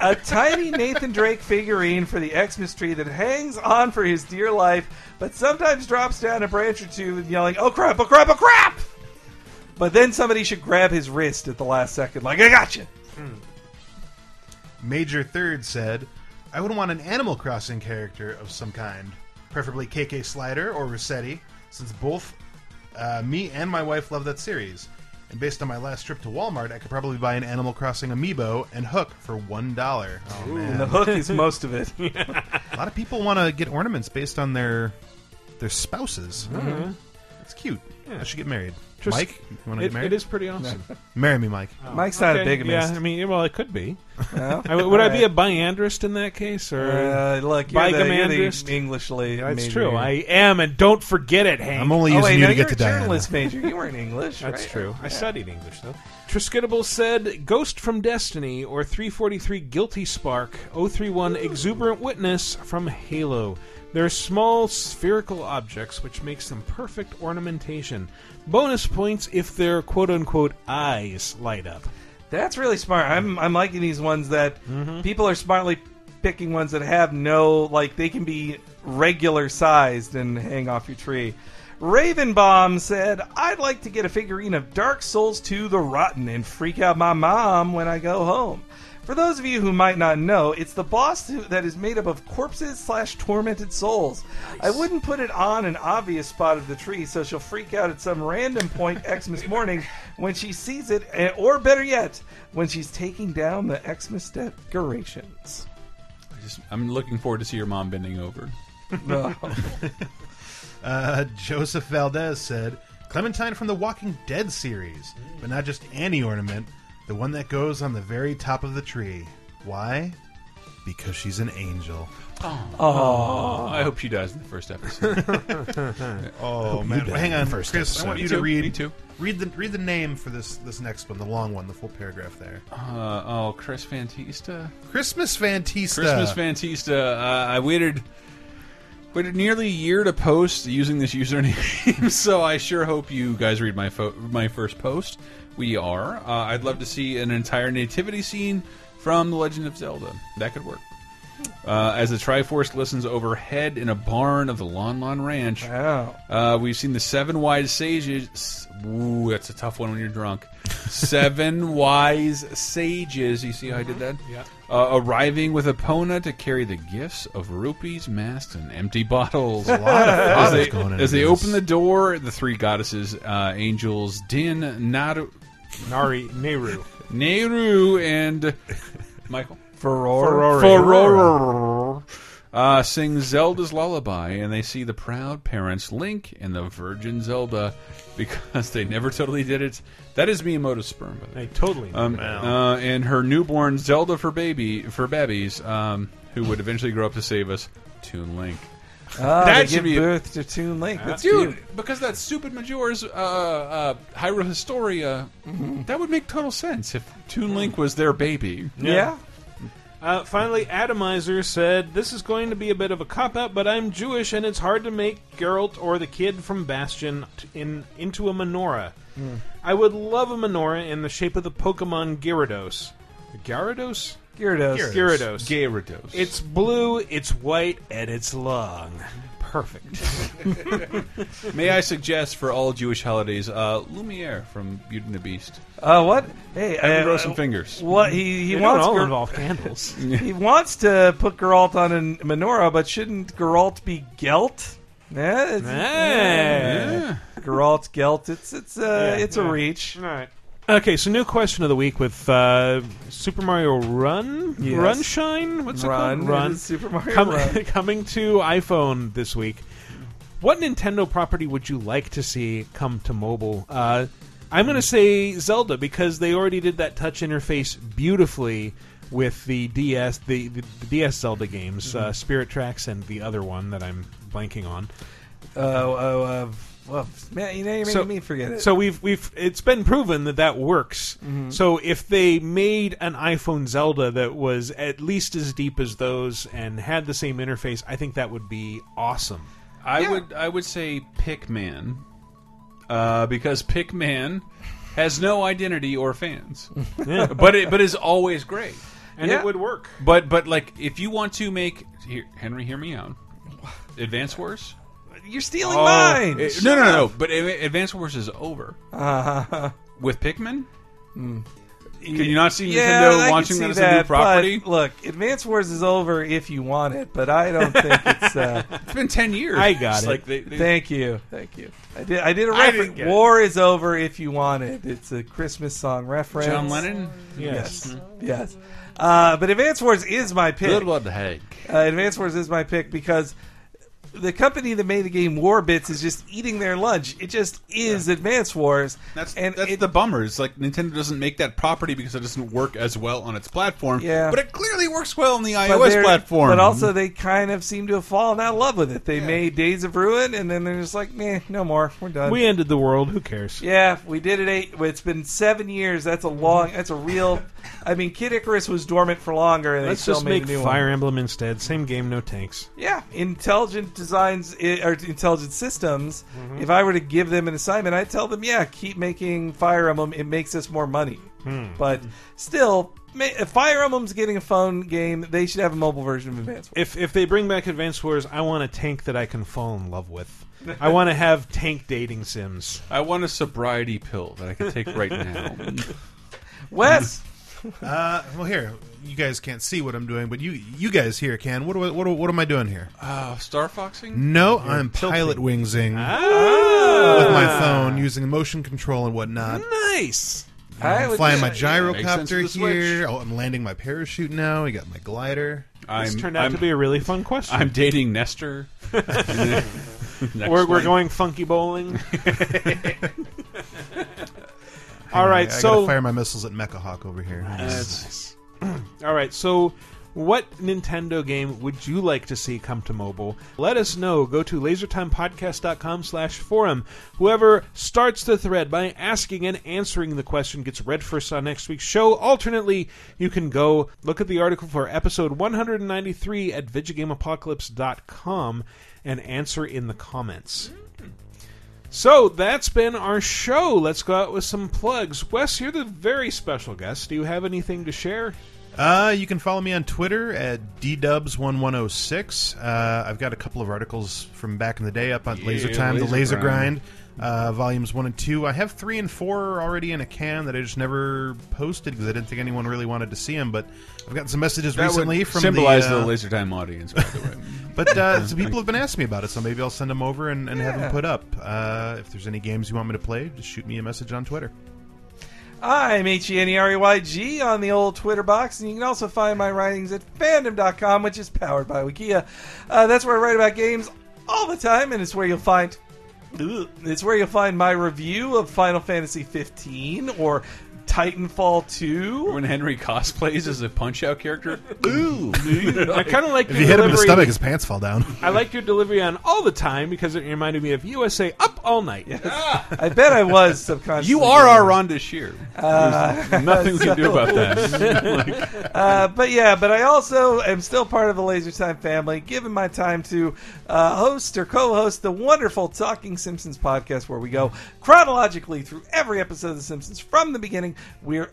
Speaker 3: A tiny Nathan Drake figurine for the Xmas tree that hangs on for his dear life, but sometimes drops down a branch or two yelling, Oh crap, oh crap, oh crap! But then somebody should grab his wrist at the last second, like, I gotcha!
Speaker 4: Major Third said, "I would want an Animal Crossing character of some kind, preferably KK Slider or Rossetti, since both uh, me and my wife love that series." And based on my last trip to Walmart, I could probably buy an Animal Crossing amiibo and hook for one dollar. Oh,
Speaker 3: Ooh.
Speaker 4: man.
Speaker 3: And the hook is most of it.
Speaker 4: A lot of people want to get ornaments based on their their spouses.
Speaker 3: Mm-hmm.
Speaker 4: Mm-hmm.
Speaker 2: Mhm.
Speaker 4: It's cute.
Speaker 2: Yeah.
Speaker 4: I should get married.
Speaker 2: Just-
Speaker 4: Mike, you want to
Speaker 2: it-
Speaker 4: get married?
Speaker 2: It is pretty awesome.
Speaker 4: Marry me, Mike.
Speaker 2: Oh,
Speaker 3: Mike's not a
Speaker 2: okay.
Speaker 3: bigamist.
Speaker 2: Yeah, I mean, well, it could be.
Speaker 3: No?
Speaker 2: I, would I
Speaker 3: All
Speaker 2: be a biandrist in that case, or
Speaker 3: Uh, look, you're the, you're
Speaker 2: bigamandrist?
Speaker 3: the English lady.
Speaker 2: That's true. I am, and don't forget it, Hank.
Speaker 4: I'm only
Speaker 3: Oh,
Speaker 4: using
Speaker 3: wait,
Speaker 4: you
Speaker 3: no,
Speaker 4: to get
Speaker 3: you're
Speaker 4: to
Speaker 3: a
Speaker 4: Diana.
Speaker 3: journalist major. You weren't English,
Speaker 2: That's
Speaker 3: right?
Speaker 2: true. I
Speaker 3: Yeah.
Speaker 2: studied English though. Triskidable said, "Ghost from Destiny" or 343 Guilty Spark 031 Exuberant Witness from Halo. They're small spherical objects, which makes them perfect ornamentation. Bonus points if their quote unquote eyes light up.
Speaker 3: That's really smart. I'm I'm liking these ones that people are smartly picking ones that have no like they can be regular sized and hang off your tree. Ravenbomb said, "I'd like to get a figurine of Dark Souls 2: The Rotten and freak out my mom when I go home." For those of you who might not know, it's the boss who- that is made up of corpses slash tormented souls. I wouldn't put it on an obvious spot of the tree, so she'll freak out at some random point Xmas morning when she sees it, eh, or better yet, when she's taking down the Xmas decorations.
Speaker 1: I just, I'm looking forward to see your mom bending over.
Speaker 3: No.
Speaker 4: Uh, Joseph Valdez said, Clementine from the Walking Dead series, but not just any ornament, the one that goes on the very top of the tree. Why? Because she's an angel.
Speaker 1: Oh. I hope she dies in the first episode.
Speaker 4: oh
Speaker 1: Hope
Speaker 4: man,
Speaker 1: you die
Speaker 4: hang
Speaker 1: in the
Speaker 4: on,
Speaker 1: first
Speaker 4: Chris.
Speaker 1: episode.
Speaker 4: I want
Speaker 1: Me
Speaker 4: you
Speaker 1: too,
Speaker 4: to read
Speaker 1: me too.
Speaker 4: read the read the name for this this next one, the long one, the full paragraph there.
Speaker 1: Uh, oh, Chris Fantista.
Speaker 4: Christmas Fantista.
Speaker 1: Christmas Fantista. Uh, I waited waited nearly a year to post using this username, so I sure hope you guys read my fo my first post. We are. Uh, I'd love to see an entire nativity scene from The Legend of Zelda. That could work. Uh, as the Triforce glistens overhead in a barn of the Lon Lon Ranch, uh, we've seen the seven wise sages. Ooh, that's a tough one when you're drunk. seven wise sages. You see how I did that?
Speaker 2: Yeah.
Speaker 1: Uh, arriving with Epona to carry the gifts of rupees, masks, and empty bottles.
Speaker 4: A lot of
Speaker 1: as they,
Speaker 4: bottles going into
Speaker 1: as they
Speaker 4: this.
Speaker 1: open the door, the three goddesses, uh, angels, Din, Naru,
Speaker 2: Nari, Neru,
Speaker 1: Neru, and Michael.
Speaker 2: Ferrari.
Speaker 1: Ferrari. Uh, sing Zelda's lullaby, and they see the proud parents Link and the Virgin Zelda because they never totally did it. That is Miyamoto's sperm, by the way.
Speaker 2: totally.
Speaker 1: Um, uh, and her newborn Zelda for baby for babbies, um, who would eventually grow up to save us, Toon Link.
Speaker 3: Oh,
Speaker 1: That
Speaker 3: they
Speaker 1: should
Speaker 3: give
Speaker 1: be-
Speaker 3: birth to Toon Link. That's
Speaker 1: Dude,
Speaker 3: beautiful.
Speaker 1: because that stupid Majora's uh, uh, Hyrule Historia,
Speaker 3: Mm-hmm.
Speaker 1: that would make total sense if Toon Link was their baby.
Speaker 2: Yeah. Uh, finally, Atomizer said, This is going to be a bit of a cop out, but I'm Jewish and it's hard to make Geralt or the kid from Bastion t- in, into a menorah. I would love a menorah in the shape of the Pokemon Gyarados. Gyarados?
Speaker 3: Gyarados.
Speaker 2: Gyarados.
Speaker 1: Gyarados.
Speaker 2: It's blue, it's white, and it's long. Perfect.
Speaker 1: May I suggest for all Jewish holidays, uh, Lumiere from Beauty and the Beast?
Speaker 3: Uh, what? Hey,
Speaker 1: I would
Speaker 3: uh,
Speaker 1: grow some fingers.
Speaker 3: What he he
Speaker 1: They don't
Speaker 3: wants
Speaker 1: all
Speaker 3: Ger-
Speaker 1: involve candles.
Speaker 3: he wants to put Geralt on a menorah, but shouldn't Geralt be Gelt? Yeah, it's,
Speaker 2: Yeah.
Speaker 3: yeah. Geralt Gelt. It's it's uh,
Speaker 2: Yeah,
Speaker 3: it's a
Speaker 2: yeah.
Speaker 3: reach.
Speaker 2: All right. Okay, so new question of the week with uh, Super Mario Run,
Speaker 3: Yes.
Speaker 2: Runshine. What's it
Speaker 3: Run.
Speaker 2: called?
Speaker 3: It is Super Mario Run.
Speaker 2: coming to iPhone this week. What Nintendo property would you like to see come to mobile? Uh, I'm going to say Zelda because they already did that touch interface beautifully with the DS, the, the, the DS Zelda games,
Speaker 3: Mm-hmm.
Speaker 2: uh, Spirit Tracks, and the other one that I'm blanking on.
Speaker 3: Uh, oh, uh, well, man, you know you're making
Speaker 2: So-
Speaker 3: me forget it.
Speaker 2: So we've we've it's been proven that that works.
Speaker 3: Mhm.
Speaker 2: So if they made an iPhone Zelda that was at least as deep as those and had the same interface, I think that would be awesome.
Speaker 1: I would I would say Pikmin, uh, because Pikmin has no identity or fans,
Speaker 2: Yeah.
Speaker 1: but it but is always great,
Speaker 2: And it would work.
Speaker 1: But but like if you want to make here, Henry, hear me out. Advance Wars,
Speaker 3: you're stealing
Speaker 1: Oh,
Speaker 3: mine.
Speaker 1: it- no, no, no, no. But A- Advance Wars is over
Speaker 3: Uh,
Speaker 1: with Pikmin.
Speaker 3: Mm.
Speaker 1: Can you not see
Speaker 3: yeah, I
Speaker 1: Nintendo
Speaker 3: can
Speaker 1: launching
Speaker 3: see
Speaker 1: that as a new
Speaker 3: that, but
Speaker 1: property?
Speaker 3: Look, Advance Wars is over if you want it, but I don't think it's. Uh,
Speaker 1: it's been ten years.
Speaker 3: I got
Speaker 1: It's
Speaker 3: it.
Speaker 1: like they- they-
Speaker 3: Thank you, thank you. I did. I did a
Speaker 1: I didn't
Speaker 3: reference.
Speaker 1: get it.
Speaker 3: War is over if you want it. It's a Christmas song reference.
Speaker 1: John Lennon?
Speaker 3: Yes.
Speaker 1: Yes.
Speaker 3: Yes. Uh, but Advance Wars is my pick.
Speaker 1: Good one, Hank.
Speaker 3: Uh, Advance Wars is my pick because the company that made the game War Bits is just eating their lunch. It just is Advance Wars.
Speaker 1: That's that's the bummer. It's like Nintendo doesn't make that property because it doesn't work as well on its platform.
Speaker 3: Yeah.
Speaker 1: but it clearly works well on the
Speaker 3: But
Speaker 1: iOS
Speaker 3: they're-
Speaker 1: platform.
Speaker 3: But also, they kind of seem to have fallen out of love with it. They made Days of Ruin, and then they're just like, "Meh, no more. We're done."
Speaker 2: We ended the world. Who cares?
Speaker 3: Yeah, we did it eight. It's been seven years. That's a long. That's a real. I mean, Kid Icarus was dormant for longer, and
Speaker 2: Let's
Speaker 3: they still
Speaker 2: just make
Speaker 3: made a new
Speaker 2: Fire
Speaker 3: one.
Speaker 2: Emblem instead. Same game, no tanks.
Speaker 3: Yeah, intelligent designs i- or intelligent systems.
Speaker 2: Mm-hmm.
Speaker 3: If I were to give them an assignment, I'd tell them, yeah, keep making Fire Emblem. It makes us more money.
Speaker 2: Hmm.
Speaker 3: But still, ma- if Fire Emblem's getting a phone game, they should have a mobile version of Advance.
Speaker 2: If if they bring back Advance Wars, I want a tank that I can fall in love with. I want to have tank dating sims.
Speaker 1: I want a sobriety pill that I can take right now.
Speaker 3: Wes.
Speaker 4: uh, well, here you guys can't see what I'm doing, but you you guys here can. What do I- what do- what am I doing here?
Speaker 1: Uh, Star Foxing?
Speaker 4: No,
Speaker 1: You're
Speaker 4: I'm
Speaker 1: tilting.
Speaker 4: pilot wingsing with my phone using motion control and whatnot.
Speaker 2: Ah. Nice.
Speaker 4: I'm flying my gyrocopter
Speaker 1: Makes sense with the
Speaker 4: here. Oh, I'm landing my parachute now. I got my glider.
Speaker 1: I'm-
Speaker 2: turned out
Speaker 1: I'm-
Speaker 2: to be a really fun question.
Speaker 1: I'm dating Nestor.
Speaker 2: we're, we're going funky bowling. All
Speaker 4: Hang on, I- I
Speaker 2: right,
Speaker 4: gotta
Speaker 2: so
Speaker 4: fire my missiles at Mechahawk over here.
Speaker 2: That's nice. All right, so what Nintendo game would you like to see come to mobile? Let us know. Go to lasertimepodcast.com slash forum. Whoever starts the thread by asking and answering the question gets read first on next week's show. Alternately, you can go look at the article for episode 193 at VigigameApocalypse.com and answer in the comments. So that's been our show. Let's go out with some plugs. Wes, you're the very special guest. Do you have anything to share?
Speaker 4: Uh, you can follow me on Twitter at ddubs1106. Uh, I've got a couple of articles from back in the day up on
Speaker 1: Yeah,
Speaker 4: Laser Time, the
Speaker 1: Laser
Speaker 4: Laser
Speaker 1: Grind.
Speaker 4: Grind, uh, volumes one and two. I have three and four already in a can that I just never posted because I didn't think anyone really wanted to see them. But I've gotten some messages
Speaker 1: That would
Speaker 4: recently from
Speaker 1: symbolize
Speaker 4: the,
Speaker 1: the,
Speaker 4: uh,
Speaker 1: laser time audience. By the way,
Speaker 4: But uh, some people have been asking me about it, so maybe I'll send them over and, and have
Speaker 3: Yeah.
Speaker 4: them put up. Uh, if there's any games you want me to play, just shoot me a message on Twitter.
Speaker 3: I'm E H-E-N-E-R-E-Y-G on the old Twitter box, and you can also find my writings at fandom.com, which is powered by Wikia. Uh, that's where I write about games all the time, and it's where you'll find it's where you'll find my review of Final Fantasy 15 or Titanfall 2?
Speaker 1: When Henry cosplays as a Punch Out character?
Speaker 2: Ooh. I kind of like
Speaker 4: If
Speaker 2: your
Speaker 4: you hit him in the
Speaker 2: delivery-
Speaker 4: stomach, his pants fall down.
Speaker 2: I like your delivery on all the time because it reminded me of USA Up All Night.
Speaker 3: I bet I was subconsciously.
Speaker 2: You are our
Speaker 1: Ron Shear. There's nothing we can do about that.
Speaker 3: that. uh, but yeah, but I also am still part of the Laser Time family, giving my time to uh, host or co-host the wonderful Talking Simpsons podcast, where we go chronologically through every episode of The Simpsons from the beginning. We're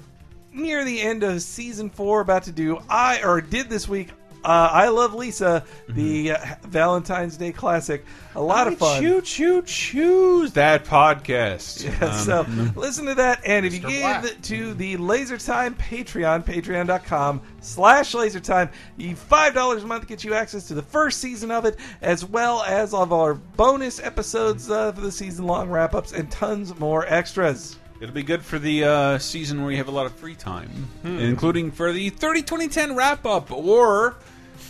Speaker 3: near the end of season four, about to do I or did this week. Uh, I love Lisa, the uh, Valentine's Day classic. A lot of fun.
Speaker 1: Choo choo choose that podcast.
Speaker 3: Yeah, so listen to that, and if you give
Speaker 1: Black.
Speaker 3: it to the LaserTime Patreon, patreon.com slash LaserTime, you $5 a month gets you access to the first season of it, as well as all of our bonus episodes uh, for the season-long wrap-ups and tons more extras.
Speaker 1: It'll be good for the uh, season where you have a lot of free time,
Speaker 3: Mm-hmm.
Speaker 1: including for the 30 2010 wrap up, or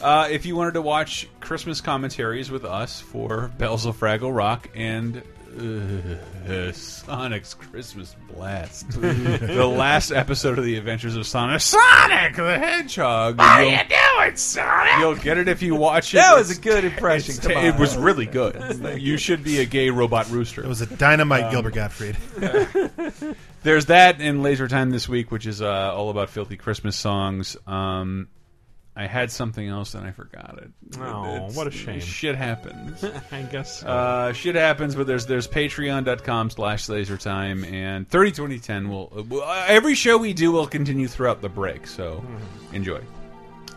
Speaker 1: uh, if you wanted to watch Christmas commentaries with us for Bells of Fraggle Rock and uh, uh, Sonic's Christmas Blast, the last episode of the Adventures of Sonic. Sonic the Hedgehog.
Speaker 14: How
Speaker 1: You'll-
Speaker 14: you doing, Sonic?
Speaker 1: You'll get it if you watch it.
Speaker 3: That
Speaker 1: It's-
Speaker 3: was a good impression.
Speaker 1: it's-
Speaker 3: Come on.
Speaker 1: It was really good. You should be a gay robot rooster. It
Speaker 4: was a dynamite Gilbert Gottfried.
Speaker 1: There's that in Laser Time this week, which is uh, all about filthy Christmas songs. Um, I had something else and I forgot it.
Speaker 2: Oh,
Speaker 1: It's-
Speaker 2: what a shame.
Speaker 1: Shit happens.
Speaker 2: I guess so.
Speaker 1: Uh, shit happens, but there's there's patreon.com slash lasertime and 302010 will uh, every show we do will continue throughout the break, so
Speaker 2: Mm-hmm.
Speaker 1: enjoy.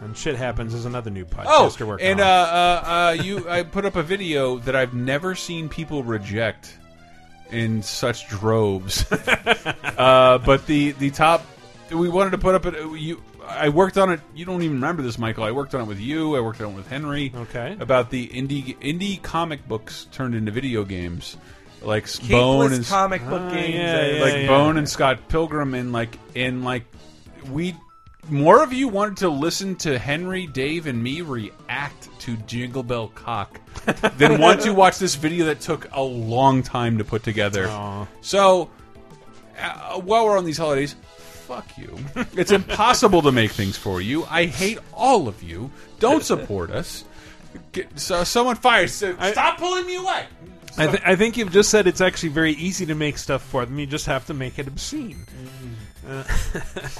Speaker 2: and Shit Happens is another new podcast
Speaker 1: Oh,
Speaker 2: we're working
Speaker 1: and uh,
Speaker 2: on.
Speaker 1: uh, uh, you, I put up a video that I've never seen people reject in such droves. uh, but the the top, we wanted to put up. It, you, I worked on it. You don't even remember this, Michael. I worked on it with you. I worked on it with Henry. Okay, about the indie indie comic books turned into video games. Like Bone and
Speaker 3: comic book Ah, games. yeah, yeah,
Speaker 1: like
Speaker 3: yeah.
Speaker 1: Bone and Scott Pilgrim, and like and like we more of you wanted to listen to Henry, Dave, and me react to Jingle Bell Cock than want to watch this video that took a long time to put together. So uh, while we're on these holidays, fuck you. It's impossible to make things for you. I hate all of you. Don't support us. Get, so someone fires. So stop pulling me away.
Speaker 2: I, th- I think you've just said it's actually very easy to make stuff for them. You just have to make it obscene. Uh,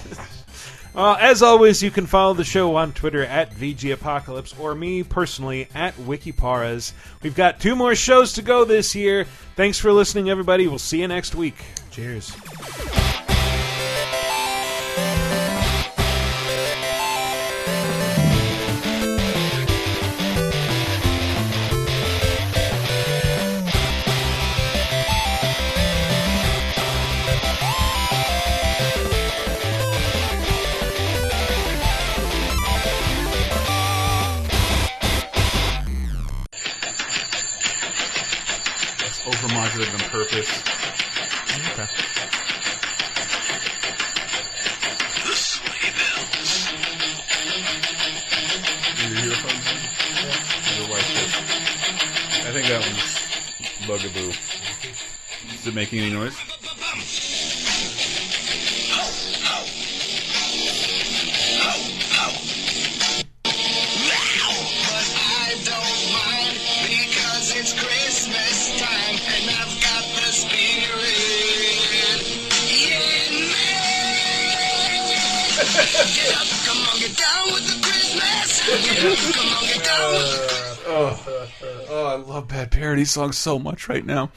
Speaker 2: uh, as always, you can follow the show on Twitter at VGApocalypse or me personally at Wikiparas. We've got two more shows to go this year. Thanks for listening, everybody. We'll see you next week. Cheers.
Speaker 1: It's overmodulated on purpose.
Speaker 14: The sleigh bells.
Speaker 1: Your earphones? Your wife did. I think that one's Bugaboo. Is it making any noise?
Speaker 14: Because it's Christmas time and I've got the spirit. Yeah, man. Get up, come on, get down with the Christmas. Get up,
Speaker 1: Uh,
Speaker 14: come on, get down with the
Speaker 1: Oh, oh, I love bad parody songs so much right now.